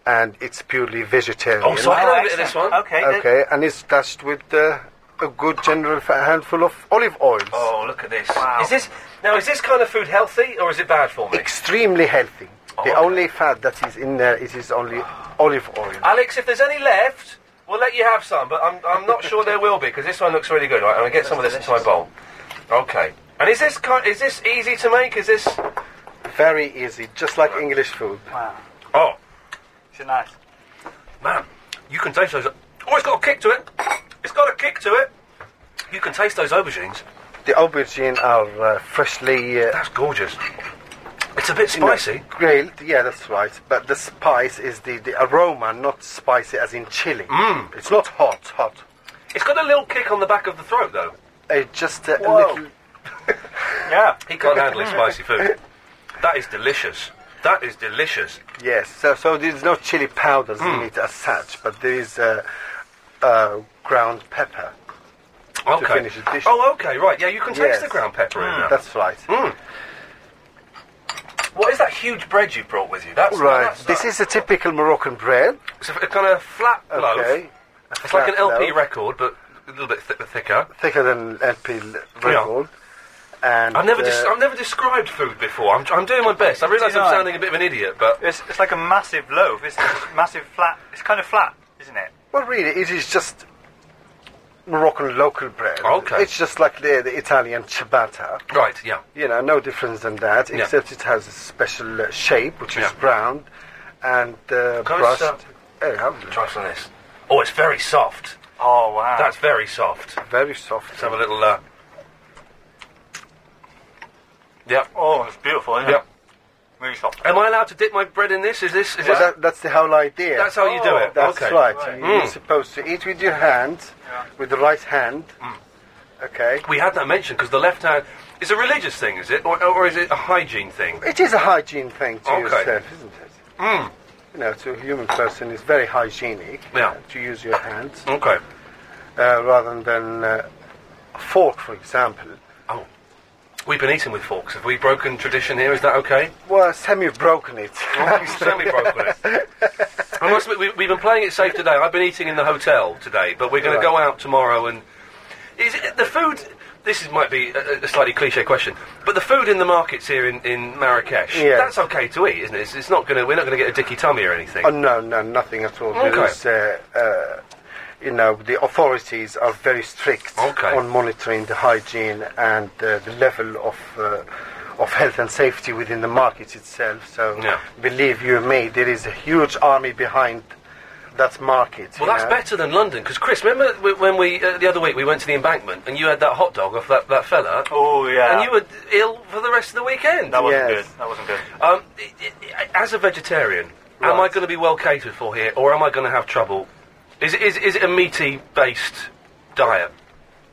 Speaker 27: And it's purely vegetarian.
Speaker 3: Oh, so I can have a bit of this one. Okay.
Speaker 27: Okay, and it's dashed with uh, a good general f- handful of olive oils.
Speaker 3: Oh, look at this. Is this now? Is this kind of food healthy or is it bad for me?
Speaker 27: Extremely healthy.
Speaker 3: Oh,
Speaker 27: the only fat that is in there it is only olive oil.
Speaker 3: *laughs* Alex, if there's any left, we'll let you have some, but I'm, I'm not sure there will be because this one looks really good. Right, I'm gonna get some of this into my bowl. Okay. And is this kind, is this easy to make? Is this
Speaker 27: Very easy, just like English food.
Speaker 4: Wow.
Speaker 3: Oh,
Speaker 4: Is it nice?
Speaker 3: man, you can taste those. Oh, it's got a kick to it. It's got a kick to it. You can taste those aubergines.
Speaker 27: The aubergine are uh, freshly. Uh,
Speaker 3: that's gorgeous. It's a bit spicy.
Speaker 27: grilled, yeah, that's right. But the spice is the, the aroma, not spicy as in chili.
Speaker 3: Mm.
Speaker 27: It's not hot, hot.
Speaker 3: It's got a little kick on the back of the throat, though.
Speaker 27: It's just a
Speaker 3: Whoa.
Speaker 27: little.
Speaker 3: Yeah. He can't handle his spicy food. That is delicious. That is delicious.
Speaker 27: Yes, so, so there's no chili powders in
Speaker 3: Mm.
Speaker 27: it as such, but there is uh, uh, ground pepper.
Speaker 3: Okay.
Speaker 27: finish the dish.
Speaker 3: Oh, okay, right. Yeah, you can taste
Speaker 27: Yes.
Speaker 3: the ground pepper in
Speaker 27: Mm,
Speaker 3: that.
Speaker 27: That's right.
Speaker 3: What is that huge bread you brought with you? That's
Speaker 27: right.
Speaker 3: That's,
Speaker 27: this is a typical Moroccan bread.
Speaker 3: It's a, kind of flat
Speaker 27: Okay.
Speaker 3: loaf. It's like an
Speaker 27: flat
Speaker 3: LP
Speaker 27: loaf.
Speaker 3: record, but a little bit th- thicker.
Speaker 27: thicker than LP record. And
Speaker 3: I've never,
Speaker 27: uh,
Speaker 3: des- I've never described food before. I'm, I'm doing my best. I realise I'm
Speaker 4: Denied.
Speaker 3: sounding a bit of an idiot, but
Speaker 4: It's, it's like a massive loaf. It's a massive flat. It's kind of flat, isn't it?
Speaker 27: well, really, it is just Moroccan local bread.
Speaker 3: Okay.
Speaker 27: It's just like the, the Italian ciabatta.
Speaker 3: right, yeah.
Speaker 27: You know, no difference than that,
Speaker 3: Yeah.
Speaker 27: except it has a special uh, shape, which
Speaker 3: Yeah.
Speaker 27: is round and uh,
Speaker 3: Can I
Speaker 27: brushed.
Speaker 3: start-
Speaker 27: Hey, have
Speaker 3: Try some of this. Oh, it's very soft.
Speaker 4: Oh wow.
Speaker 3: That's very soft.
Speaker 27: Very soft.
Speaker 3: Let's have a little. Uh... Yeah.
Speaker 4: Oh, it's beautiful, isn't
Speaker 3: Yeah.
Speaker 4: it? Really soft.
Speaker 3: Am I allowed to dip my bread in this? Is this? Is this?
Speaker 27: Well, that, that's the whole idea.
Speaker 3: That's how you do it.
Speaker 27: That's
Speaker 3: Okay.
Speaker 27: right.
Speaker 3: Right.
Speaker 27: You're
Speaker 3: Mm.
Speaker 27: supposed to eat with your hand, with the right hand.
Speaker 3: Mm.
Speaker 27: Okay.
Speaker 3: We had that mentioned because the left hand is a religious thing, is it, or, or is it a hygiene thing?
Speaker 27: It is a hygiene thing to
Speaker 3: Okay.
Speaker 27: yourself, isn't it?
Speaker 3: Mm.
Speaker 27: You know, to a human person, it's very hygienic
Speaker 3: Yeah.
Speaker 27: to use your hands
Speaker 3: Okay.
Speaker 27: uh, rather than uh, a fork, for example.
Speaker 3: Oh. We've been eating with forks. Have we broken tradition here? Is that okay?
Speaker 27: Well, Sam, you've broken it. *laughs*
Speaker 3: Oh, you've certainly broken it. I must admit, we, we've been playing it safe today. I've been eating in the hotel today, but we're going
Speaker 27: Right.
Speaker 3: to go out tomorrow and. Is it, the food. This is, might be a, a slightly cliche question, but the food in the markets here in, in Marrakesh,
Speaker 27: Yes.
Speaker 3: that's okay to eat, isn't it? It's, it's not gonna, we're not going to get a dicky tummy or anything.
Speaker 27: Oh, no, no, nothing at all. There
Speaker 3: Okay.
Speaker 27: is, uh, uh, you know, the authorities are very strict
Speaker 3: Okay.
Speaker 27: on monitoring the hygiene and uh, the level of. Uh, of health and safety within the market itself. So,
Speaker 3: Yeah.
Speaker 27: believe you me, there is a huge army behind that market.
Speaker 3: Well,
Speaker 27: you
Speaker 3: that's
Speaker 27: know.
Speaker 3: better than London, because Chris, remember w- when we uh, the other week we went to the embankment and you had that hot dog off that, that fella?
Speaker 4: Oh yeah.
Speaker 3: And you were ill for the rest of the weekend.
Speaker 4: That wasn't good. That wasn't good.
Speaker 3: Um, i- i- i- as a vegetarian, am I going to be well catered for here, or am I going to have trouble? Is it, is, is it a meaty based diet?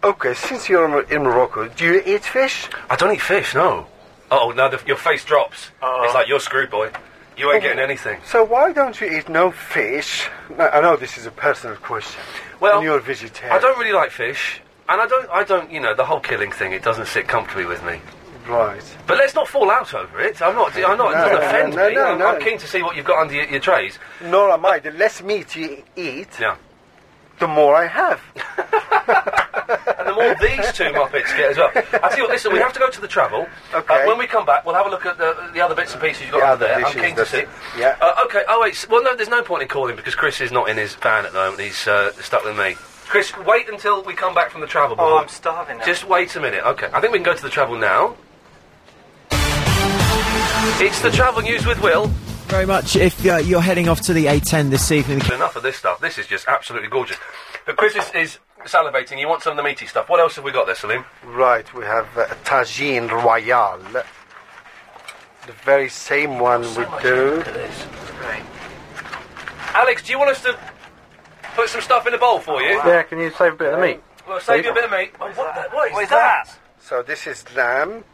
Speaker 27: Okay, since you're Mo- in Morocco, do you eat fish?
Speaker 3: I don't eat fish, no. Oh no, the, your face drops.
Speaker 27: Uh-huh.
Speaker 3: It's like you're screwed, boy. You ain't getting anything.
Speaker 27: So why don't you eat no fish? No, I know this is a personal question.
Speaker 3: Well,
Speaker 27: and you're a vegetarian.
Speaker 3: I don't really like fish. And I don't, I don't, you know, the whole killing thing. It doesn't sit comfortably with me.
Speaker 27: Right.
Speaker 3: But let's not fall out over it. I'm not. I'm not. it
Speaker 27: No,
Speaker 3: doesn't
Speaker 27: no,
Speaker 3: offend
Speaker 27: no,
Speaker 3: me.
Speaker 27: no,
Speaker 3: I'm,
Speaker 27: no.
Speaker 3: I'm keen to see what you've got under your, your trays.
Speaker 27: Nor am I. The less meat you eat,
Speaker 3: Yeah.
Speaker 27: the more I have.
Speaker 3: and the more these two Muppets get as well. I tell you what, listen, we have to go to the travel. Okay. when we come back, we'll have a look at the, the other bits and pieces you've got under
Speaker 27: The other
Speaker 3: there. I'm
Speaker 27: dishes,
Speaker 3: keen to
Speaker 27: that's
Speaker 3: see.
Speaker 27: it. Yeah.
Speaker 3: Uh, okay, oh wait, s- well, no, there's no point in calling because Chris is not in his van at the moment. He's uh, stuck with me. Chris, wait until we come back from the travel.
Speaker 11: Oh,
Speaker 3: before-
Speaker 11: I'm starving now.
Speaker 3: Just wait a minute. Okay, I think we can go to the travel now. It's the travel news with Will.
Speaker 24: Very much. If uh, you're heading off to the A10 this evening,
Speaker 3: Enough of this stuff. This is just absolutely gorgeous. But Chris is, is salivating. You want some of the meaty stuff. What else have we got there, Salim?
Speaker 27: Right, we have uh, Tajine Royal. The very same one we do.
Speaker 3: Alex, do you want us to put some stuff in a bowl for you?
Speaker 27: Yeah, can you save a bit of meat?
Speaker 3: Well, save you a bit of meat. What, the- what is,
Speaker 27: What is
Speaker 3: that?
Speaker 27: So this is lamb.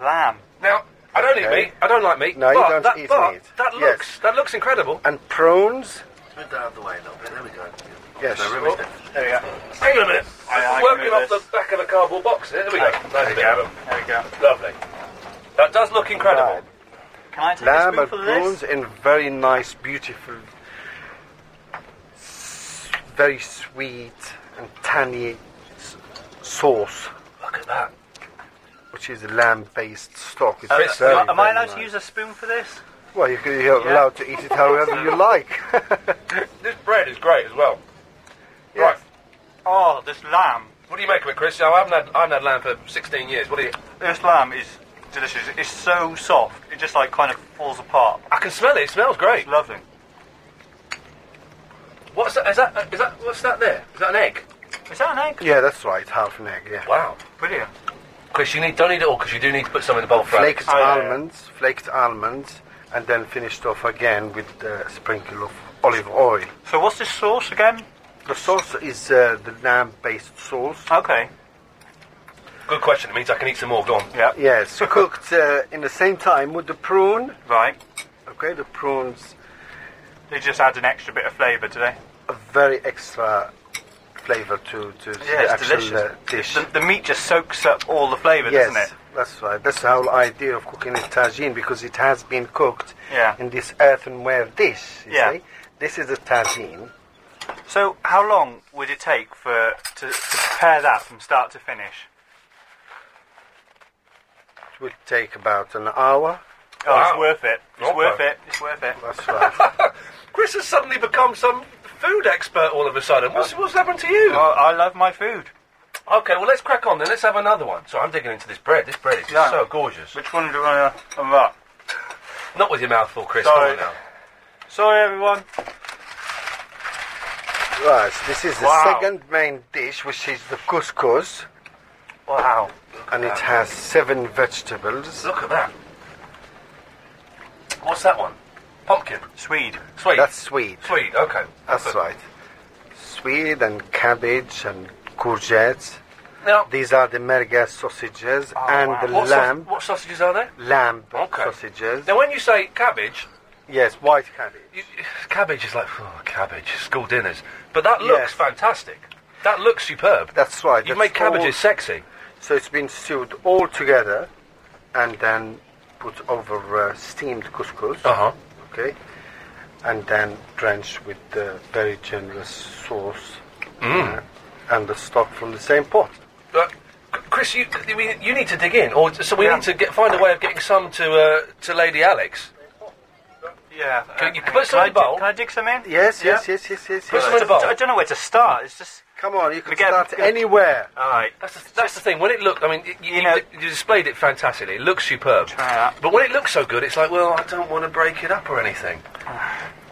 Speaker 3: Lamb. Now, I don't
Speaker 27: Okay.
Speaker 3: eat meat. I don't like meat.
Speaker 27: No, you
Speaker 3: but
Speaker 27: don't
Speaker 3: that,
Speaker 27: eat
Speaker 3: but
Speaker 27: meat.
Speaker 3: That
Speaker 27: Yes.
Speaker 3: looks, that looks incredible.
Speaker 27: And prawns.
Speaker 3: Move that out of the way a little bit. There we go.
Speaker 27: Yes.
Speaker 3: Oh, There we go.
Speaker 27: There we go.
Speaker 3: Hang on a minute.
Speaker 27: Yeah,
Speaker 3: I'm
Speaker 27: I can
Speaker 3: working
Speaker 27: move
Speaker 3: off the back of the cardboard box. here. There we go.
Speaker 27: Okay.
Speaker 3: Nice bit of 'em.
Speaker 11: There we go.
Speaker 3: Lovely. That does look incredible.
Speaker 11: Can I take
Speaker 27: Lamb
Speaker 11: a
Speaker 27: and
Speaker 11: spoonful of
Speaker 27: prawns
Speaker 11: this?
Speaker 27: in very nice, beautiful, s- very sweet and tangy s- sauce.
Speaker 3: Look at that.
Speaker 27: Which is a lamb-based stock. It's
Speaker 11: Uh,
Speaker 27: very,
Speaker 11: am I- am I
Speaker 27: very
Speaker 11: allowed to
Speaker 27: nice.
Speaker 11: use a spoon for this?
Speaker 27: Well, you can- you're
Speaker 11: Yeah.
Speaker 27: allowed to eat it however you like.
Speaker 3: This bread is great as well. Right.
Speaker 11: Oh, this lamb.
Speaker 3: What do you make of it, Chris? I haven't had, I haven't had lamb for 16 years. What do you...
Speaker 11: This lamb is delicious. It's so soft. It just like kind of falls apart.
Speaker 3: I can smell it. It smells great. It's
Speaker 11: lovely.
Speaker 3: What's that? Is that? Is that? What's that there? Is that an egg?
Speaker 11: Is that an egg?
Speaker 27: Yeah, that's right. Half an egg. Yeah.
Speaker 3: Wow.
Speaker 11: Brilliant.
Speaker 3: Chris, you need don't need it all because you do need to put some in the bowl Oh, for
Speaker 27: Flaked
Speaker 3: Alex.
Speaker 11: Oh,
Speaker 27: almonds, flaked almonds, and then finished off again with a sprinkle of olive oil.
Speaker 11: So what's this sauce again?
Speaker 27: The sauce is uh, the lamb-based sauce.
Speaker 11: Okay.
Speaker 3: Good question. It means I can eat some more. Go on.
Speaker 11: Yeah. *laughs*
Speaker 27: Yes, cooked uh, in the same time with the prawn.
Speaker 11: Right.
Speaker 27: Okay, the prawns
Speaker 11: They just add an extra bit of flavour today.
Speaker 27: a very extra flavour to to
Speaker 11: Yeah,
Speaker 27: the
Speaker 11: it's
Speaker 27: actual
Speaker 11: delicious.
Speaker 27: Uh, dish.
Speaker 11: The, the meat just soaks up all the flavour,
Speaker 27: yes,
Speaker 11: doesn't it?
Speaker 27: that's right. That's the whole idea of cooking a tagine because it has been cooked
Speaker 11: Yeah.
Speaker 27: in this earthenware dish. You
Speaker 11: Yeah.
Speaker 27: see? This is a tagine.
Speaker 11: So how long would it take for to, to prepare that from start to finish?
Speaker 27: It will take about an hour.
Speaker 11: Oh, it's worth it. It's
Speaker 27: Okay.
Speaker 11: worth it. It's worth it.
Speaker 27: That's right.
Speaker 3: *laughs* Chris has suddenly become some food expert all of a sudden. What's, what's happened to you?
Speaker 11: Well, I love my food.
Speaker 3: Okay, well let's crack on then. Let's have another one. So I'm digging into this bread. This bread is just
Speaker 11: Yeah.
Speaker 3: so gorgeous.
Speaker 11: Which one do you want to unwrap?
Speaker 3: *laughs* Not with your mouth full, Chris.
Speaker 11: Sorry.
Speaker 3: Come on
Speaker 11: Sorry, everyone.
Speaker 27: right, this is the
Speaker 11: Wow.
Speaker 27: second main dish, which is the couscous,
Speaker 11: Wow.
Speaker 27: and it has seven vegetables.
Speaker 3: now. Look at that. What's that one? Pumpkin.
Speaker 11: Swede.
Speaker 3: Sweet.
Speaker 27: That's sweet.
Speaker 3: Sweet. Okay.
Speaker 27: That's
Speaker 3: Good.
Speaker 27: right. Swede and cabbage and courgettes.
Speaker 3: Now-
Speaker 27: These are the merguez sausages
Speaker 11: Oh,
Speaker 27: and the
Speaker 3: Oh, What sau-
Speaker 27: lamb
Speaker 3: what sausages are there? Oh,
Speaker 27: lamb
Speaker 3: Okay.
Speaker 27: sausages.
Speaker 3: Now when you say cabbage,
Speaker 27: Yes, white cabbage.
Speaker 3: cabbage is like oh, cabbage. School dinners, but that
Speaker 27: Yes.
Speaker 3: looks fantastic. That looks superb.
Speaker 27: That's right.
Speaker 3: You've
Speaker 27: that's
Speaker 3: made cabbages
Speaker 27: all-
Speaker 3: sexy.
Speaker 27: So it's been stewed all together and then put over uh, steamed couscous.
Speaker 3: Uh-huh.
Speaker 27: Okay. And then drenched with the very generous sauce
Speaker 3: Mm.
Speaker 27: uh, and the stock from the same pot.
Speaker 3: Uh, C- Chris, you I mean, you need to dig in, or so we need to get, find a way of getting some to uh, to Lady Alex.
Speaker 11: Yeah.
Speaker 3: Can you put some
Speaker 11: I
Speaker 3: in the bowl?
Speaker 11: dig- Can I dig some in?
Speaker 27: Yes,
Speaker 11: Yeah.
Speaker 27: yes, yes, yes, yes.
Speaker 3: Put
Speaker 27: yes.
Speaker 3: some in the bowl.
Speaker 11: I don't know where to start. It's just
Speaker 27: Come on, you can
Speaker 11: Again,
Speaker 27: start
Speaker 11: good.
Speaker 27: anywhere.
Speaker 11: all right.
Speaker 3: That's the, that's the thing. When it looked, I mean, y- you, you,
Speaker 11: know-
Speaker 3: di- you displayed it fantastically. It looks superb. But when it looks so good, it's like, well, I don't want to break it up or
Speaker 27: *sighs*
Speaker 3: anything.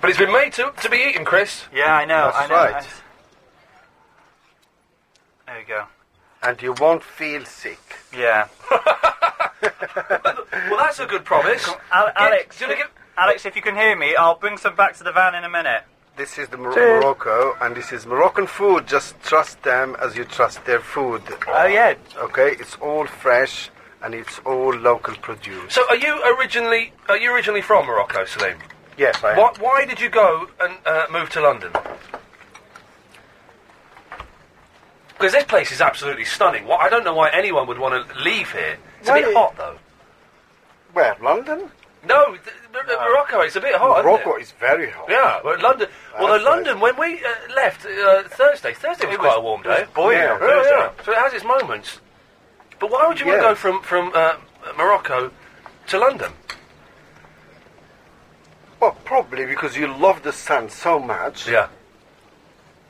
Speaker 3: But it's been made to to be eaten, Chris.
Speaker 11: Yeah, I know.
Speaker 27: That's
Speaker 11: I know.
Speaker 27: right.
Speaker 11: I- There we go.
Speaker 27: And you won't feel sick.
Speaker 11: Yeah.
Speaker 3: Well, that's a good promise.
Speaker 11: Al- Alex,
Speaker 3: do you wanna give-
Speaker 11: Alex, if you can hear me, I'll bring some back to the van in a minute.
Speaker 27: This is the Mor- Morocco, and this is Moroccan food. Just trust them as you trust their food.
Speaker 11: Oh yeah.
Speaker 27: Okay, it's all fresh and it's all local produce.
Speaker 3: So, are you originally are you originally from Morocco, Salim?
Speaker 27: Yes, I am.
Speaker 3: Why, why did you go and uh, move to London? Because this place is absolutely stunning. Why I don't know why anyone would want to leave here. It's a
Speaker 27: Why-
Speaker 3: bit hot, though.
Speaker 27: Where? London?
Speaker 3: No, th- Mor- Morocco. It's a bit hot.
Speaker 27: Morocco
Speaker 3: isn't it?
Speaker 27: is very hot.
Speaker 3: Yeah, well, London. Although
Speaker 27: That's
Speaker 3: London, when we uh, left uh, Thursday, Thursday was, quite a warm
Speaker 11: it was
Speaker 3: day.
Speaker 11: boiling
Speaker 3: yeah,
Speaker 11: on Thursday.
Speaker 3: yeah, yeah. So it has its moments. But why would you
Speaker 11: Yeah.
Speaker 3: want to go from from uh, Morocco to London?
Speaker 27: Well, oh, probably because you love the sun so much.
Speaker 3: Yeah.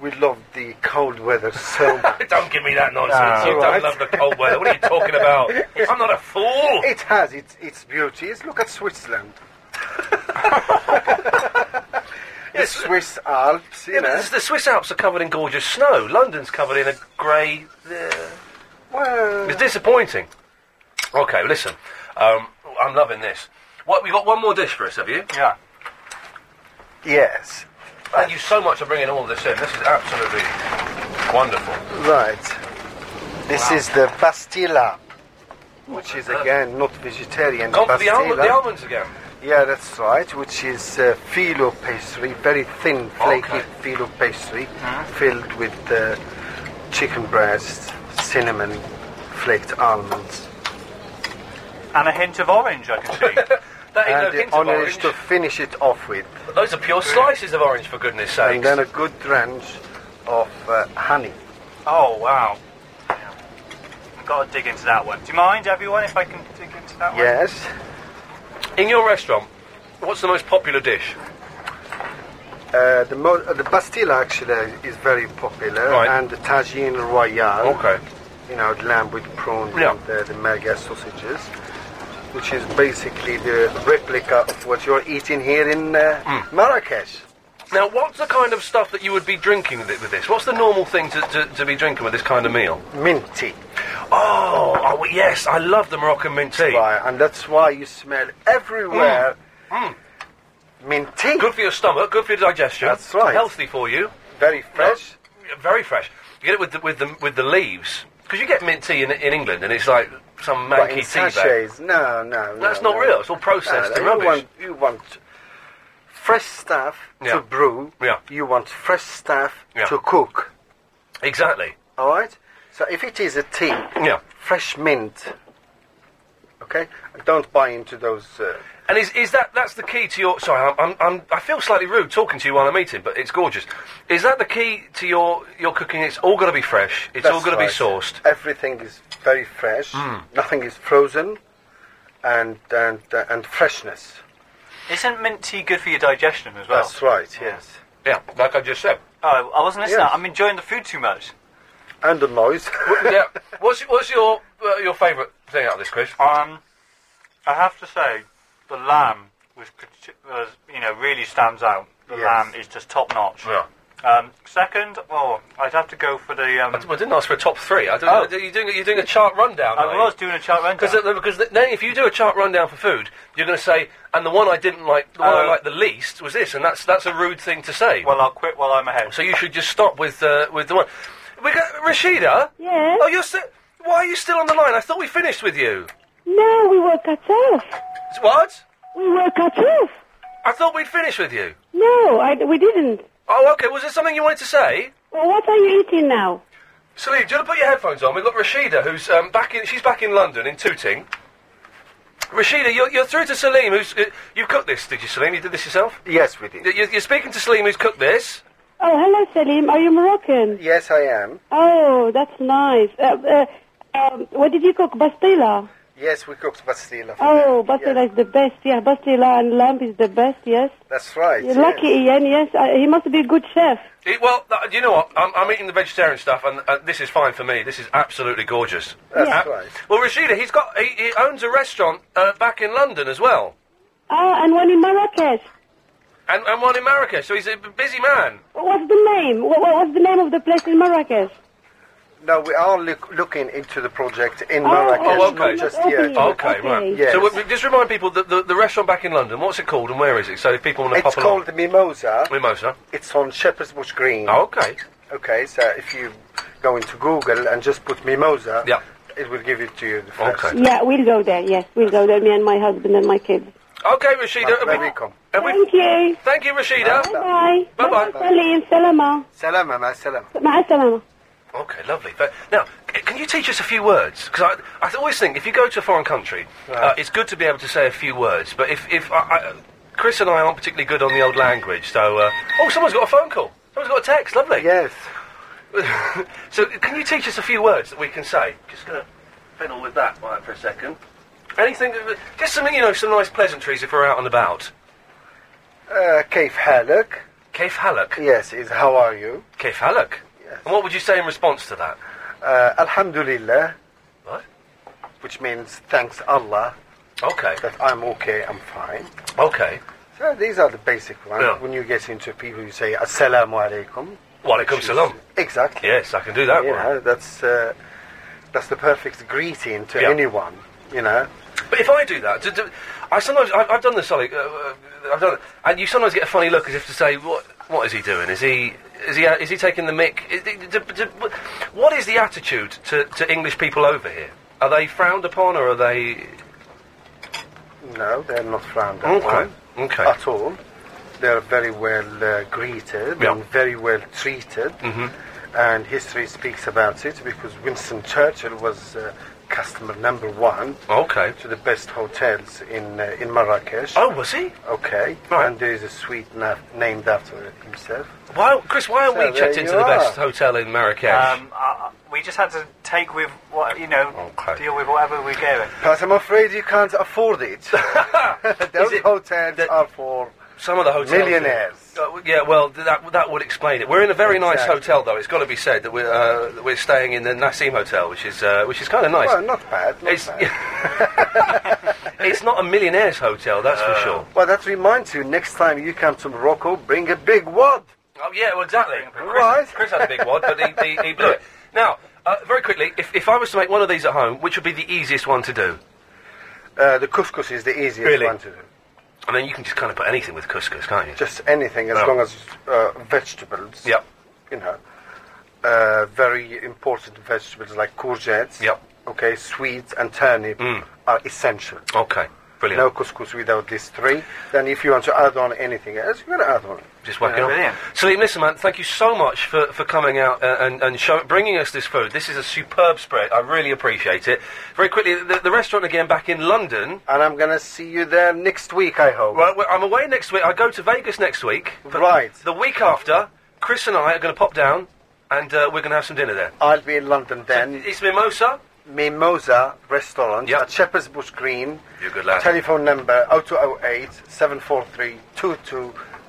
Speaker 27: We love the cold
Speaker 3: *laughs*
Speaker 27: weather so much.
Speaker 3: don't give me that nonsense.
Speaker 27: Ah,
Speaker 3: you
Speaker 27: right.
Speaker 3: don't love the cold weather. What are you talking
Speaker 27: *laughs*
Speaker 3: about? I'm not a fool.
Speaker 27: It has its, its beauties. Look
Speaker 3: *laughs*
Speaker 27: at Switzerland.
Speaker 3: The
Speaker 27: Swiss Alps, you
Speaker 3: yeah,
Speaker 27: know.
Speaker 3: but The Swiss Alps are covered in gorgeous snow. London's covered in a grey. uh,
Speaker 27: Well,
Speaker 3: It's disappointing. Okay, listen. Um, I'm loving this. What we got one more dish for us, have you? Yeah.
Speaker 27: Yes.
Speaker 3: Thank you so much for bringing all this in. This is absolutely wonderful.
Speaker 27: Right. This
Speaker 3: Wow.
Speaker 27: is the pastilla, which is again not vegetarian.
Speaker 3: Gone for the, almo-
Speaker 27: pastilla.
Speaker 3: the almonds again.
Speaker 27: Yeah, that's right, which is uh, filo pastry, very thin, flaky
Speaker 3: Okay. Uh-huh.
Speaker 27: filo pastry filled with uh, chicken breast, cinnamon, flaked almonds.
Speaker 11: And a hint of orange, I can see.
Speaker 3: That ain't
Speaker 27: and
Speaker 3: no
Speaker 27: the
Speaker 3: hint of
Speaker 27: orange
Speaker 3: orange.
Speaker 27: to finish it off with.
Speaker 3: Those are pure slices of orange, for goodness sake.
Speaker 27: And then a good drench of uh, honey.
Speaker 11: oh, wow. Yeah. I've got to dig into that one. Do you mind, everyone, if I can dig into that one?
Speaker 27: Yes.
Speaker 3: In your restaurant, what's the most popular dish?
Speaker 27: Uh, the, mo- uh, the pastilla actually is very popular,
Speaker 3: Right.
Speaker 27: and the tagine royale.
Speaker 3: Okay.
Speaker 27: You know, the lamb with prawns
Speaker 3: Yeah.
Speaker 27: and uh, the, the mega sausages, which is basically the replica of what you're eating here in uh,
Speaker 3: Hmm.
Speaker 27: Marrakesh.
Speaker 3: Now, what's the kind of stuff that you would be drinking with, it, with this? What's the normal thing to, to, to be drinking with this kind of meal?
Speaker 27: Mint tea.
Speaker 3: Oh, oh, yes, I love the Moroccan mint tea.
Speaker 27: Why? And that's why you smell everywhere
Speaker 3: Hmm.
Speaker 27: mint tea.
Speaker 3: Good for your stomach, good for your digestion.
Speaker 27: That's right.
Speaker 3: Healthy for you.
Speaker 27: Very fresh.
Speaker 3: very fresh. You get it with the, with the, with the leaves. Because you get mint tea in, in England and it's like some
Speaker 27: But
Speaker 3: manky
Speaker 27: in
Speaker 3: tea bag.
Speaker 27: sachets, no, no,
Speaker 3: That's
Speaker 27: no,
Speaker 3: not
Speaker 27: no.
Speaker 3: real, it's all processed
Speaker 27: No,
Speaker 3: and
Speaker 27: no,
Speaker 3: rubbish.
Speaker 27: You want, you want fresh stuff
Speaker 3: Yeah.
Speaker 27: to brew.
Speaker 3: Yeah.
Speaker 27: You want fresh stuff
Speaker 3: Yeah.
Speaker 27: to cook.
Speaker 3: Exactly.
Speaker 27: All right. So if it is a tea,
Speaker 3: Yeah.
Speaker 27: fresh mint. Okay, don't buy into those. Uh,
Speaker 3: And is, is that that's the key to your? Sorry, I'm, I'm, I'm I feel slightly rude talking to you while I'm eating, but it's gorgeous. Is that the key to your your cooking? It's all got to be fresh. It's all
Speaker 27: that's
Speaker 3: got to
Speaker 27: right.
Speaker 3: be sourced.
Speaker 27: Everything is very fresh.
Speaker 3: Mm.
Speaker 27: Nothing is frozen, and and uh, and freshness.
Speaker 11: Isn't mint tea good for your digestion as well?
Speaker 27: That's right. Yes.
Speaker 3: Yeah, like I just said.
Speaker 11: Oh, I wasn't listening.
Speaker 27: Yes.
Speaker 11: I'm enjoying the food too much.
Speaker 27: And the noise.
Speaker 3: yeah. What's what's your uh, your favourite thing out of this, Chris?
Speaker 11: Um, I have to say, the lamb was, parti- was you know, really stands out. The
Speaker 3: Yes.
Speaker 11: lamb is just top notch.
Speaker 3: Yeah.
Speaker 11: Um, second, well, I'd have to go for the. Um,
Speaker 3: I didn't ask for a top three. I don't,
Speaker 11: Oh.
Speaker 3: You're doing you're doing a chart rundown.
Speaker 11: I
Speaker 3: aren't
Speaker 11: was
Speaker 3: you?
Speaker 11: doing a chart rundown.
Speaker 3: Because because th- then if you do a chart rundown for food, you're going to say, and the one I didn't like, the one I
Speaker 11: Oh.
Speaker 3: liked the least was this, and that's that's a rude thing to say.
Speaker 11: Well, I'll quit while I'm ahead.
Speaker 3: So you should just stop with uh, with the one. We got Rashida.
Speaker 5: Yes?
Speaker 3: Oh, you're sti- why are you still on the line? I thought we finished with you.
Speaker 5: No, we work that off.
Speaker 3: S- What?
Speaker 5: We work that off.
Speaker 3: I thought we'd finished with you.
Speaker 5: No, I, we didn't.
Speaker 3: Oh, okay. Was there something you wanted to say?
Speaker 5: Well, what are you eating now?
Speaker 3: Salim, do you want to put your headphones on? We've got Rashida, who's um, back in. She's back in London in Tooting. Rashida, you're, you're through to Salim, who's uh, you've cooked this, did you, Salim? You did this yourself?
Speaker 27: Yes, we did.
Speaker 3: You're, you're speaking to Salim, who's cooked this.
Speaker 5: Oh, hello, Selim. Are you Moroccan?
Speaker 27: Yes, I am.
Speaker 5: Oh, that's nice. Uh, uh, um, what did you cook? Bastila.
Speaker 27: Yes, we cooked pastilla. for
Speaker 5: Oh,
Speaker 27: them.
Speaker 5: Bastila
Speaker 27: Yes.
Speaker 5: is the best. Yeah, Bastila and lamb is the best. Yes.
Speaker 27: That's right.
Speaker 5: You're lucky,
Speaker 27: yes.
Speaker 5: Ian. Yes, uh, he must be a good chef.
Speaker 3: It, well, uh, you know what? I'm, I'm eating the vegetarian stuff, and uh, this is fine for me. This is absolutely gorgeous.
Speaker 5: That's Yeah.
Speaker 27: right.
Speaker 3: Well, Rashida, he's got he, he owns a restaurant uh, back in London as well,
Speaker 5: Ah, and one in Marrakesh.
Speaker 3: and, and one in Marrakesh. So he's a b- busy man.
Speaker 5: What's the name? What, what was the name of the place in Marrakesh?
Speaker 27: No, we are look, looking into the project in
Speaker 5: Oh,
Speaker 27: Marrakesh,
Speaker 5: oh,
Speaker 27: not
Speaker 5: okay.
Speaker 27: just
Speaker 5: Okay.
Speaker 27: here.
Speaker 3: Okay, right.
Speaker 27: Yes.
Speaker 3: So w- w- just remind people that the, the restaurant back in London. What's it called and where is it? So if people want to
Speaker 27: it's
Speaker 3: pop along.
Speaker 27: called the Mimosa.
Speaker 3: Mimosa.
Speaker 27: It's on Shepherd's Bush Green.
Speaker 3: Oh, okay.
Speaker 27: Okay, so if you go into Google and just put Mimosa,
Speaker 3: Yeah.
Speaker 27: it will give it to you. The first.
Speaker 5: Yeah, we'll go there. Yes, we'll go there. Me and my husband and my kids.
Speaker 3: Okay, Rashida. have we- have we-
Speaker 5: Thank you.
Speaker 3: Thank you, Rashida.
Speaker 5: Bye bye.
Speaker 3: Bye-bye.
Speaker 5: Selim, salama.
Speaker 27: Salama, ma salama.
Speaker 5: مع السلامة.
Speaker 3: Okay, lovely. But now, c- can you teach us a few words? Because I, I th- always think if you go to a foreign country, uh, it's good to be able to say a few words. But if, if I, I, Chris and I aren't particularly good on the old language, so uh, oh, someone's got a phone call. Someone's got a text. Lovely.
Speaker 27: Yes.
Speaker 3: *laughs* so, uh, can you teach us a few words that we can say? Just gonna fiddle with that right, for a second. Anything, that- just something you know, some nice pleasantries if we're out and about.
Speaker 27: Uh, كيف حالك?
Speaker 3: كيف حالك?
Speaker 27: Yes, is how are you?
Speaker 3: Kif Halak. And what would you say in response to that?
Speaker 27: Uh, Alhamdulillah.
Speaker 3: What?
Speaker 27: Which means thanks Allah.
Speaker 3: Okay.
Speaker 27: That I'm okay, I'm fine.
Speaker 3: Okay.
Speaker 27: So these are the basic ones.
Speaker 3: Yeah.
Speaker 27: When you get into people, you say Assalamu alaikum.
Speaker 3: Walaikum salam.
Speaker 27: Exactly.
Speaker 3: Yes, I can do that
Speaker 27: you
Speaker 3: one.
Speaker 27: know, that's uh, that's the perfect greeting to
Speaker 3: Yeah.
Speaker 27: anyone. You know.
Speaker 3: But if I do that, do, do, I sometimes I've, I've done this, Ollie. Uh, uh, I've done, it, and you sometimes get a funny look as if to say, "What? What is he doing? Is he? Is he? uh, Is he taking the mick? Is, d- d- d- d- what is the attitude to, to English people over here? Are they frowned upon, or are they?
Speaker 27: No, they're not frowned
Speaker 3: Okay,
Speaker 27: upon.
Speaker 3: okay.
Speaker 27: At all. They're very well uh, greeted
Speaker 3: Yeah. Mm-hmm.
Speaker 27: and very well treated. And history speaks about it because Winston Churchill was uh, customer number one
Speaker 3: Okay.
Speaker 27: to the best hotels in uh, in Marrakesh.
Speaker 3: Oh, was he?
Speaker 27: Okay.
Speaker 3: Right.
Speaker 27: And there is a suite na- named after himself.
Speaker 3: Why, Chris? Why aren't
Speaker 27: So
Speaker 3: we checked
Speaker 27: there
Speaker 3: into
Speaker 27: you
Speaker 3: the best
Speaker 27: are.
Speaker 3: hotel in Marrakesh?
Speaker 11: Um, I, we just had to take with what you know, deal with whatever we gave it.
Speaker 27: But I'm afraid you can't
Speaker 3: *laughs*
Speaker 27: afford it. *laughs* Those hotels are for
Speaker 3: Some of the hotels
Speaker 27: millionaires.
Speaker 3: Uh, w- yeah, well, th- that that would explain it. We're in a very nice
Speaker 27: Exactly.
Speaker 3: hotel, though. It's got to be said that we're uh, that we're staying in the Nassim Hotel, which is uh, which is kind of nice.
Speaker 27: Well, not bad. Not
Speaker 3: it's
Speaker 27: bad.
Speaker 3: *laughs* it's not a millionaire's hotel, that's for sure.
Speaker 27: Uh, Well, that reminds you, next time you come to Morocco, bring a big wad.
Speaker 3: Oh yeah, well exactly. Chris,
Speaker 27: Right.
Speaker 3: Chris had a big wad, but he, he, he blew it. Now, uh, very quickly, if, if I was to make one of these at home, which would be the easiest one to do?
Speaker 27: Uh, the couscous is the easiest
Speaker 3: Really?
Speaker 27: one to do.
Speaker 3: I mean, you can just kind of put anything with couscous, can't you?
Speaker 27: Just anything, as
Speaker 3: Oh.
Speaker 27: long as uh, vegetables.
Speaker 3: Yep.
Speaker 27: You know, uh, very important vegetables like courgettes.
Speaker 3: Yep. Mm.
Speaker 27: Okay, sweets and turnip are essential.
Speaker 3: Okay, brilliant.
Speaker 27: No couscous without these three. Then, if you want to add on anything else, you're going to add on.
Speaker 3: Just working on. Salim, listen, man. Thank you so much for, for coming out uh, and and show, bringing us this food. This is a superb spread. I really appreciate it. Very quickly, the, the restaurant again back in London.
Speaker 27: And I'm going to see you there next week, I hope.
Speaker 3: Well, well, I'm away next week. I go to Vegas next week. But
Speaker 27: Right.
Speaker 3: The week after, Chris and I are going to pop down, and uh, we're going to have some dinner there.
Speaker 27: I'll be in London then.
Speaker 3: It's Mimosa.
Speaker 27: Mimosa Restaurant at Shepherd's Bush Green.
Speaker 3: You're a good lad.
Speaker 27: Telephone number 0208 743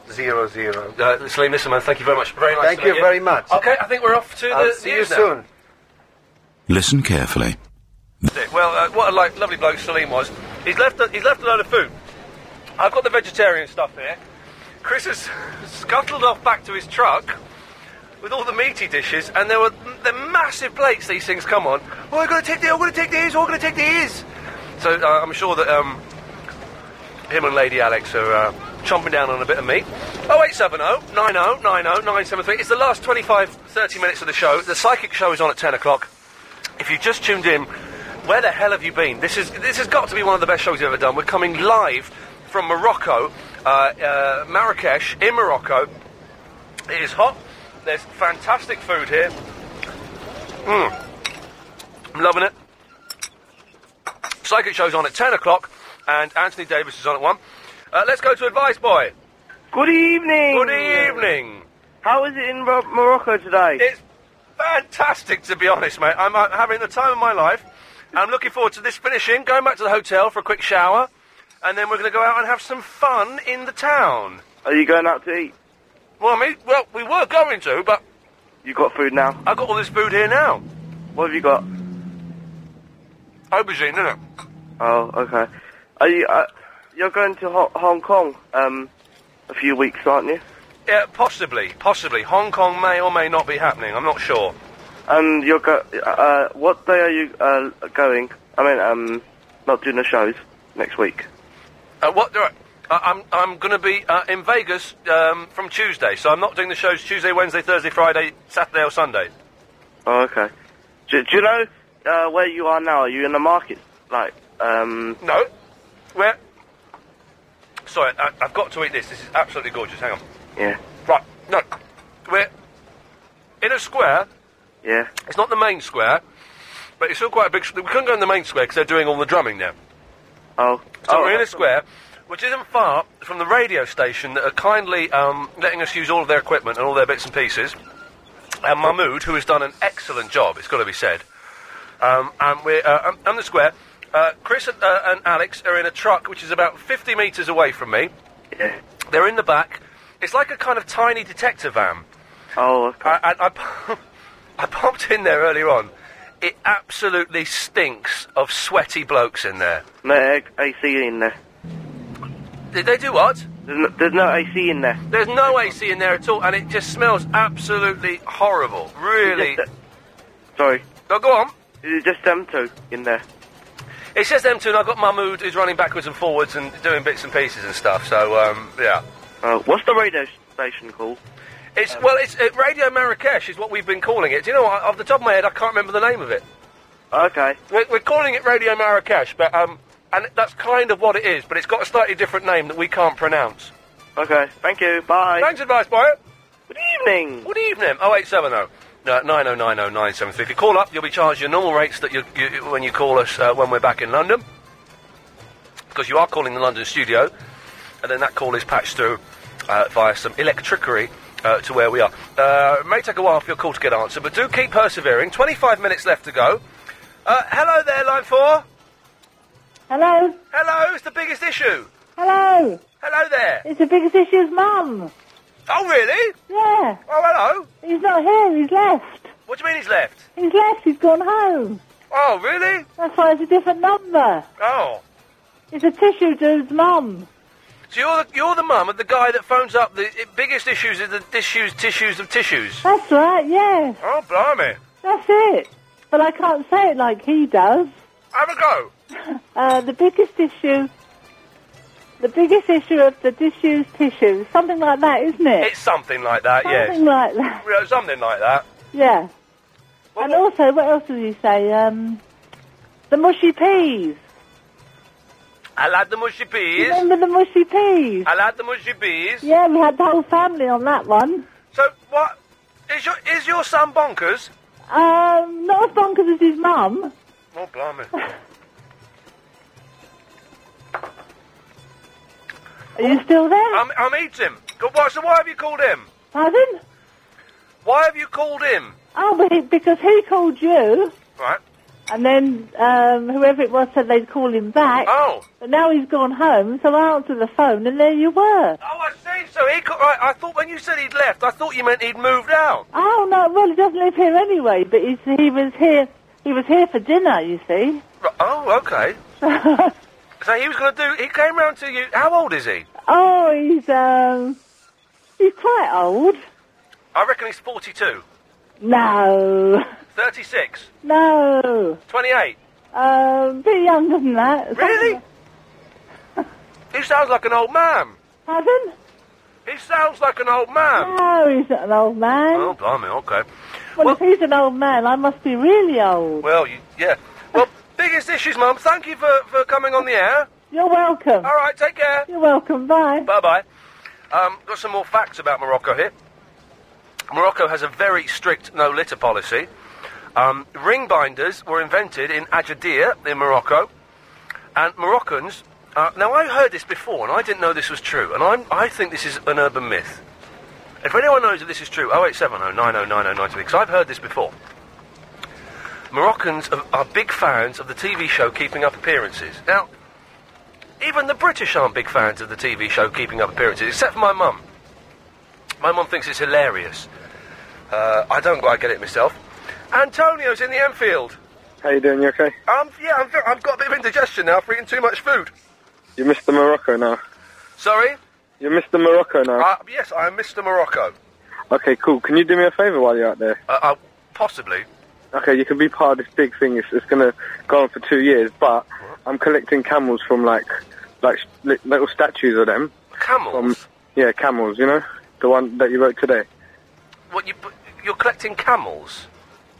Speaker 27: 2200.
Speaker 3: Uh, Salim, listen, man. Thank you very much. Very nice.
Speaker 27: Thank
Speaker 3: to meet
Speaker 27: you very much.
Speaker 3: Okay, I think we're off to
Speaker 27: I'll
Speaker 3: the
Speaker 27: see you
Speaker 3: news now.
Speaker 27: soon.
Speaker 17: Listen carefully.
Speaker 3: Well, uh, what a like, lovely bloke Salim was. He's left. A, he's left a load of food. I've got the vegetarian stuff here. Chris has scuttled off back to his truck with all the meaty dishes, and there were the massive plates these things come on. Oh, I'm going to take the. I'm going to take the ears. Oh, I'm going to take the ears. So uh, I'm sure that um, him and Lady Alex are uh, chomping down on a bit of meat. Oh, 0870 90 90 973. It's the last 25, 30 minutes of the show. The psychic show is on at 10 o'clock. If you've just tuned in, where the hell have you been? This is this has got to be one of the best shows you've ever done. We're coming live from Morocco, uh, uh, Marrakesh, in Morocco. It is hot. There's fantastic food here. Mm. I'm loving it. Psychic show's on at 10 o'clock, and Anthony Davis is on at 1. Uh, let's go to Advice Boy.
Speaker 18: Good evening.
Speaker 3: Good evening.
Speaker 18: How is it in Mor- Morocco today?
Speaker 3: It's fantastic, to be honest, mate. I'm uh, having the time of my life. I'm looking forward to this finishing, going back to the hotel for a quick shower, and then we're going to go out and have some fun in the town.
Speaker 18: Are you going out to eat?
Speaker 3: Well, I mean, well, we were going to, but
Speaker 18: You got food now?
Speaker 3: I've got all this food here now.
Speaker 18: What have you got?
Speaker 3: Aubergine, innit?
Speaker 18: Oh, okay. Are you? Uh, you're going to Ho- Hong Kong um, a few weeks, aren't you?
Speaker 3: Yeah, possibly, possibly. Hong Kong may or may not be happening. I'm not sure.
Speaker 18: And Um, you're go- uh, What day are you uh, going? I mean, um, not doing the shows next week.
Speaker 3: Uh, what? Right. I- I'm I'm going to be uh, in Vegas um, from Tuesday, so I'm not doing the shows Tuesday, Wednesday, Thursday, Friday, Saturday, or Sunday.
Speaker 18: Oh, okay. Do, do you know uh, where you are now? Are you in the market? Like, um,
Speaker 3: No. Where? Sorry, I, I've got to eat this. This is absolutely gorgeous. Hang on.
Speaker 18: yeah.
Speaker 3: Right. No. We're in a square
Speaker 18: Yeah.
Speaker 3: It's not the main square, but it's still quite a big. s- We couldn't go in the main square because they're doing all the drumming now.
Speaker 18: Oh.
Speaker 3: So we're in a square, which isn't far from the radio station that are kindly um, letting us use all of their equipment and all their bits and pieces. And Mahmood, who has done an excellent job, it's got to be said. Um, and we're uh, um, on the square. Uh, Chris and, uh, and Alex are in a truck which is about 50 metres away from me.
Speaker 18: Yeah.
Speaker 3: They're in the back. It's like a kind of tiny detector van.
Speaker 18: Oh,
Speaker 3: I, I, *laughs* I, p- I popped in there earlier on. It absolutely stinks of sweaty blokes in there.
Speaker 18: No A- AC in there.
Speaker 3: Did they do what?
Speaker 18: There's no, there's no AC in there.
Speaker 3: There's no AC in there at all, and it just smells absolutely horrible. Really.
Speaker 18: Just, Sorry.
Speaker 3: No, go on.
Speaker 18: It's just them two in there.
Speaker 3: It says them two, and I've got Mahmood who's running backwards and forwards and doing bits and pieces and stuff. So um, yeah.
Speaker 18: Uh, what's the radio station called?
Speaker 3: It's well, it's uh, Radio Marrakesh is what we've been calling it. Do you know? what? Off the top of my head, I can't remember the name of it.
Speaker 18: Okay.
Speaker 3: We're, we're calling it Radio Marrakesh, but um, and that's kind of what it is, but it's got a slightly different name that we can't pronounce.
Speaker 18: Okay. Thank you. Bye.
Speaker 3: Thanks, advice boy.
Speaker 18: Good evening.
Speaker 3: Good evening. Oh, 0870 uh, 9090973. If you call up, you'll be charged your normal rates that you, you when you call us uh, when we're back in London. Because you are calling the London studio, and then that call is patched through uh, via some electricery uh, to where we are. Uh, it may take a while for your call to get answered, but do keep persevering. 25 minutes left to go. Uh, hello there, line four.
Speaker 5: Hello?
Speaker 3: Hello, it's the biggest issue.
Speaker 5: Hello?
Speaker 3: Hello there.
Speaker 5: It's the biggest issue's mum.
Speaker 3: Oh, really?
Speaker 5: Yeah.
Speaker 3: Oh, hello.
Speaker 5: He's not here, he's left.
Speaker 3: What do you mean he's left?
Speaker 5: He's left, he's gone home.
Speaker 3: Oh, really?
Speaker 5: That's why it's a different number.
Speaker 3: Oh.
Speaker 5: It's a tissue dude's mum.
Speaker 3: So you're the, you're the mum of the guy that phones up the i biggest issues is the tissues, tissues of tissues.
Speaker 5: That's right, yeah.
Speaker 3: Oh, blimey.
Speaker 5: That's it. But I can't say it like he does.
Speaker 3: Have a go.
Speaker 5: *laughs* Uh, the biggest issue, the biggest issue of the disused tissue, something like that, isn't it?
Speaker 3: It's something like that, yes.
Speaker 5: Something like that.
Speaker 3: Yeah, something like that.
Speaker 5: Yeah. and also, what else did you say? Um, the mushy peas.
Speaker 3: I'll add the mushy peas.
Speaker 5: Remember the mushy peas?
Speaker 3: I'll add the mushy peas.
Speaker 5: Yeah, we had the whole family on that one.
Speaker 3: So, what? Is your, is your son bonkers?
Speaker 5: Um, not as bonkers as his mum.
Speaker 3: Oh, blimey.
Speaker 5: Are you
Speaker 3: Oh.
Speaker 5: still there?
Speaker 3: I'm, I'm eating. Go- Why, so why have you called him?
Speaker 5: Pardon?
Speaker 3: Why have you called him?
Speaker 5: Oh, but he, because he called you,
Speaker 3: Right.
Speaker 5: and then um, whoever it was said they'd call him back.
Speaker 3: Oh.
Speaker 5: But now he's gone home, so I answered the phone, and there you were.
Speaker 3: Oh, I see. So he co- right, I thought when you said he'd left, I thought you meant he'd moved out.
Speaker 5: Oh no, well he doesn't live here anyway, but he's, he was here. He was here for dinner, you see. *laughs*
Speaker 3: Right, oh, okay. so he was going to do. He came round to you. How old is he?
Speaker 5: Oh, he's um, he's quite old.
Speaker 3: I reckon he's 42,
Speaker 5: No,
Speaker 3: 36,
Speaker 5: no,
Speaker 3: 28.
Speaker 5: um, bit younger than that.
Speaker 3: Really? he sounds like an old man.
Speaker 5: Pardon?
Speaker 3: He sounds like an old man.
Speaker 5: No, he's not an old man.
Speaker 3: Oh, blimey, okay.
Speaker 5: well, if he's an old man, I must be really old.
Speaker 3: Well, you, yeah. Well, *laughs* biggest issues, Mum. Thank you for, for coming on the air.
Speaker 5: You're welcome.
Speaker 3: All right, take care.
Speaker 5: You're welcome. Bye.
Speaker 3: Bye bye. Um, got some more facts about Morocco here. Morocco has a very strict no litter policy. Um, ring binders were invented in Agadir in Morocco, and Moroccans. Uh, now I heard this before, and I didn't know this was true, and I'm, I think this is an urban myth. If anyone knows that this is true, 0870 9090 because I've heard this before. Moroccans are, are big fans of the TV show Keeping Up Appearances. Now, even the British aren't big fans of the TV show Keeping Up Appearances, except for my mum. My mum thinks it's hilarious. Uh, I don't quite get it myself. Antonio's in the Enfield.
Speaker 20: How you doing? You okay?
Speaker 3: Um, yeah, I'm, I've got a bit of indigestion now for eating too much food.
Speaker 20: You missed the Morocco now.
Speaker 3: Sorry?
Speaker 20: You missed the Morocco now.
Speaker 3: Uh, yes, I'm Mr. Morocco.
Speaker 20: okay, cool. Can you do me a favour while you're out there?
Speaker 3: Uh, uh, possibly.
Speaker 20: Okay, you can be part of this big thing. It's, it's going to go on for two years, but I'm collecting camels from like like sh- li- little statues of them.
Speaker 3: Camels?
Speaker 20: yeah, camels. You know the one that you wrote today.
Speaker 3: What, you, but you're collecting camels?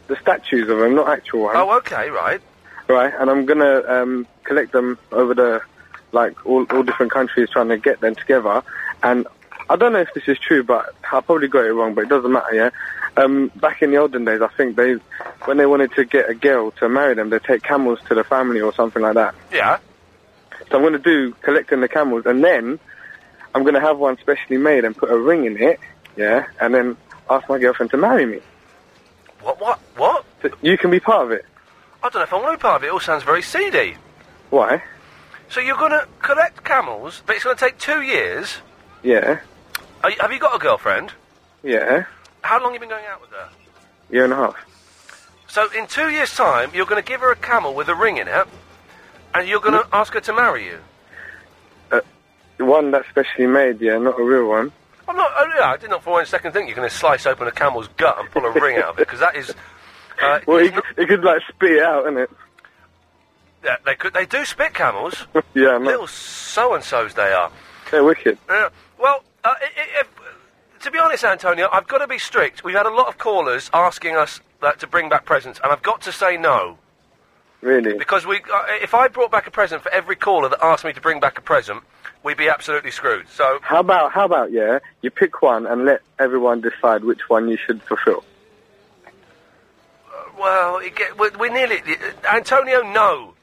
Speaker 20: The statues of them, not actual ones.
Speaker 3: Oh, okay, right.
Speaker 20: Right, and I'm gonna um, collect them over the like all, all different countries, trying to get them together. And I don't know if this is true, but I probably got it wrong, but it doesn't matter, yeah? Um, back in the olden days, I think they, when they wanted to get a girl to marry them, they'd take camels to the family or something like that.
Speaker 3: Yeah.
Speaker 20: So I'm going to do collecting the camels, and then I'm going to have one specially made and put a ring in it, yeah? And then ask my girlfriend to marry me.
Speaker 3: What? What? What?
Speaker 20: So you can be part of it.
Speaker 3: I don't know if I want to be part of it. It all sounds very seedy.
Speaker 20: Why?
Speaker 3: So you're going to collect camels, but it's going to take two years.
Speaker 20: Yeah,
Speaker 3: Are you, have you got a girlfriend?
Speaker 20: yeah,
Speaker 3: How long have you been going out with her?
Speaker 20: year and a half.
Speaker 3: So in two years' time, you're going to give her a camel with a ring in it, and you're
Speaker 20: Mm.
Speaker 3: going to ask her to marry you.
Speaker 20: Uh, one that's specially made, yeah, not a real one.
Speaker 3: I'm not. Oh, yeah, I did not for one second think you're going to slice open a camel's gut and pull a ring out of it because that is. Uh,
Speaker 20: *laughs* Well, it, it could like spit it out, innit?
Speaker 3: yeah, they could. They do spit camels.
Speaker 20: *laughs* yeah, man.
Speaker 3: Little so and so's they are.
Speaker 20: They're wicked.
Speaker 3: Uh, well, uh, i i if, to be honest, Antonio, I've got to be strict. We've had a lot of callers asking us uh, to bring back presents, and I've got to say no.
Speaker 20: Really?
Speaker 3: Because we, uh, if I brought back a present for every caller that asked me to bring back a present, we'd be absolutely screwed. So,
Speaker 20: How about how about yeah? You pick one and let everyone decide which one you should fulfill.
Speaker 3: uh, well, it get, we're, we're nearly. uh, Antonio, no.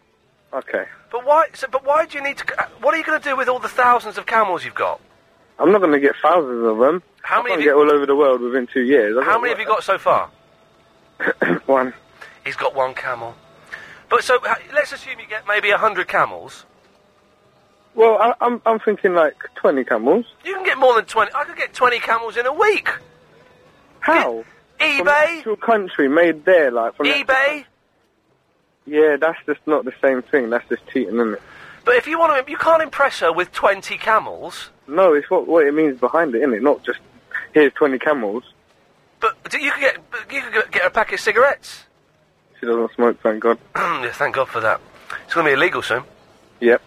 Speaker 20: Okay.
Speaker 3: But why? So, but why do you need to? c- uh, What are you going to do with all the thousands of camels you've got?
Speaker 20: I'm not going to get thousands of them.
Speaker 3: How many have
Speaker 20: I can't
Speaker 3: you-
Speaker 20: get all over the world within two years. I
Speaker 3: How
Speaker 20: don't
Speaker 3: many have you got so far?
Speaker 20: want *coughs* One.
Speaker 3: He's got one camel. But so ha- let's assume you get maybe a hundred camels.
Speaker 20: Well, I, I'm I'm thinking like 20 camels.
Speaker 3: You can get more than twenty. I could get twenty camels in a week.
Speaker 20: How? From the
Speaker 3: E- eBay,
Speaker 20: actual country made there, like from the-
Speaker 3: eBay.
Speaker 20: Yeah, that's just not the same thing. That's just cheating, isn't it?
Speaker 3: But if you want to, you can't impress her with twenty camels.
Speaker 20: No, it's what what it means behind it, isn't it? Not just here's 20 camels.
Speaker 3: But Uh, do- you could get but you could get- get a packet of cigarettes. *clears throat*
Speaker 20: She doesn't smoke, thank God.
Speaker 3: Yeah, Thank God for that. It's going to be illegal soon.
Speaker 20: Yep.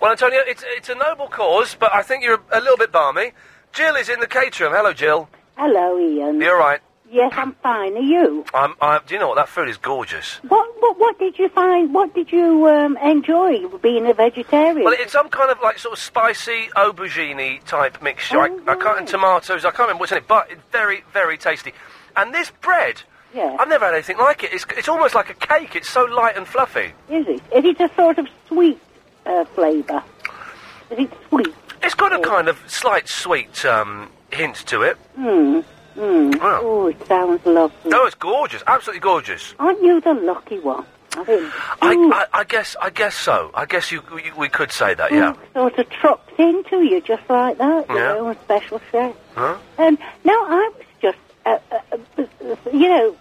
Speaker 3: Well, Antonio, it's it's a noble cause, but I think you're a, a little bit balmy. Jill is in the caterum. Hello, Jill.
Speaker 10: Hello, Ian.
Speaker 3: You're right.
Speaker 10: Yes, I'm fine. Are you?
Speaker 3: I'm, i do you know what? That food is gorgeous.
Speaker 10: What, what What did you find? What did you um, enjoy being a vegetarian?
Speaker 3: Well, it's some kind of like sort of spicy aubergine type mixture. I, I can't and tomatoes. I can't remember what's in it, but it's very very tasty. And this bread,
Speaker 10: Yeah.
Speaker 3: I've never had anything like it. It's it's almost like a cake. It's so light and fluffy.
Speaker 10: Is it? Is it a sort of sweet uh, flavour? Is it sweet?
Speaker 3: It's got a kind of slight sweet um, hint to it.
Speaker 10: Hmm. Mm. Oh, it sounds lovely.
Speaker 3: No, Oh, it's gorgeous. Absolutely gorgeous.
Speaker 10: Aren't you the lucky one? I think.
Speaker 3: I, I, I guess I guess so. I guess you, you we could say that. Yeah.
Speaker 10: Sort of trops into you just like that. You
Speaker 3: Yeah.
Speaker 10: know, a special chef.
Speaker 3: Huh?
Speaker 10: Um, no, I was just, uh, uh, uh, you know,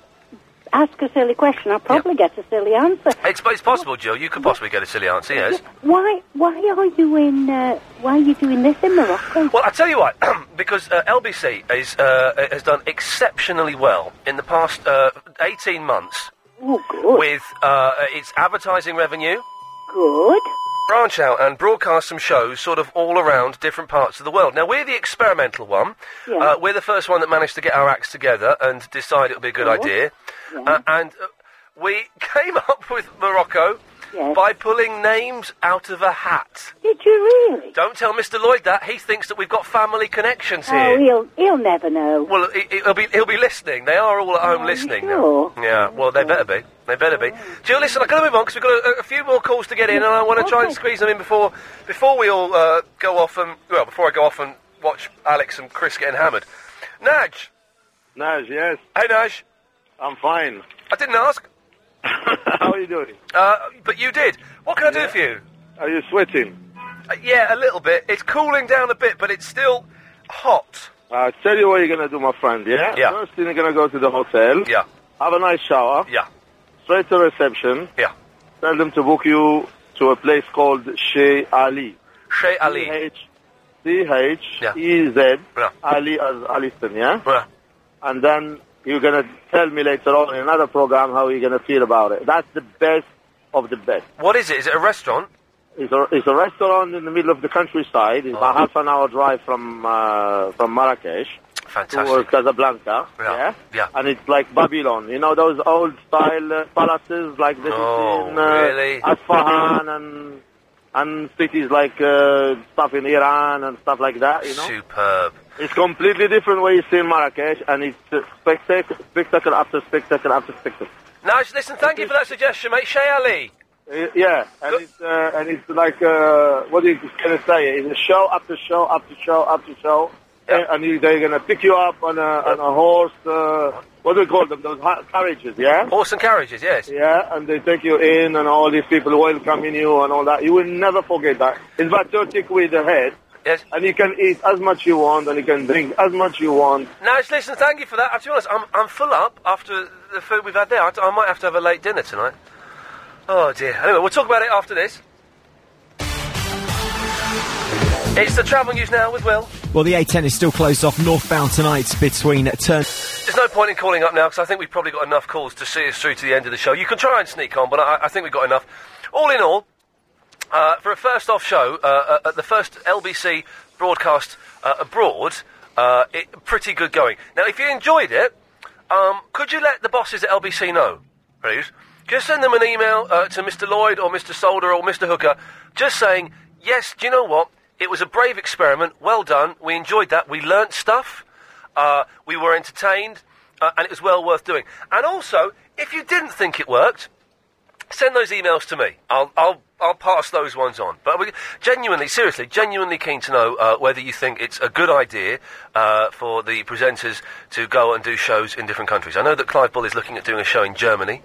Speaker 10: ask a silly question. I'll probably get a silly answer.
Speaker 3: It's, it's possible, Jill. You could possibly get a silly answer. Yes.
Speaker 10: Why? Why are you in? Uh, why are you doing this in Morocco?
Speaker 3: Well, I tell you what, *clears throat* because uh, LBC is, uh, has done exceptionally well in the past uh, 18 months
Speaker 10: Oh, good,
Speaker 3: with uh, its advertising revenue.
Speaker 10: good.
Speaker 3: Branch out and broadcast some shows sort of all around different parts of the world. Now, we're the experimental one.
Speaker 11: Yeah.
Speaker 3: Uh, we're the first one that managed to get our acts together and decide it would be a good
Speaker 11: Sure.
Speaker 3: idea. Uh, and uh, we *laughs* came up with Morocco by pulling names out of a hat.
Speaker 10: Did you really?
Speaker 3: Don't tell Mr. Lloyd that. He thinks that we've got family connections here.
Speaker 10: Oh, he'll he'll never know.
Speaker 3: Well, he- he'll be he'll be listening. They are all at home listening
Speaker 10: Oh, sure?
Speaker 3: now. Yeah. Well, they better be. They better be. Jill, listen. I've got to move on because we've got a, a few more calls to get in, and I want to try and squeeze them in before before we all uh, go off and well, before I go off and watch Alex and Chris getting hammered. Naj.
Speaker 1: Naj, yes.
Speaker 3: Hey, Naj.
Speaker 1: I'm fine.
Speaker 3: I didn't ask.
Speaker 1: *laughs* How are you doing?
Speaker 3: Uh, but you did. What can I do for you?
Speaker 1: Are you sweating?
Speaker 3: Uh, yeah, a little bit. It's cooling down a bit, but it's still hot.
Speaker 1: I tell you what you're gonna do, my friend. Yeah.
Speaker 3: Yeah.
Speaker 1: First thing, you're gonna go to the hotel.
Speaker 3: Yeah.
Speaker 1: Have a nice shower.
Speaker 3: Yeah.
Speaker 1: Straight to reception.
Speaker 3: Yeah.
Speaker 1: Tell them to book you to a place called Shea Ali.
Speaker 3: Shea Ali.
Speaker 1: C H E Z Ali as Aliston. Yeah.
Speaker 3: Yeah.
Speaker 1: And then you're gonna tell me later on in another program how you're gonna feel about it. That's the best of the best.
Speaker 3: What is it? Is it a restaurant?
Speaker 1: It's a, it's a restaurant in the middle of the countryside. It's
Speaker 3: Oh.
Speaker 1: about half an hour drive from uh, from Marrakesh
Speaker 3: Fantastic.
Speaker 1: to Casablanca.
Speaker 3: Yeah. Yeah.
Speaker 1: And it's like Babylon. You know those old style uh, palaces like this
Speaker 3: Oh,
Speaker 1: in uh,
Speaker 3: really?
Speaker 1: Asfahan and
Speaker 28: and cities like uh, stuff in Iran and stuff like that. You know,
Speaker 3: Superb.
Speaker 28: it's completely different way you see in Marrakesh, and it's uh, spectac- spectacle after spectacle after spectacle.
Speaker 3: Naj, listen, thank you for that suggestion, mate. Shay Ali.
Speaker 28: Uh, yeah, and it's uh, and it's like uh, what are you gonna say? It's a show after show after show after show, and and you, they're gonna pick you up on a on a horse. Uh, what do you call them? Those ha- carriages, yeah.
Speaker 3: Horse and carriages, yes.
Speaker 28: Yeah, and they take you in, and all these people welcoming you and all that. You will never forget that. It's about thirty quid a head.
Speaker 3: Yes.
Speaker 28: And you can eat as much you want, and you can drink as much you want.
Speaker 3: Naj, listen, thank you for that. Uh, To be honest, I'm, I'm full up after the food we've had there. I, I might have to have a late dinner tonight. Oh dear. Anyway, we'll talk about it after this. It's the travel news now with Will.
Speaker 24: Well, the A10 is still closed off northbound tonight between turn.
Speaker 3: There's no point in calling up now because I think we've probably got enough calls to see us through to the end of the show. You can try and sneak on, but I, I think we've got enough. All in all, uh, for a first off show, uh, uh, at the first LBC broadcast uh, abroad, uh, it, pretty good going. Now, if you enjoyed it, um, could you let the bosses at LBC know, please? Just send them an email uh, to Mr. Lloyd or Mr. Solder or Mr. Hooker, just saying, yes, do you know what? It was a brave experiment. Well done. We enjoyed that. We learnt stuff. Uh, we were entertained, uh, and it was well worth doing. And also, if you didn't think it worked, send those emails to me. I'll I'll I'll pass those ones on. But we genuinely, seriously, genuinely keen to know uh, whether you think it's a good idea uh, for the presenters to go and do shows in different countries. I know that Clive Bull is looking at doing a show in Germany.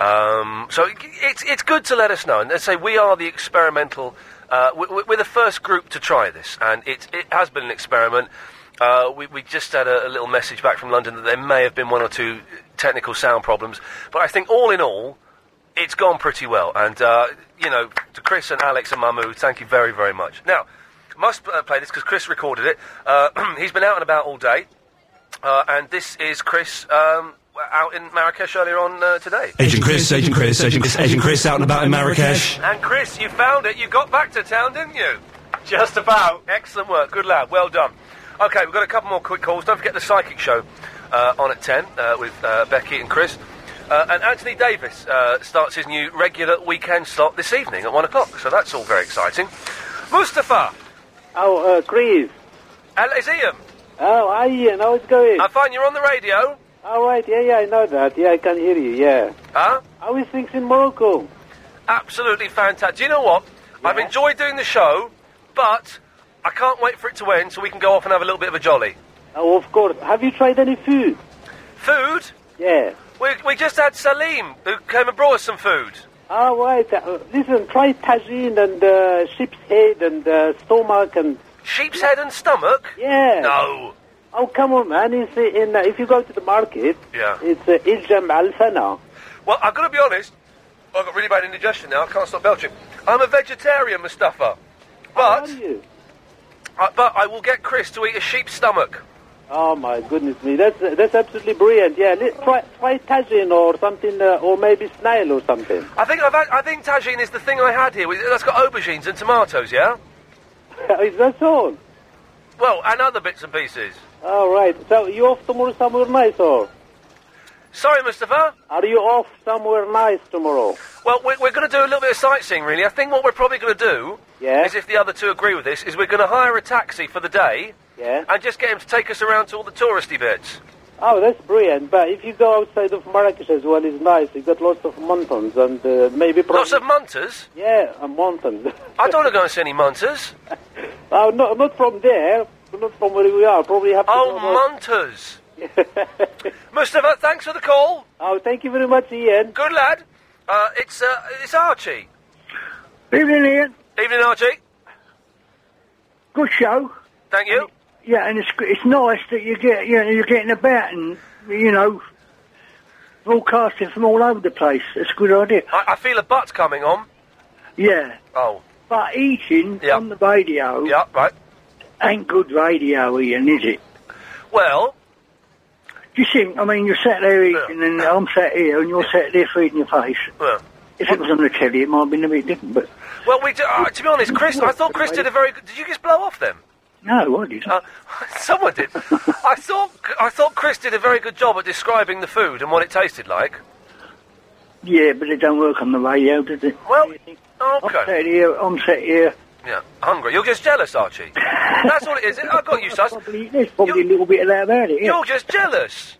Speaker 3: Um, so it- it's it's good to let us know and let's say we are the experimental. Uh, we- we- we're the first group to try this, and it it has been an experiment. Uh, we, we just had a, a little message back from London that there may have been one or two technical sound problems, but I think all in all, it's gone pretty well. And, uh, you know, to Chris and Alex and Mahmood, thank you very, very much. Now, must uh, play this because Chris recorded it. Uh, *clears throat* he's been out and about all day. Uh, and this is Chris um, out in Marrakesh earlier on uh, today.
Speaker 11: Agent Chris, Agent Chris, Agent Chris, Agent Chris out and about in Marrakesh.
Speaker 3: And Chris, you found it. You got back to town, didn't you? Just about. Excellent work. Good lad. Well done. Okay, we've got a couple more quick calls. Don't forget the psychic show uh, on at 10 uh, with uh, Becky and Chris. Uh, and Anthony Davis uh, starts his new regular weekend slot this evening at 1 o'clock, so that's all very exciting. Mustafa!
Speaker 29: Oh, uh, Chris.
Speaker 3: Al is Ian.
Speaker 29: Oh, hi Ian, how is it going?
Speaker 3: I find you're on the radio.
Speaker 29: All right, yeah, yeah, I know that. Yeah, I can hear you, yeah.
Speaker 3: Huh?
Speaker 29: How is things in Morocco?
Speaker 3: Absolutely fantastic. Do you know what? I've enjoyed doing the show, but I can't wait for it to end so we can go off and have a little bit of a jolly.
Speaker 29: Oh, of course. Have you tried any food?
Speaker 3: Food?
Speaker 29: Yeah.
Speaker 3: We, we just had Salim, who came and brought us some food.
Speaker 29: All right, uh, listen, try tagine and uh, sheep's head and uh, stomach and...
Speaker 3: Sheep's head and stomach?
Speaker 29: Yeah.
Speaker 3: No.
Speaker 29: Oh, come on, man. It's, uh, in, uh, if you go to the market,
Speaker 3: Yeah.
Speaker 29: it's uh, Iljam Al-Fana.
Speaker 3: Well, I've got to be honest. I've got really bad indigestion now. I can't stop belching. I'm a vegetarian, Mustafa.
Speaker 29: Oh,
Speaker 3: But, I, but I will get Chris to eat a sheep's stomach.
Speaker 29: Oh my goodness me, that's uh, that's absolutely brilliant. Yeah, li- try try tagine or something, uh, or maybe snail or something. *laughs*
Speaker 3: I think I've had, I think tagine is the thing I had here. with- That's got aubergines and tomatoes, yeah.
Speaker 29: Is that all?
Speaker 3: Well, and other bits and pieces.
Speaker 29: All right. So you off tomorrow somewhere nice, or
Speaker 3: Sorry, Mustafa.
Speaker 29: are you off somewhere nice tomorrow?
Speaker 3: Well, we're, we're going to do a little bit of sightseeing, really. I think what we're probably going to do
Speaker 29: Yeah.
Speaker 3: is, if the other two agree with this, is we're going to hire a taxi for the day
Speaker 29: Yeah.
Speaker 3: and just get him to take us around to all the touristy bits.
Speaker 29: Oh, that's brilliant. But if you go outside of Marrakesh as well, it's nice. You got lots of mountains and uh, maybe pro-
Speaker 3: Lots of munters.
Speaker 29: yeah, uh, mountains. *laughs*
Speaker 3: I don't want to go and see any munters.
Speaker 29: oh, no, not from there. Not from where we are. Probably have to
Speaker 3: Oh,
Speaker 29: go about-
Speaker 3: munters. Mustafa, thanks for the call.
Speaker 29: Oh, *laughs* thank you very much, Ian.
Speaker 3: Good lad. Uh, it's uh, it's Archie.
Speaker 23: Evening, Ian.
Speaker 3: Evening, Archie.
Speaker 23: Good show.
Speaker 3: Thank you.
Speaker 23: Yeah, and it's it's nice that you get you know you're getting about and you know broadcasting from all over the place. It's a good idea.
Speaker 3: I, I feel a butt coming on.
Speaker 23: Yeah,
Speaker 3: Oh,
Speaker 23: but eating on the radio.
Speaker 3: Yeah, right.
Speaker 23: Ain't good radio, Ian, is it?
Speaker 3: well,
Speaker 23: Do you think? I mean, you're sat there eating, and I'm sat here, and you're sat there feeding your face.
Speaker 3: well.
Speaker 23: If it was on the telly, it might have been a bit different, but
Speaker 3: Well, we do, uh, to be honest, Chris. I thought Chris did a very good. Did you just blow off them?
Speaker 23: no, I didn't.
Speaker 3: Uh, *laughs* someone did. I thought I thought Chris did a very good job at describing the food and what it tasted like.
Speaker 23: Yeah, but it don't work on the radio, does it?
Speaker 3: Well, Okay.
Speaker 23: I'm sat here. I'm sat here.
Speaker 3: Yeah, hungry. You're just
Speaker 23: *laughs*
Speaker 3: jealous, Archie. That's all it is. I've got you, sus.
Speaker 23: There's probably a little bit of that about it. Yeah.
Speaker 3: You're just jealous.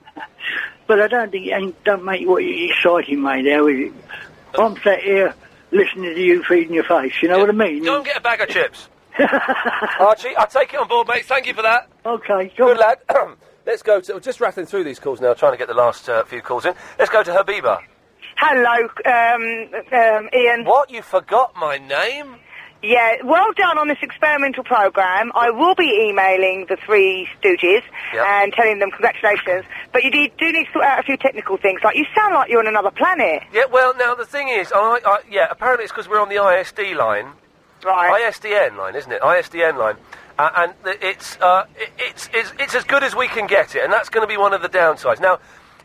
Speaker 23: But I don't think it ain't, don't make what you exciting, mate. Now is it? I'm sat here listening to you feeding your face. You know what I mean?
Speaker 3: Go and get a bag
Speaker 23: *laughs*
Speaker 3: of chips. Archie, I take it on board, mate. Thank you for that.
Speaker 23: Okay,
Speaker 3: good lad. *clears throat* Let's go to. We're just rattling through these calls now, trying to get the last uh, few calls in. Let's go to Habiba.
Speaker 6: Hello, um, um, Ian.
Speaker 3: What? You forgot my name?
Speaker 6: Yeah, well done on this experimental program. I will be emailing the three Stooges
Speaker 3: Yep.
Speaker 6: and telling them congratulations. But you do, do need to sort out a few technical things. Like you sound like you're on another planet.
Speaker 3: Yeah. Well, now the thing is, I, I yeah. Apparently, it's because we're on the ISD line.
Speaker 6: Right.
Speaker 3: ISDN line, isn't it? ISDN line. Uh, and th- it's, uh, i- it's, it's, it's as good as we can get it, and that's going to be one of the downsides. Now,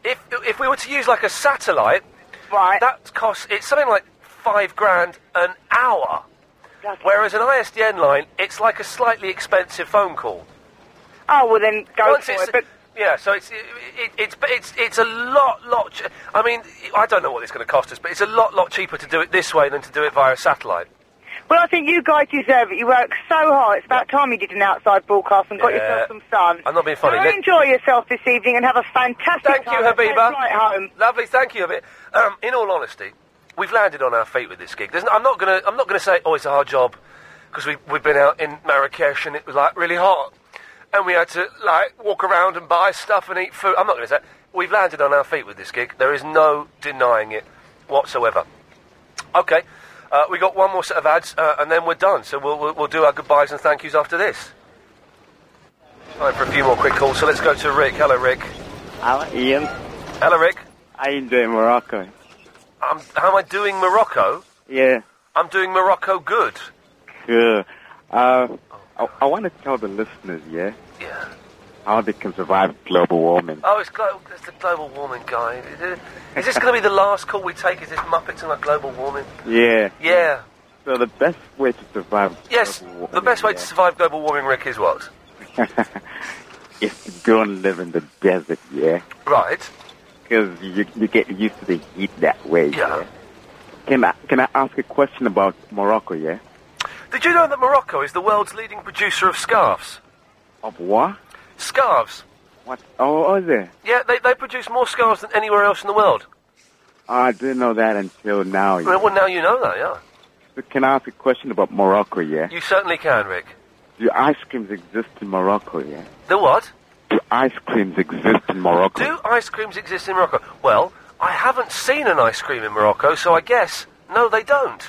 Speaker 3: if, if we were to use like a satellite,
Speaker 6: right.
Speaker 3: that costs, it's something like five grand an hour. Whereas an ISDN line, it's like a *laughs* slightly expensive phone call.
Speaker 6: Oh well, then go
Speaker 3: Once
Speaker 6: for
Speaker 3: it's-
Speaker 6: it. But
Speaker 3: Yeah, so it's it, it, it's but it's it's a lot lot. Ch- I mean, I don't know what it's going to cost us, but it's a lot lot cheaper to do it this way than to do it via satellite.
Speaker 6: well, I think you guys deserve it. You work so hard. It's about time you did an outside broadcast and got
Speaker 3: Yeah.
Speaker 6: yourself some sun.
Speaker 3: I'm not being funny.
Speaker 6: So
Speaker 3: Let-
Speaker 6: enjoy yourself this evening and have a fantastic
Speaker 3: Thank you,
Speaker 6: time. Safe
Speaker 3: Habiba.
Speaker 6: flight home.
Speaker 3: Lovely, thank you, Habiba. Um, in all honesty, we've landed on our feet with this gig. There's n- I'm not gonna, I'm not gonna say, oh, it's a hard job, because we we've been out in Marrakesh and it was like really hot, and we had to like walk around and buy stuff and eat food. I'm not gonna say that. we've landed on our feet with this gig. There is no denying it whatsoever. Okay, uh, we got one more set of ads uh, and then we're done. So we'll, we'll we'll do our goodbyes and thank yous after this. Time for a few more quick calls. So let's go to Rick. Hello, Rick.
Speaker 30: Hello, Ian.
Speaker 3: Hello, Rick.
Speaker 30: How you doing, Morocco?
Speaker 3: I'm, how am I doing Morocco?
Speaker 30: Yeah,
Speaker 3: I'm doing Morocco good.
Speaker 30: good. Uh, I, I want to tell the listeners, yeah,
Speaker 3: Yeah.
Speaker 30: how they can survive global warming.
Speaker 3: Oh, it's, glo- it's the global warming guy. Is it- Is this going to be the last call we take? Is this Muppets and like global warming?
Speaker 30: Yeah.
Speaker 3: Yeah.
Speaker 30: So the best way to survive *laughs*
Speaker 3: Yes, the best way to survive global warming, Rick, is what?
Speaker 30: is to go and live in the desert, yeah,
Speaker 3: Right.
Speaker 30: because you you get used to the heat that way.
Speaker 3: Yeah.
Speaker 30: Can I can I ask a question about Morocco? Yeah.
Speaker 3: Did you know that Morocco is the world's leading producer of scarves?
Speaker 30: Of what?
Speaker 3: Scarves.
Speaker 30: What? Oh, is it?
Speaker 3: Yeah, they, they produce more scarves than anywhere else in the world.
Speaker 30: I didn't know that until now. Yeah.
Speaker 3: Well, now you know that, yeah.
Speaker 30: But Can I ask a question about Morocco? Yeah.
Speaker 3: You certainly can, Rick.
Speaker 30: Do ice creams exist in Morocco? Yeah.
Speaker 3: The what?
Speaker 30: Do ice creams exist in Morocco?
Speaker 3: Do ice creams exist in Morocco? Well, I haven't seen an ice cream in Morocco, so I guess no, they don't.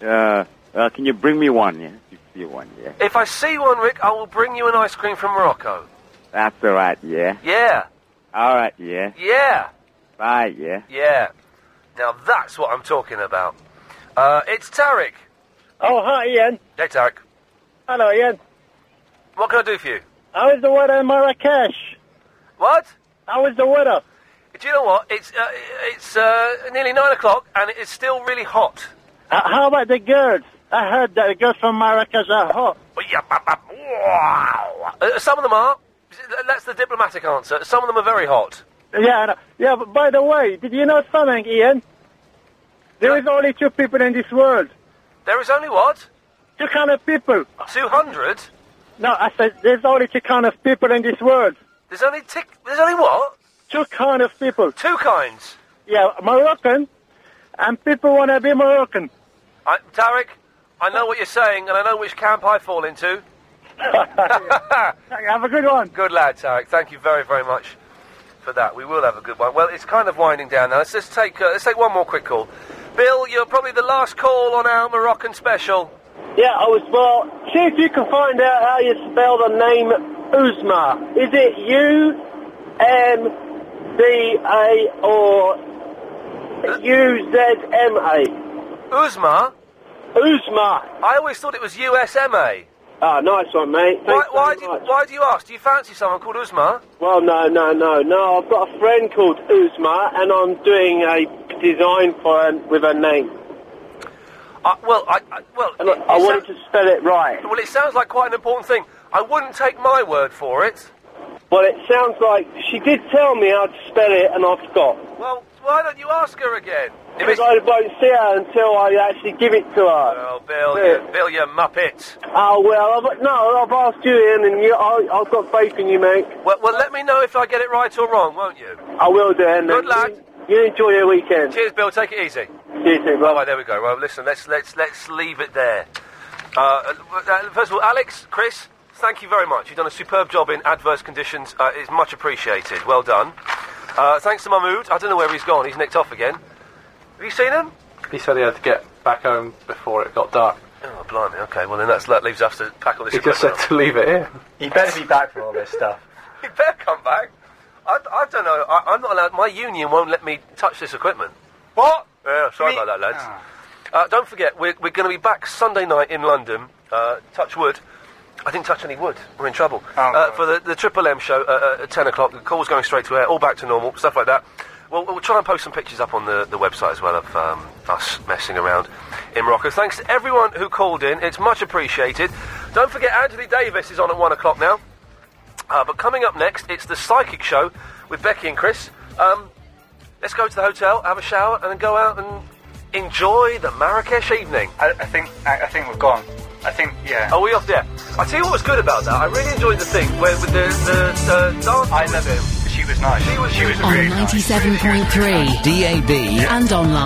Speaker 30: Uh, uh, can you bring me one? Yeah. You see one? Yeah.
Speaker 3: If I see one, Rick, I will bring you an ice cream from Morocco.
Speaker 30: That's all right. Yeah.
Speaker 3: Yeah,
Speaker 30: All right. Yeah.
Speaker 3: yeah,
Speaker 30: Bye. Yeah.
Speaker 3: yeah. Now that's what I'm talking about. Uh, it's Tarek.
Speaker 26: Oh, hi, Ian.
Speaker 3: Hey, Tarek.
Speaker 26: Hello, Ian.
Speaker 3: What can I do for you?
Speaker 26: How is the weather in Marrakesh?
Speaker 3: What?
Speaker 26: How is the weather?
Speaker 3: Do you know what? It's uh, it's uh, nearly nine o'clock, and it is still really hot.
Speaker 26: Uh, how about the girls? I heard that the girls from Marrakesh are hot.
Speaker 3: Wow. Uh, some of them are. That's the diplomatic answer. Some of them are very hot.
Speaker 26: Yeah, I know. yeah. But by the way, did you know something, Ian? There is only two people in this world.
Speaker 3: There is only what?
Speaker 26: Two kind of people.
Speaker 3: Two hundred.
Speaker 26: No, I said there's only two kind of people in this world.
Speaker 3: There's only tick. There's only what?
Speaker 26: Two kind of people.
Speaker 3: Two kinds.
Speaker 26: Yeah, Moroccan, and people wanna be Moroccan.
Speaker 3: I, Tarek, I know what you're saying, and I know which camp I fall into.
Speaker 26: *laughs* have a good one.
Speaker 3: Good lad, Tarek. Thank you very, very much for that. We will have a good one. Well, it's kind of winding down now. Let's just take uh, let's take one more quick call. Bill, you're probably the last call on our Moroccan special.
Speaker 26: Yeah, oh, I was well. See if you can find out how you spell the name Uzma. Is it U M B A or U Z M A?
Speaker 3: Uzma.
Speaker 26: Uzma.
Speaker 3: I always thought it was USMA.
Speaker 26: Ah, nice one, mate.
Speaker 3: Why, why, do, why do you ask? Do you fancy someone called Uzma?
Speaker 26: Well, no, no, no, no. I've got a friend called Uzma, and I'm doing a design for her with her name.
Speaker 3: Uh, well, I, I well,
Speaker 26: And I, I wanted to spell it right.
Speaker 3: well, it sounds like quite an important thing. I wouldn't take my word for it.
Speaker 26: Well, it sounds like she did tell me how to spell it, and I forgot.
Speaker 3: Well, Why don't you ask her again? If
Speaker 26: Because
Speaker 3: it's-
Speaker 26: I won't see her until I actually give it to her.
Speaker 3: Oh, Bill,
Speaker 26: Yeah.
Speaker 3: you, Bill, you muppet.
Speaker 26: Oh well, I've, no, I've asked you in, and you, I, I've got faith in you, mate.
Speaker 3: Well, well, let me know if I get it right or wrong, won't you?
Speaker 26: I will, Dan.
Speaker 3: Good luck.
Speaker 26: You enjoy your weekend.
Speaker 3: Cheers, Bill. Take it easy.
Speaker 26: You too, bye.
Speaker 3: All right, there we go. Well, listen, let's let's let's leave it there. Uh, uh, first of all, Alex, Chris, thank you very much. You've done a superb job in adverse conditions. Uh, it's much appreciated. Well done. Uh, thanks to Mahmood. I don't know where he's gone. He's nicked off again. Have you seen him?
Speaker 2: He said he had to get back home before it got dark.
Speaker 3: Oh, blimey. Okay, well, then that's, that leaves us to pack all this
Speaker 2: He just said
Speaker 3: equipment
Speaker 2: to leave it here.
Speaker 4: He better be back for all this stuff.
Speaker 3: up. He better come back. I, I don't know. I, I'm not allowed. My union won't let me touch this equipment. What? Yeah, sorry about that, lads. Uh, don't forget, we're, we're going to be back Sunday night in London. Uh, touch wood. I didn't touch any wood. We're in trouble. uh, for the, the Triple M show uh, uh, at 10 o'clock, the call's going straight to air, all back to normal, stuff like that. We'll, we'll try and post some pictures up on the, the website as well of um, us messing around in Morocco. Thanks to everyone who called in. It's much appreciated. Don't forget, Anthony Davis is on at 1 o'clock now. Uh, but coming up next, it's the Psychic Show with Becky and Chris. Um, let's go to the hotel, have a shower, and then go out and enjoy the Marrakesh evening.
Speaker 11: I, I think I, I think we've gone. I think yeah.
Speaker 3: Are we off there? I tell you what was good about that. I really enjoyed the thing where with the the, the dance. I love him.
Speaker 11: She was nice.
Speaker 3: She was she was
Speaker 9: on 97.3
Speaker 14: DAB
Speaker 9: and online.